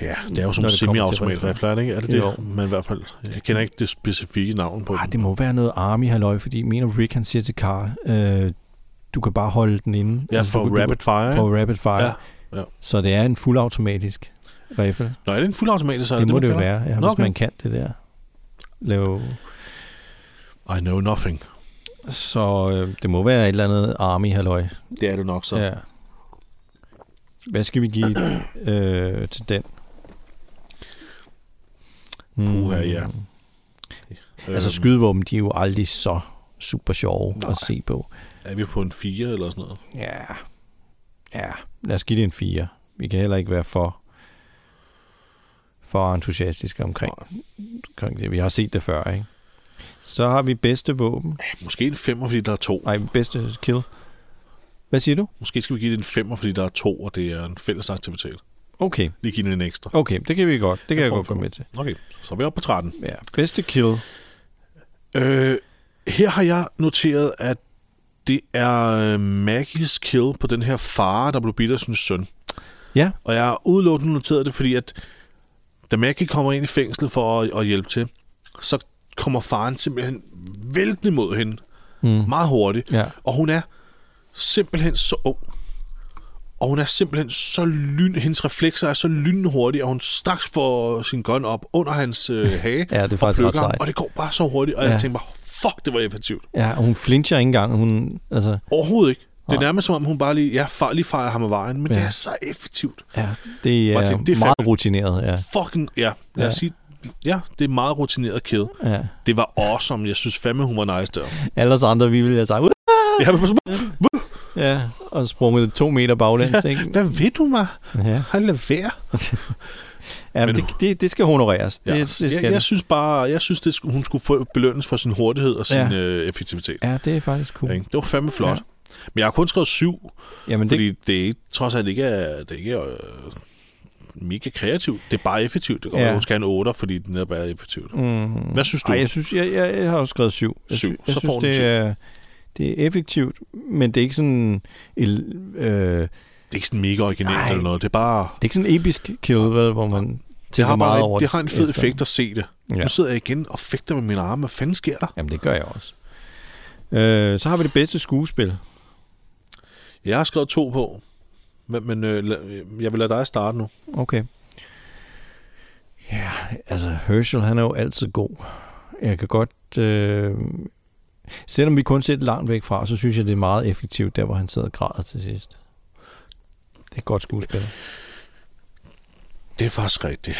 [SPEAKER 1] Ja, det er
[SPEAKER 2] Når det
[SPEAKER 1] jo
[SPEAKER 2] kommer
[SPEAKER 1] som
[SPEAKER 2] til
[SPEAKER 1] semi-automatrifler, er det ikke? Er det det?
[SPEAKER 2] Jo.
[SPEAKER 1] Men i hvert fald, jeg kender ikke det specifikke navn på
[SPEAKER 2] Ah,
[SPEAKER 1] dem.
[SPEAKER 2] det må være noget army halløj, fordi mener Rick, han siger til Carl, øh, du kan bare holde den inde. Altså,
[SPEAKER 1] Ja,
[SPEAKER 2] du, kan-
[SPEAKER 1] for rapid fire. ikke?
[SPEAKER 2] For rapid fire. Ja.
[SPEAKER 1] Ja, ja.
[SPEAKER 2] Så det er en fuldautomatisk riffel.
[SPEAKER 1] Nå, er det en fuldautomatisk? så er
[SPEAKER 2] Det, det må
[SPEAKER 1] man
[SPEAKER 2] det jo
[SPEAKER 1] kalder
[SPEAKER 2] være, ja,
[SPEAKER 1] Nå,
[SPEAKER 2] hvis
[SPEAKER 1] okay.
[SPEAKER 2] man kan det der. Lave.
[SPEAKER 1] I know nothing.
[SPEAKER 2] Så øh, det må være et eller andet army halløj.
[SPEAKER 1] Det er det nok så.
[SPEAKER 2] Ja. Hvad skal vi give øh, til den? Mm.
[SPEAKER 1] Uha, ja. Øhm.
[SPEAKER 2] Altså skydevåben, de er jo aldrig så super sjove Nej.
[SPEAKER 1] Nej.
[SPEAKER 2] at se på.
[SPEAKER 1] Er vi på en 4 eller sådan noget?
[SPEAKER 2] Ja. Ja, lad os give det en 4. Vi kan heller ikke være for for entusiastiske omkring, omkring det. Vi har set det før, ikke? Så har vi bedste våben.
[SPEAKER 1] Måske en 5, fordi der er to.
[SPEAKER 2] Nej, bedste kill. Hvad siger du?
[SPEAKER 1] Måske skal vi give det en femmer, fordi der er to, og det er en fælles aktivitet.
[SPEAKER 2] Okay,
[SPEAKER 1] Lige give den en ekstra.
[SPEAKER 2] okay, det kan vi godt. Det kan jeg, jeg
[SPEAKER 1] får
[SPEAKER 2] godt
[SPEAKER 1] en
[SPEAKER 2] gå med til.
[SPEAKER 1] Okay, så er vi oppe på 13.
[SPEAKER 2] Ja, bedste kill.
[SPEAKER 1] Øh, her har jeg noteret, at det er øh, Maggies kill på den her far, der blev bidt af sin søn.
[SPEAKER 2] Ja,
[SPEAKER 1] Og jeg har udelukkende noteret det, fordi at da Maggie kommer ind i fængsel for at, at hjælpe til, så kommer faren simpelthen væltende mod hende. Mm. Meget hurtigt.
[SPEAKER 2] Ja.
[SPEAKER 1] Og hun er simpelthen så ung. Og hun er simpelthen så lyn... Hendes reflekser er så lynhurtige, og hun straks får sin gun op under hans øh, hage.
[SPEAKER 2] Ja, det er
[SPEAKER 1] og
[SPEAKER 2] faktisk ret
[SPEAKER 1] plukker ham,
[SPEAKER 2] sejt.
[SPEAKER 1] Og det går bare så hurtigt, og
[SPEAKER 2] Ja.
[SPEAKER 1] jeg tænker bare, fuck, det var effektivt.
[SPEAKER 2] Ja, og hun flincher ikke engang. Hun, altså,
[SPEAKER 1] Overhovedet ikke. Det er nærmest som om, hun bare lige, ja, far, lige fejrer ham af vejen, men ja. det
[SPEAKER 2] Ja.
[SPEAKER 1] er så effektivt.
[SPEAKER 2] ja, det er,
[SPEAKER 1] Martin,
[SPEAKER 2] det
[SPEAKER 1] det
[SPEAKER 2] er
[SPEAKER 1] er
[SPEAKER 2] meget rutineret. Ja.
[SPEAKER 1] Fucking, ja, lad
[SPEAKER 2] Ja.
[SPEAKER 1] os sige, ja, det er meget rutineret kæde.
[SPEAKER 2] Ja.
[SPEAKER 1] Det var awesome. Jeg synes fandme, hun var nice der.
[SPEAKER 2] Alle os andre, vi ville have sagt, "Uah!"
[SPEAKER 1] Jeg var sådan,
[SPEAKER 2] ja, og sprunget to meter baglæns.
[SPEAKER 1] Ja,
[SPEAKER 2] Ikke?
[SPEAKER 1] hvad ved du mig?
[SPEAKER 2] Ja.
[SPEAKER 1] Hold da være.
[SPEAKER 2] Ja, men det,
[SPEAKER 1] Men
[SPEAKER 2] det, det skal honoreres. Det,
[SPEAKER 1] Ja,
[SPEAKER 2] det skal
[SPEAKER 1] jeg, jeg,
[SPEAKER 2] det.
[SPEAKER 1] synes bare, jeg synes, det, skulle- hun skulle få- belønnes for sin hurtighed og sin
[SPEAKER 2] Ja.
[SPEAKER 1] ja. øh, effektivitet.
[SPEAKER 2] Ja, det er faktisk cool.
[SPEAKER 1] Ikke? Det var fandme flot.
[SPEAKER 2] Ja.
[SPEAKER 1] Ja. Men jeg har kun skrevet syv,
[SPEAKER 2] Jamen, det,
[SPEAKER 1] fordi det, det er ikke- trods alt ikke er, det ikke er øh, mega kreativt. Det er bare effektivt. Det går,
[SPEAKER 2] Ja.
[SPEAKER 1] ja. hun skal have en 8, fordi den er bare effektivt.
[SPEAKER 2] mm,
[SPEAKER 1] Hvad synes du?
[SPEAKER 2] Ej, jeg synes, jeg, jeg, jeg har jo skrevet syv. Jeg,
[SPEAKER 1] Syv.
[SPEAKER 2] sy- jeg
[SPEAKER 1] Så
[SPEAKER 2] synes,
[SPEAKER 1] får den
[SPEAKER 2] det
[SPEAKER 1] syv.
[SPEAKER 2] er, det er effektivt, men det er ikke sådan... El, øh,
[SPEAKER 1] Det er ikke sådan mega originalt
[SPEAKER 2] Nej.
[SPEAKER 1] eller noget. Det er bare...
[SPEAKER 2] det er ikke sådan en episk kill, vel, hvor man
[SPEAKER 1] Det
[SPEAKER 2] tænker
[SPEAKER 1] har,
[SPEAKER 2] meget
[SPEAKER 1] bare,
[SPEAKER 2] over
[SPEAKER 1] det har en fed
[SPEAKER 2] efter.
[SPEAKER 1] effekt at se det.
[SPEAKER 2] Ja.
[SPEAKER 1] Ja. Nu sidder jeg igen og fægter med mine arme. Hvad fanden sker der?
[SPEAKER 2] Jamen, det gør jeg også. Øh, så har vi det bedste skuespil.
[SPEAKER 1] Jeg har skrevet to på, men, men øh, la- jeg vil lade dig starte nu.
[SPEAKER 2] Okay. Ja, altså Herschel, han er jo altid god. Jeg kan godt... Øh, selvom vi kun ser det langt væk fra, så synes jeg, det er meget effektivt, der hvor han sidder og græder til sidst. Det er et godt skuespil.
[SPEAKER 1] Det er faktisk rigtigt.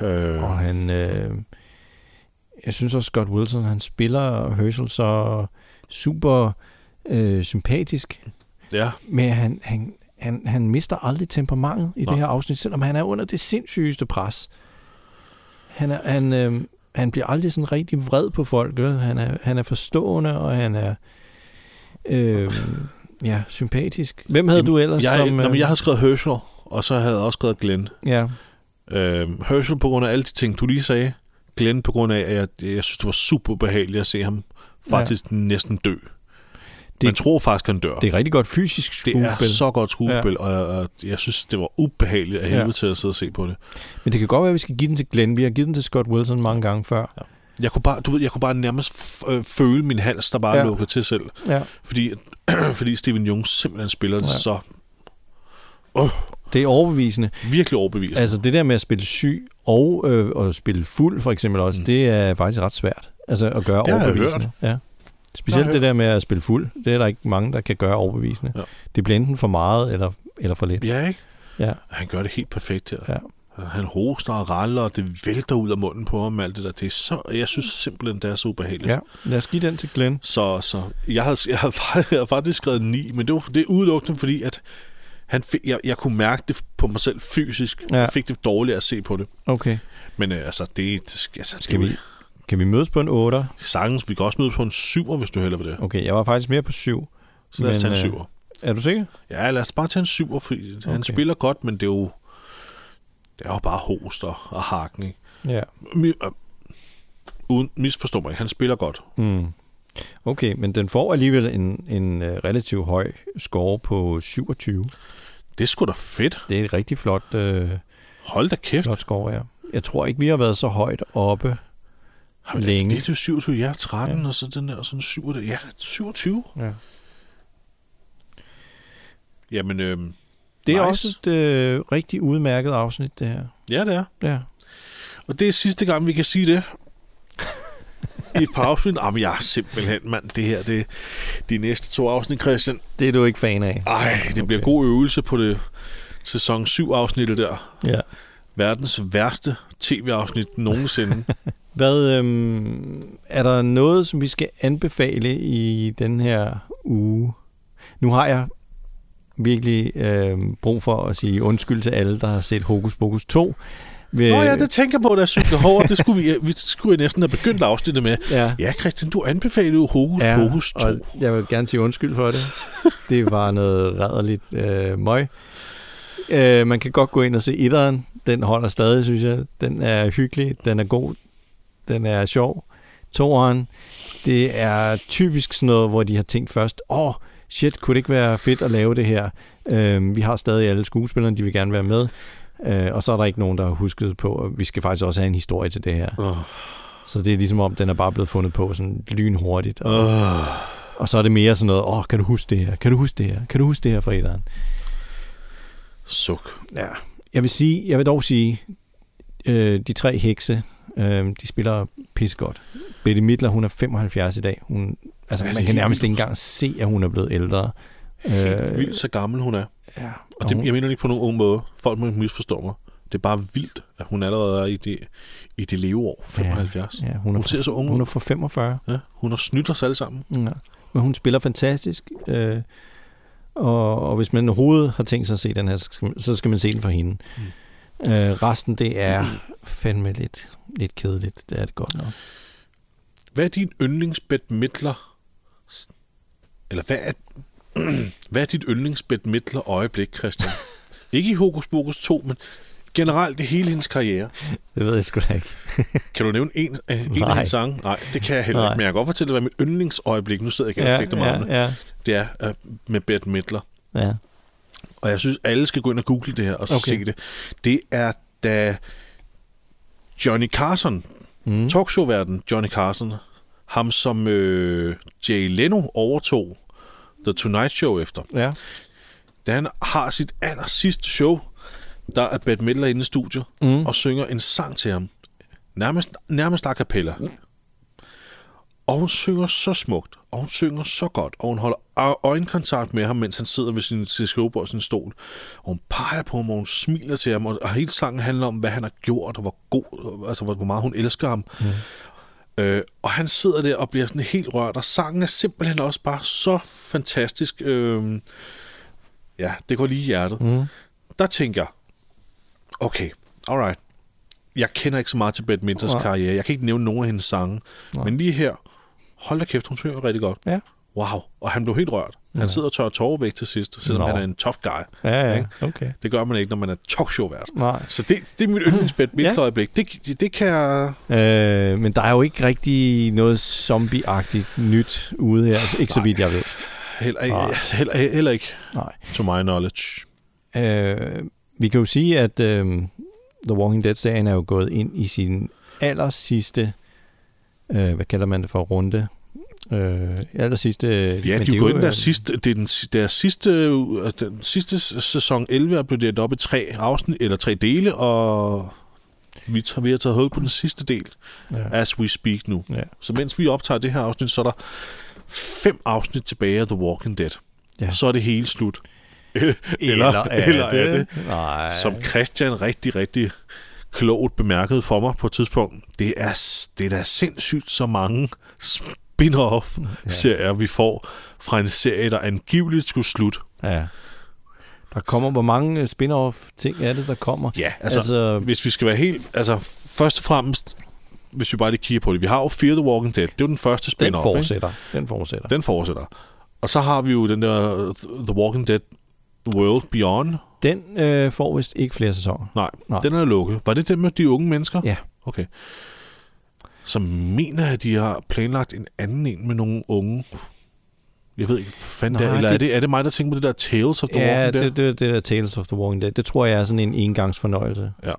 [SPEAKER 1] Øh,
[SPEAKER 2] Og han... Øh, jeg synes også, Scott Wilson, han spiller Herschel så super øh, sympatisk.
[SPEAKER 1] ja.
[SPEAKER 2] Men han, han, han, han mister aldrig temperamentet i Nej.
[SPEAKER 1] Nej.
[SPEAKER 2] det her afsnit, selvom han er under det sindssygeste pres. Han, er, han, øh, han bliver aldrig sådan rigtig vred på folk. Vel? Han, er, han er forstående, og han er øh, ja, sympatisk. Hvem havde du ellers?
[SPEAKER 1] Jeg,
[SPEAKER 2] som, øh,
[SPEAKER 1] som, øh, jamen, jeg har skrevet Herschel, og så havde jeg også skrevet Glenn.
[SPEAKER 2] ja,
[SPEAKER 1] Øh, Herschel på grund af alle de ting, du lige sagde. Glenn på grund af, at jeg, jeg synes, det var super behageligt at se ham faktisk ja. næsten dø. Det, Man tror faktisk, han dør.
[SPEAKER 2] det er rigtig godt fysisk
[SPEAKER 1] det
[SPEAKER 2] skuespil,
[SPEAKER 1] er så godt skuespil, ja. og, jeg, og jeg synes, det var ubehageligt af
[SPEAKER 2] Ja.
[SPEAKER 1] helvede ja. til at sidde og se på det.
[SPEAKER 2] men det kan godt være, at vi skal give den til Glenn. Vi har givet den til Scott Wilson mange gange før.
[SPEAKER 1] Jeg kunne bare, du ved, jeg kunne bare nærmest f- øh, føle min hals, der bare
[SPEAKER 2] Ja.
[SPEAKER 1] ja. lukkede til selv.
[SPEAKER 2] Ja.
[SPEAKER 1] Fordi, fordi Steven Jung simpelthen spiller det
[SPEAKER 2] Ja.
[SPEAKER 1] så
[SPEAKER 2] Det er overbevisende.
[SPEAKER 1] virkelig overbevisende.
[SPEAKER 2] Altså det der med at spille syg og øh, at spille fuld for eksempel også, mm.
[SPEAKER 1] Mm.
[SPEAKER 2] det er faktisk ret svært. Altså at gøre
[SPEAKER 1] Det har jeg
[SPEAKER 2] overbevisende. Ja. Specielt
[SPEAKER 1] Det har jeg
[SPEAKER 2] det der med at spille fuld, det er der ikke mange, der kan gøre overbevisende. Ja.
[SPEAKER 1] Ja.
[SPEAKER 2] Det bliver enten for meget eller, eller for lidt.
[SPEAKER 1] Ja, ikke?
[SPEAKER 2] Ja.
[SPEAKER 1] Han gør det helt perfekt her.
[SPEAKER 2] Ja.
[SPEAKER 1] Han hoster og raller, og det vælter ud af munden på ham, alt det der. Det er så, jeg synes simpelthen, det er så ubehageligt.
[SPEAKER 2] ja. Lad os give den til Glenn.
[SPEAKER 1] Så, så jeg, havde, jeg, havde, faktisk- jeg havde faktisk skrevet 9, men det var det er udelukkende, fordi at han fik, jeg, jeg kunne mærke det på mig selv fysisk.
[SPEAKER 2] Ja.
[SPEAKER 1] Ja. Jeg fik det dårligt at se på det.
[SPEAKER 2] Okay.
[SPEAKER 1] Men øh, altså, det, det skal, altså,
[SPEAKER 2] Skal vi, kan vi mødes på en 8?
[SPEAKER 1] Sagtens, vi kan også møde på en 7'er, hvis du hælder ved det.
[SPEAKER 2] Okay, jeg var faktisk mere på 7.
[SPEAKER 1] Så lad os
[SPEAKER 2] Men,
[SPEAKER 1] tage en
[SPEAKER 2] øh,
[SPEAKER 1] 7'er.
[SPEAKER 2] Er du sikker?
[SPEAKER 1] Ja, lad os bare tage en 7'er, fordi okay.
[SPEAKER 2] Okay.
[SPEAKER 1] han spiller godt, men det er jo, det er jo bare hoster og hakken, ikke?
[SPEAKER 2] Ja.
[SPEAKER 1] Mi- øh, Uden, misforstå mig, ikke, han spiller godt.
[SPEAKER 2] Mm. Okay, men den får alligevel en, en øh, relativt høj score på 27.
[SPEAKER 1] Det er sgu da fedt.
[SPEAKER 2] Det er et rigtig flot... Øh,
[SPEAKER 1] Hold da kæft.
[SPEAKER 2] Flot skov, ja. Jeg tror ikke, vi har været så højt oppe.
[SPEAKER 1] Har vi-
[SPEAKER 2] længe.
[SPEAKER 1] Det er 27, jeg er 13,
[SPEAKER 2] Ja.
[SPEAKER 1] ja. og så den der sådan 7, der- ja, 27.
[SPEAKER 2] Ja.
[SPEAKER 1] Jamen, øhm,
[SPEAKER 2] Det er
[SPEAKER 1] Nice.
[SPEAKER 2] også et øh, rigtig udmærket afsnit, det her.
[SPEAKER 1] ja, det er.
[SPEAKER 2] Ja.
[SPEAKER 1] Og det er sidste gang, vi kan sige det. I et par afsnit. Jamen, jeg er simpelthen, mand, det her, det de næste to afsnit, Christian.
[SPEAKER 2] Det er du ikke fan af.
[SPEAKER 1] Ej, det bliver god øvelse på det sæson 7 afsnittet der.
[SPEAKER 2] Ja.
[SPEAKER 1] Verdens værste tv-afsnit nogensinde.
[SPEAKER 2] Hvad, øhm, er der noget, som vi skal anbefale i den her uge? Nu har jeg virkelig øhm, brug for at sige undskyld til alle, der har set Hokus Pokus 2. Ved,
[SPEAKER 1] Nå ja, det tænker jeg på, da jeg cyklede over. Det skulle vi, vi skulle jo næsten have begyndt afsnittet med.
[SPEAKER 2] ja.
[SPEAKER 1] Ja, Christian, du anbefalede jo Hokus ja, Pokus 2.
[SPEAKER 2] Og jeg vil gerne sige undskyld for det. Det var noget rædderligt øh, møg. Øh, man kan godt gå ind og se etteren. Den holder stadig, synes jeg. Den er hyggelig, den er god, den er sjov. Toeren, det er typisk sådan noget, hvor de har tænkt først, åh, oh, shit, kunne det ikke være fedt at lave det her? Øh, vi har stadig alle skuespillerne, de vil gerne være med. Øh, og så er der ikke nogen, der har husket på, at vi skal faktisk også have en historie til det her.
[SPEAKER 1] Åh.
[SPEAKER 2] Så det er ligesom om, den er bare blevet fundet på sådan lynhurtigt. Og,
[SPEAKER 1] Øh,
[SPEAKER 2] og så er det mere sådan noget, åh, oh, kan du huske det her? Kan du huske det her? Kan du huske det her fra etteren?
[SPEAKER 1] suk.
[SPEAKER 2] Ja. Jeg vil sige, jeg vil dog sige, øh, de tre hekse, øh, de spiller pissegodt. Bette Midler, hun er 75 i dag. Hun,
[SPEAKER 3] Ja, det
[SPEAKER 2] altså, ja, man
[SPEAKER 3] er
[SPEAKER 2] kan
[SPEAKER 3] helt
[SPEAKER 2] nærmest
[SPEAKER 3] vildt.
[SPEAKER 2] ikke engang se, at hun er blevet ældre. Øh,
[SPEAKER 3] Helt vildt, så gammel hun er.
[SPEAKER 2] Ja,
[SPEAKER 3] Og det, jeg mener det ikke på nogen ung måde. Folk må ikke misforstå mig. Det er bare vildt, at hun allerede er i det, i det leveår, 75.
[SPEAKER 2] Ja, ja, hun,
[SPEAKER 3] hun,
[SPEAKER 2] er
[SPEAKER 3] hun
[SPEAKER 2] fra-
[SPEAKER 3] ser så ung
[SPEAKER 2] Hun
[SPEAKER 3] ud.
[SPEAKER 2] er fra 45.
[SPEAKER 3] Ja, hun har snydt os alle sammen.
[SPEAKER 2] Ja. Men hun spiller fantastisk. Øh, og, og hvis man overhovedet har tænkt sig at se den her, så skal man, så skal man se den for hende. Mm. Øh, resten, det er fandme lidt, lidt kedeligt. Det er det godt nok.
[SPEAKER 3] Hvad er din yndlingsbet midler? Eller hvad er, hvad er dit yndlingsbet midler øjeblik, Christian? ikke i Hokus Pokus 2, men generelt i hele hendes karriere.
[SPEAKER 2] Det ved jeg sgu da ikke.
[SPEAKER 3] Kan du nævne en, øh, en af
[SPEAKER 2] Nej.
[SPEAKER 3] hendes sange? Nej, det kan jeg heller
[SPEAKER 2] Nej.
[SPEAKER 3] ikke, men jeg kan godt fortælle dig, hvad mit yndlingsøjeblik, nu sidder jeg
[SPEAKER 2] Ja,
[SPEAKER 3] gerne og
[SPEAKER 2] ja,
[SPEAKER 3] ja, mig
[SPEAKER 2] ja.
[SPEAKER 3] det er øh, med Bette Midler.
[SPEAKER 2] Ja.
[SPEAKER 3] Og jeg synes, alle skal gå ind og google det her og okay.
[SPEAKER 2] Okay.
[SPEAKER 3] se det. Det er da Johnny Carson, mm. talkshow-verden Johnny Carson, ham som øh, Jay Leno overtog The Tonight Show efter.
[SPEAKER 2] Ja.
[SPEAKER 3] Da han har sit aller sidste show, der er Bette Midler inde i studiet mm. og synger en sang til ham. Nærmest, nærmest a cappella. Og hun synger så smukt, og hun synger så godt, og hun holder ø- øjenkontakt med ham, mens han sidder ved sin til skrivebord i sin stol. Og hun peger på ham, og hun smiler til ham, og, og hele sangen handler om, hvad han har gjort, og hvor god, altså hvor, hvor meget hun elsker ham. Mm. Øh, og han sidder der og bliver sådan helt rørt, og sangen er simpelthen også bare så fantastisk. Øh, ja, det går lige i hjertet. Mm. Der tænker jeg, okay, alright. Jeg kender ikke så meget til Bette Midlers
[SPEAKER 2] Nej.
[SPEAKER 3] karriere. Jeg kan ikke nævne nogen af hendes sange.
[SPEAKER 2] Nej.
[SPEAKER 3] Men lige her, hold da kæft, hun synger rigtig godt.
[SPEAKER 2] Ja.
[SPEAKER 3] Wow, og han blev helt rørt. Han
[SPEAKER 2] Ja.
[SPEAKER 3] sidder og tørrer tårer væk til sidst, selvom
[SPEAKER 2] Nå.
[SPEAKER 3] han er en tough guy.
[SPEAKER 2] Ja, ja,
[SPEAKER 3] Ikke?
[SPEAKER 2] okay.
[SPEAKER 3] Det gør man ikke, når man er talkshow-vært.
[SPEAKER 2] Nej.
[SPEAKER 3] Så det, det er mit yndlingsbed, mit ja. øjeblik. Det, det, det kan jeg...
[SPEAKER 2] Øh, men der er jo ikke rigtig noget zombie-agtigt nyt ude her. Altså, ikke så vidt jeg ved.
[SPEAKER 3] Heller,
[SPEAKER 2] Nej.
[SPEAKER 3] heller, heller, heller ikke,
[SPEAKER 2] Nej.
[SPEAKER 3] to my knowledge.
[SPEAKER 2] Øh, vi kan jo sige, at øh, The Walking Dead-serien er jo gået ind i sin aller sidste, øh, hvad kalder man det for, runde? Øh, aller sidste...
[SPEAKER 3] Ja, de er jo øh, gået ind
[SPEAKER 2] øh,
[SPEAKER 3] der sidste, det er den, si- deres sidste, øh, altså, den sidste s- sæson 11 er blevet delt op i tre afsnit, eller tre dele, og vi, tager, vi har taget hul på den sidste del,
[SPEAKER 2] Ja.
[SPEAKER 3] ja. as we speak nu.
[SPEAKER 2] Ja.
[SPEAKER 3] Så mens vi optager det her afsnit, så er der fem afsnit tilbage af The Walking Dead.
[SPEAKER 2] Ja.
[SPEAKER 3] Ja. Så er det hele slut. eller, eller,
[SPEAKER 2] er
[SPEAKER 3] eller er
[SPEAKER 2] det?
[SPEAKER 3] det,
[SPEAKER 2] Nej.
[SPEAKER 3] som Christian rigtig, rigtig klogt bemærkede for mig på et tidspunkt, det er, s- det er da sindssygt så mange spin-off-serier, vi får fra en serie, der angiveligt skulle slutte.
[SPEAKER 2] Ja. Der kommer, hvor mange øh, spin-off ting er det, der kommer?
[SPEAKER 3] Ja, altså, altså, hvis vi skal være helt... Altså, først og fremmest, hvis vi bare lige kigger på det, vi har jo Fear the Walking Dead, det er jo den første spin-off.
[SPEAKER 2] den
[SPEAKER 3] ikke?
[SPEAKER 2] fortsætter. Den fortsætter.
[SPEAKER 3] Den fortsætter. Og så har vi jo den der øh, The Walking Dead World Beyond.
[SPEAKER 2] Den øh, får vist ikke flere sæsoner.
[SPEAKER 3] Nej,
[SPEAKER 2] Nej.
[SPEAKER 3] Nej. den er lukket. Var det den med de unge mennesker?
[SPEAKER 2] Ja.
[SPEAKER 3] Okay. Så mener jeg, at de har planlagt en anden en med nogle unge. Jeg ved ikke, hvad fanden det
[SPEAKER 2] Nej,
[SPEAKER 3] er. Eller er,
[SPEAKER 2] det-
[SPEAKER 3] det, er det mig, der tænker på det der Tales of the
[SPEAKER 2] ja,
[SPEAKER 3] Walking Dead?
[SPEAKER 2] det, det, det der Tales of the Walking Dead. Det tror jeg er sådan en engangsfornøjelse.
[SPEAKER 3] Ja.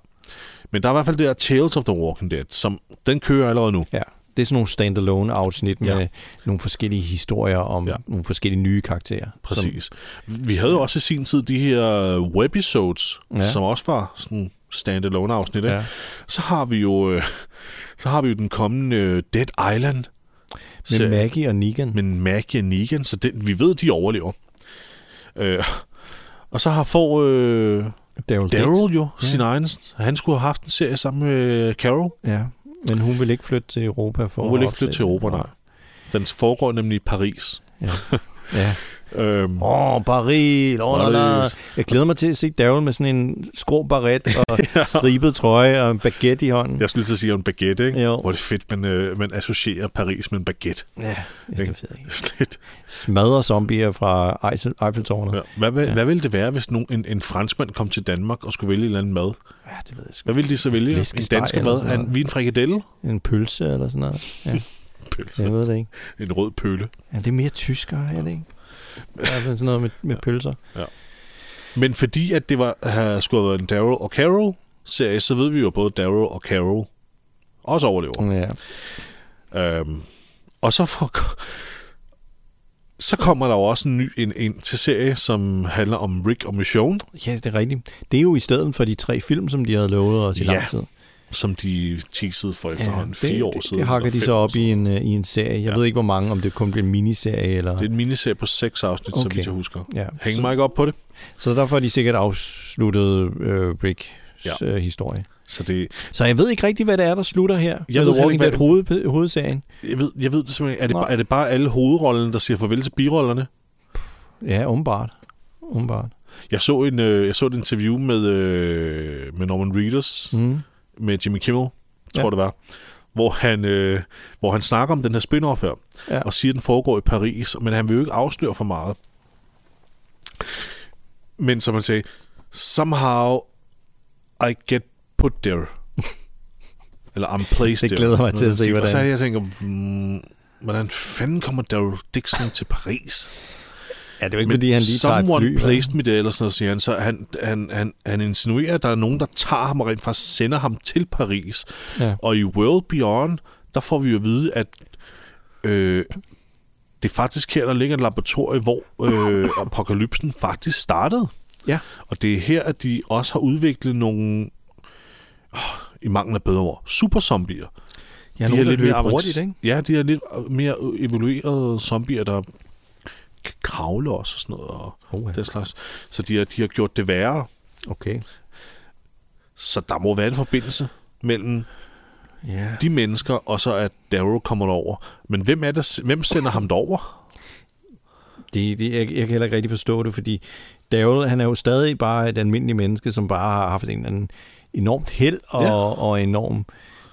[SPEAKER 3] Men der er i hvert fald det der Tales of the Walking Dead, som den kører allerede nu.
[SPEAKER 2] Ja, det er sådan nogle standalone afsnit med ja.
[SPEAKER 3] Ja.
[SPEAKER 2] nogle forskellige historier om ja.
[SPEAKER 3] Ja.
[SPEAKER 2] nogle forskellige nye karakterer.
[SPEAKER 3] Præcis. Vi havde jo også i sin tid de her webisodes,
[SPEAKER 2] Ja.
[SPEAKER 3] ja. som også var sådan standalone afsnit.
[SPEAKER 2] Ja.
[SPEAKER 3] Ja. Så har vi jo øh, så har vi jo den kommende øh, Dead Island
[SPEAKER 2] Som, med Maggie og Negan.
[SPEAKER 3] med Maggie og Negan, så den, vi ved de overlever. Øh, og så har får øh,
[SPEAKER 2] Daryl
[SPEAKER 3] Daryl jo
[SPEAKER 2] Ja.
[SPEAKER 3] ja. sin egen. Han skulle have haft en serie sammen med Carol.
[SPEAKER 2] Dix. Ja, men hun vil ikke flytte til Europa for
[SPEAKER 3] Hun vil
[SPEAKER 2] at
[SPEAKER 3] ikke flytte til
[SPEAKER 2] optage-
[SPEAKER 3] Europa, nej. Den foregår nemlig i Paris.
[SPEAKER 2] Ja.
[SPEAKER 3] Øhm,
[SPEAKER 2] Åh, oh, Paris, oh, la, la.
[SPEAKER 3] Paris.
[SPEAKER 2] Jeg glæder mig til at se Daryl med sådan en skrå barret og stribet trøje og en baguette i hånden.
[SPEAKER 3] jeg skulle lige til at sige en baguette, ikke?
[SPEAKER 2] Jo.
[SPEAKER 3] Hvor er det fedt, man, øh, man associerer Paris med en baguette.
[SPEAKER 2] Ja, det er
[SPEAKER 3] Ikke?
[SPEAKER 2] fedt, ikke?
[SPEAKER 3] Slet.
[SPEAKER 2] Smadrer zombier fra Eiffel- Eiffeltårnet.
[SPEAKER 3] Ja.
[SPEAKER 2] Ja.
[SPEAKER 3] Hvad, hvad,
[SPEAKER 2] Ja.
[SPEAKER 3] ja. hvad ville det være, hvis nogen, en, en franskmand kom til Danmark og skulle vælge et eller andet mad?
[SPEAKER 2] ja, det ved jeg sgu.
[SPEAKER 3] Hvad ville de så vælge? En
[SPEAKER 2] flæskesteg
[SPEAKER 3] dansk
[SPEAKER 2] eller
[SPEAKER 3] mad?
[SPEAKER 2] sådan
[SPEAKER 3] Er
[SPEAKER 2] noget.
[SPEAKER 3] en, vi en frikadelle?
[SPEAKER 2] En pølse eller sådan noget. Ja,
[SPEAKER 3] Pølse.
[SPEAKER 2] jeg ved det ikke.
[SPEAKER 3] En rød pølle.
[SPEAKER 2] Ja, det er mere tyskere, er det ikke? Der er sådan noget med, med pølser.
[SPEAKER 3] Men fordi at det var, uh, skulle have været en Daryl og Carol serie, så ved vi jo at både Daryl og Carol også overlever.
[SPEAKER 2] Ja.
[SPEAKER 3] Mm. Øhm, og så, for, så kommer der jo også en ny en, en til serie, som handler om Rick og Michonne.
[SPEAKER 2] ja, det er rigtigt. Det er jo i stedet for de tre film, som de havde lovet os i
[SPEAKER 3] Ja.
[SPEAKER 2] lang tid.
[SPEAKER 3] som de teasede for efterhånden ja, fire år
[SPEAKER 2] det,
[SPEAKER 3] siden.
[SPEAKER 2] Det hakker
[SPEAKER 3] eller
[SPEAKER 2] de
[SPEAKER 3] fem
[SPEAKER 2] så
[SPEAKER 3] år
[SPEAKER 2] op i en, øh, i en serie. Jeg ja. ved ikke, hvor mange, om det kun bliver en miniserie eller...
[SPEAKER 3] Det er en miniserie på seks afsnit, okay. så vidt jeg husker.
[SPEAKER 2] Ja.
[SPEAKER 3] Hæng
[SPEAKER 2] så,
[SPEAKER 3] mig ikke op på det.
[SPEAKER 2] så derfor har de sikkert afsluttet øh, Ricks
[SPEAKER 3] Ja.
[SPEAKER 2] ja. øh, historie.
[SPEAKER 3] Så det,
[SPEAKER 2] Så jeg ved ikke rigtig, hvad det er, der slutter her. Jeg
[SPEAKER 3] ved
[SPEAKER 2] ved
[SPEAKER 3] heller
[SPEAKER 2] Walking
[SPEAKER 3] ikke,
[SPEAKER 2] Dead
[SPEAKER 3] hvad-
[SPEAKER 2] hoved, hovedserien.
[SPEAKER 3] jeg, ved, jeg ved det simpelthen ikke. Er det,
[SPEAKER 2] Nå.
[SPEAKER 3] bare, er det bare alle hovedrollerne, der siger farvel til birollerne?
[SPEAKER 2] Ja, åbenbart. Åbenbart.
[SPEAKER 3] Jeg så, en, øh, jeg så et interview med, øh, med Norman Reedus,
[SPEAKER 2] Mm.
[SPEAKER 3] med Jimmy Kimmel, tror
[SPEAKER 2] Ja.
[SPEAKER 3] ja. det var, hvor han, øh, hvor han snakker om den her spin-off her,
[SPEAKER 2] Ja.
[SPEAKER 3] og siger, at den foregår i Paris, men han vil jo ikke afsløre for meget. Men som han sagde, somehow I get put there. Eller I'm placed
[SPEAKER 2] Det
[SPEAKER 3] there.
[SPEAKER 2] glæder mig til at se,
[SPEAKER 3] Og så er
[SPEAKER 2] hvordan-
[SPEAKER 3] det, jeg tænker, mm, hvordan fanden kommer Daryl Dixon til Paris?
[SPEAKER 2] Ja, det er jo ikke, fordi han lige tager et
[SPEAKER 3] someone
[SPEAKER 2] fly. vel?
[SPEAKER 3] placed me there, eller sådan noget, siger han. Så han, han, han, han insinuerer, at der er nogen, der tager ham og rent faktisk sender ham til Paris.
[SPEAKER 2] Ja.
[SPEAKER 3] Og i World Beyond, der får vi jo at vide, at øh, det er faktisk her, der ligger et laboratorium, hvor øh, apokalypsen faktisk startede.
[SPEAKER 2] ja.
[SPEAKER 3] Og det er her, at de også har udviklet nogle, åh, i mangel af bedre ord, superzombier.
[SPEAKER 2] Ja, nogen, der løber
[SPEAKER 3] avanc-
[SPEAKER 2] hurtigt, ikke?
[SPEAKER 3] Ja, de er lidt øh, mere evoluerede zombier, der kan kravle også og sådan noget. Og
[SPEAKER 2] Oha.
[SPEAKER 3] den slags. Så de har, de har gjort det værre.
[SPEAKER 2] Okay.
[SPEAKER 3] Så der må være en forbindelse mellem
[SPEAKER 2] Ja.
[SPEAKER 3] de mennesker, og så at Darrow kommer derover. Men hvem, er det, hvem sender ham derover?
[SPEAKER 2] Det, det, jeg, jeg kan heller ikke rigtig forstå det, fordi Daryl, han er jo stadig bare et almindeligt menneske, som bare har haft en eller anden enormt held og,
[SPEAKER 3] Ja.
[SPEAKER 2] ja. og enorm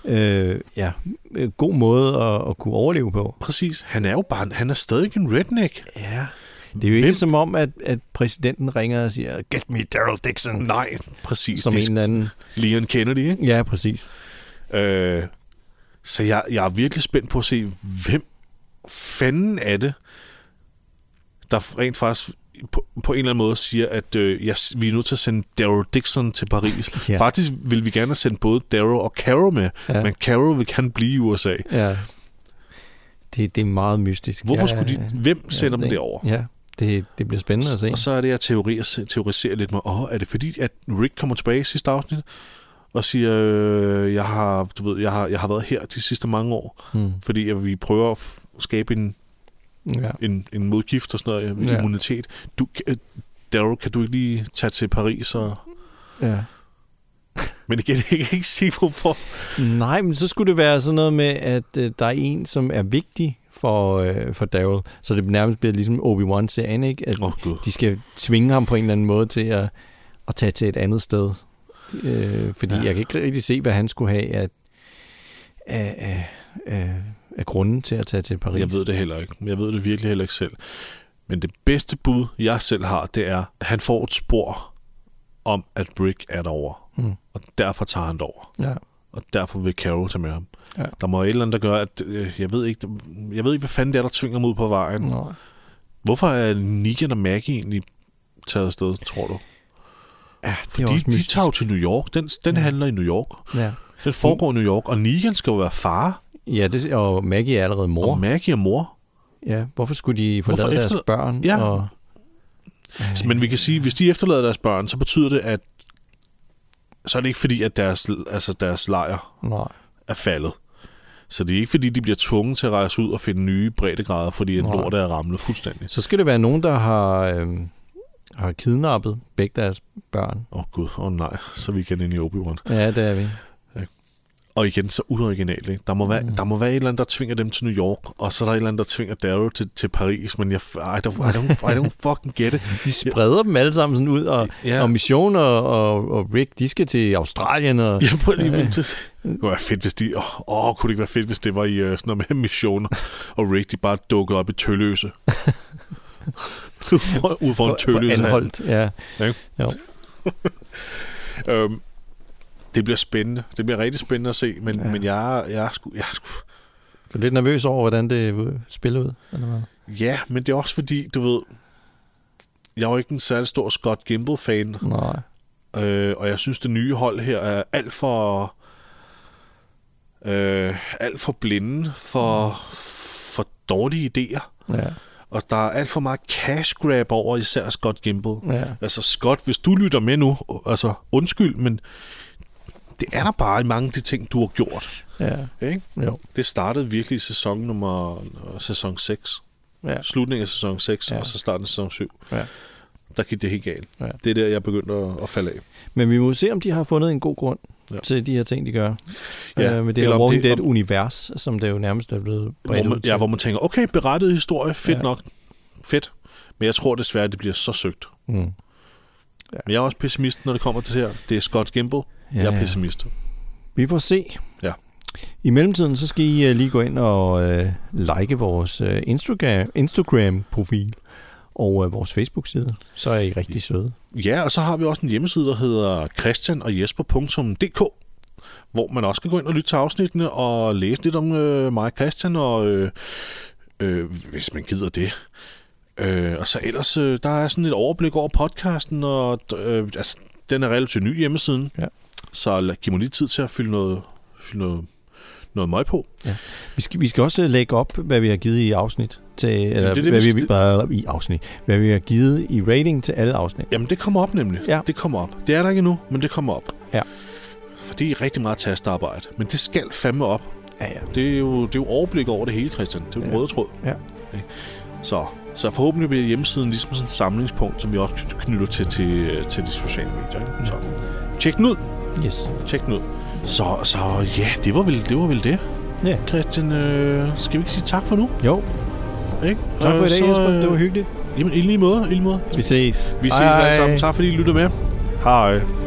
[SPEAKER 2] øh, ja, øh, god måde at, at kunne overleve på.
[SPEAKER 3] Præcis. Han er jo bare, han er stadig en redneck.
[SPEAKER 2] Ja. Det er jo ikke
[SPEAKER 3] Hvem-
[SPEAKER 2] Hvem? som om, at, at præsidenten ringer og siger, get me Daryl Dixon,
[SPEAKER 3] Nej, præcis.
[SPEAKER 2] som
[SPEAKER 3] Det
[SPEAKER 2] en
[SPEAKER 3] er
[SPEAKER 2] eller anden.
[SPEAKER 3] Leon Kennedy, ikke?
[SPEAKER 2] Ja, præcis.
[SPEAKER 3] Øh, så jeg, jeg er virkelig spændt på at se, hvem fanden er det, der rent faktisk på, på en eller anden måde siger, at øh, jeg, vi er nødt til at sende Daryl Dixon til Paris.
[SPEAKER 2] Ja.
[SPEAKER 3] ja. Faktisk vil vi gerne sende både Daryl og Caro med, ja.
[SPEAKER 2] Ja.
[SPEAKER 3] men Caro vil gerne blive i USA.
[SPEAKER 2] Ja. Det, det er meget mystisk.
[SPEAKER 3] Hvorfor
[SPEAKER 2] ja,
[SPEAKER 3] skulle de... Hvem sender dem
[SPEAKER 2] det,
[SPEAKER 3] derover?
[SPEAKER 2] Ja, det, det bliver spændende at se.
[SPEAKER 3] Og så er det, jeg teoriserer, teoriserer lidt med, åh, er det fordi, at Rick kommer tilbage i sidste afsnit og siger, øh, jeg har, du ved, jeg har, jeg har været her de sidste mange år,
[SPEAKER 2] Hmm.
[SPEAKER 3] fordi at vi prøver at f- skabe en,
[SPEAKER 2] Ja.
[SPEAKER 3] en, en modgift og sådan noget, ja.
[SPEAKER 2] Ja.
[SPEAKER 3] immunitet. Du, øh, Daryl, kan du ikke lige tage til Paris? Og...
[SPEAKER 2] ja.
[SPEAKER 3] Men igen, jeg kan ikke sige, hvorfor.
[SPEAKER 2] Nej, men så skulle det være sådan noget med, at øh, der er en, som er vigtig for, øh, for Daryl. Så det nærmest bliver ligesom Obi-Wan-serien, ikke? At
[SPEAKER 3] Åh, oh, Gud.
[SPEAKER 2] de skal tvinge ham på en eller anden måde til at, at tage til et andet sted. Øh, fordi
[SPEAKER 3] Ja.
[SPEAKER 2] ja. jeg kan ikke rigtig se, hvad han skulle have af, af, af, af, af grunden til at tage til Paris.
[SPEAKER 3] Jeg ved det heller ikke. Jeg ved det virkelig heller ikke selv. Men det bedste bud, jeg selv har, det er, at han får et spor om, at Rick er derover.
[SPEAKER 2] Mm.
[SPEAKER 3] Og derfor tager han derover.
[SPEAKER 2] Ja.
[SPEAKER 3] Og derfor vil Carol tage med ham.
[SPEAKER 2] Ja.
[SPEAKER 3] Der må være et eller andet, der gør, at øh, jeg ved ikke, jeg ved ikke hvad fanden det er, der tvinger mig ud på vejen. Mm.
[SPEAKER 2] Nå.
[SPEAKER 3] Hvorfor er Negan og Maggie egentlig taget afsted, tror du?
[SPEAKER 2] Ja, det er
[SPEAKER 3] De,
[SPEAKER 2] også
[SPEAKER 3] de
[SPEAKER 2] mystisk.
[SPEAKER 3] tager jo til New York. Den, den ja.
[SPEAKER 2] Ja.
[SPEAKER 3] handler i New York.
[SPEAKER 2] Ja,
[SPEAKER 3] Den foregår i New York, og Negan skal jo være far,
[SPEAKER 2] ja det, og Maggie er allerede mor.
[SPEAKER 3] og Maggie er mor.
[SPEAKER 2] Ja, hvorfor skulle de forlade
[SPEAKER 3] Hvorfor
[SPEAKER 2] hvorfor deres
[SPEAKER 3] efter-
[SPEAKER 2] børn?
[SPEAKER 3] Ja.
[SPEAKER 2] Og,
[SPEAKER 3] Men vi kan sige, at hvis de efterlader deres børn, så betyder det, at så er det ikke fordi, at deres, altså deres lejr
[SPEAKER 2] nej.
[SPEAKER 3] er faldet. Så det er ikke fordi, de bliver tvunget til at rejse ud og finde nye breddegrader, fordi en
[SPEAKER 2] Nej.
[SPEAKER 3] lort er ramlet fuldstændig.
[SPEAKER 2] Så skal det være nogen, der har, øh, har kidnappet begge deres børn.
[SPEAKER 3] Åh oh, gud, åh oh, nej, så er vi igen inde i obi -Wan.
[SPEAKER 2] Ja, det er vi.
[SPEAKER 3] Og igen, så uoriginalt. Ikke? Der, må være, der må være et eller andet, der tvinger dem til New York, og så er der et eller andet, der tvinger Daryl til, til Paris, men jeg, I, don't, I, don't, I don't fucking get it.
[SPEAKER 2] De spreder dem alle sammen sådan ud, og,
[SPEAKER 3] Ja.
[SPEAKER 2] ja. og Mission og, og, og Rick, de skal til Australien. Og,
[SPEAKER 3] Jeg prøver lige at det. Det kunne være fedt, hvis de... Åh, åh, kunne det ikke være fedt, hvis det var i øh, sådan noget med missioner, og Rick, de bare dukkede op i Tølløse. Ud for- Ud for en Tølløse.
[SPEAKER 2] anholdt. Ja.
[SPEAKER 3] Øhm, det bliver spændende. Det bliver rigtig spændende at se, men, ja. men jeg, jeg, er sgu, jeg er sgu...
[SPEAKER 2] Du er lidt nervøs over, hvordan det øh, spiller ud. Eller hvad?
[SPEAKER 3] Ja, men det er også fordi, du ved... Jeg er jo ikke en særlig stor Scott Gimble-fan,
[SPEAKER 2] Nej.
[SPEAKER 3] øh, og jeg synes, det nye hold her er alt for... Øh, alt for blinde for, for dårlige idéer.
[SPEAKER 2] Ja.
[SPEAKER 3] Og der er alt for meget cash grab over især Scott Gimple.
[SPEAKER 2] Ja.
[SPEAKER 3] Altså Scott, hvis du lytter med nu, altså undskyld, men det er der bare i mange af de ting, du har gjort.
[SPEAKER 2] Ja.
[SPEAKER 3] Ikke?
[SPEAKER 2] Jo.
[SPEAKER 3] Det startede virkelig i sæson nummer, øh, sæson 6.
[SPEAKER 2] Ja.
[SPEAKER 3] Slutningen af sæson 6, ja. og så starten af sæson 7.
[SPEAKER 2] Ja.
[SPEAKER 3] Der gik det helt galt.
[SPEAKER 2] Ja.
[SPEAKER 3] Det er der, jeg begyndte at, at falde af.
[SPEAKER 2] Men vi må se, om de har fundet en god grund
[SPEAKER 3] Ja.
[SPEAKER 2] ja. til de her ting, de gør.
[SPEAKER 3] Ja,
[SPEAKER 2] Ja, øh, med det
[SPEAKER 3] eller
[SPEAKER 2] her
[SPEAKER 3] om
[SPEAKER 2] Walking
[SPEAKER 3] det- om-
[SPEAKER 2] Dead-univers, som det jo nærmest er blevet
[SPEAKER 3] Hvor
[SPEAKER 2] bredt
[SPEAKER 3] man,
[SPEAKER 2] ud til.
[SPEAKER 3] ja, hvor man tænker, okay, berettet historie, fedt ja.
[SPEAKER 2] Ja.
[SPEAKER 3] nok. Fedt. Men jeg tror desværre, det bliver så søgt.
[SPEAKER 2] Mm.
[SPEAKER 3] Ja. Men jeg er også pessimist, når det kommer til det her. Det er Scott Gimple. Ja,
[SPEAKER 2] Ja,
[SPEAKER 3] jeg er
[SPEAKER 2] ja.
[SPEAKER 3] pessimist.
[SPEAKER 2] Vi får se.
[SPEAKER 3] Ja.
[SPEAKER 2] I mellemtiden, så skal I øh, lige gå ind og øh, like vores øh, Instagram- Instagram-profil og øh, vores Facebook-side. Så er I rigtig søde.
[SPEAKER 3] Ja, og så har vi også en hjemmeside, der hedder christianogjesper.dk, hvor man også kan gå ind og lytte til afsnittene og læse lidt om øh, mig og Christian, og øh, øh, hvis man gider det. Øh, og så ellers, øh, der er sådan et overblik over podcasten, og øh, altså, den er relativt ny hjemmesiden,
[SPEAKER 2] Ja.
[SPEAKER 3] så la- giv mig lige tid til at fylde noget, fylde noget, noget møg på.
[SPEAKER 2] Vi skal, vi skal også øh, lægge op, hvad vi har givet i afsnit til, eller
[SPEAKER 3] det,
[SPEAKER 2] det, det, hvad,
[SPEAKER 3] vi
[SPEAKER 2] vi,
[SPEAKER 3] skal-
[SPEAKER 2] vi, bare i afsnit, hvad vi har givet i rating til alle afsnit.
[SPEAKER 3] Jamen, det kommer op nemlig.
[SPEAKER 2] Ja.
[SPEAKER 3] Det kommer op. Det er der ikke endnu, men det kommer op.
[SPEAKER 2] Ja.
[SPEAKER 3] For det er rigtig meget tastearbejde. Men det skal fandme op.
[SPEAKER 2] Ja, ja.
[SPEAKER 3] Det er jo, det er jo overblik over det hele, Christian. Det er jo ja.
[SPEAKER 2] Ja.
[SPEAKER 3] røde tråd.
[SPEAKER 2] Ja.
[SPEAKER 3] Ikke? Så, så forhåbentlig bliver hjemmesiden ligesom sådan et samlingspunkt, som vi også kny- knytter til, til, til de sociale medier. Ikke? Så, tjek den ud.
[SPEAKER 2] Yes.
[SPEAKER 3] Tjek den ud. Så, så ja, det var vel det. Var vel det.
[SPEAKER 2] Ja.
[SPEAKER 3] Christian, øh, skal vi ikke sige tak for nu?
[SPEAKER 2] Jo,
[SPEAKER 3] Ikke?
[SPEAKER 2] tak for
[SPEAKER 3] Øh,
[SPEAKER 2] i dag,
[SPEAKER 3] så,
[SPEAKER 2] Jesper. Det var
[SPEAKER 3] øh,
[SPEAKER 2] hyggeligt.
[SPEAKER 3] Jamen, i lige måde. I lige måde.
[SPEAKER 2] Vi ses.
[SPEAKER 3] Vi ses alle sammen. Tak fordi I lyttede med. Hej.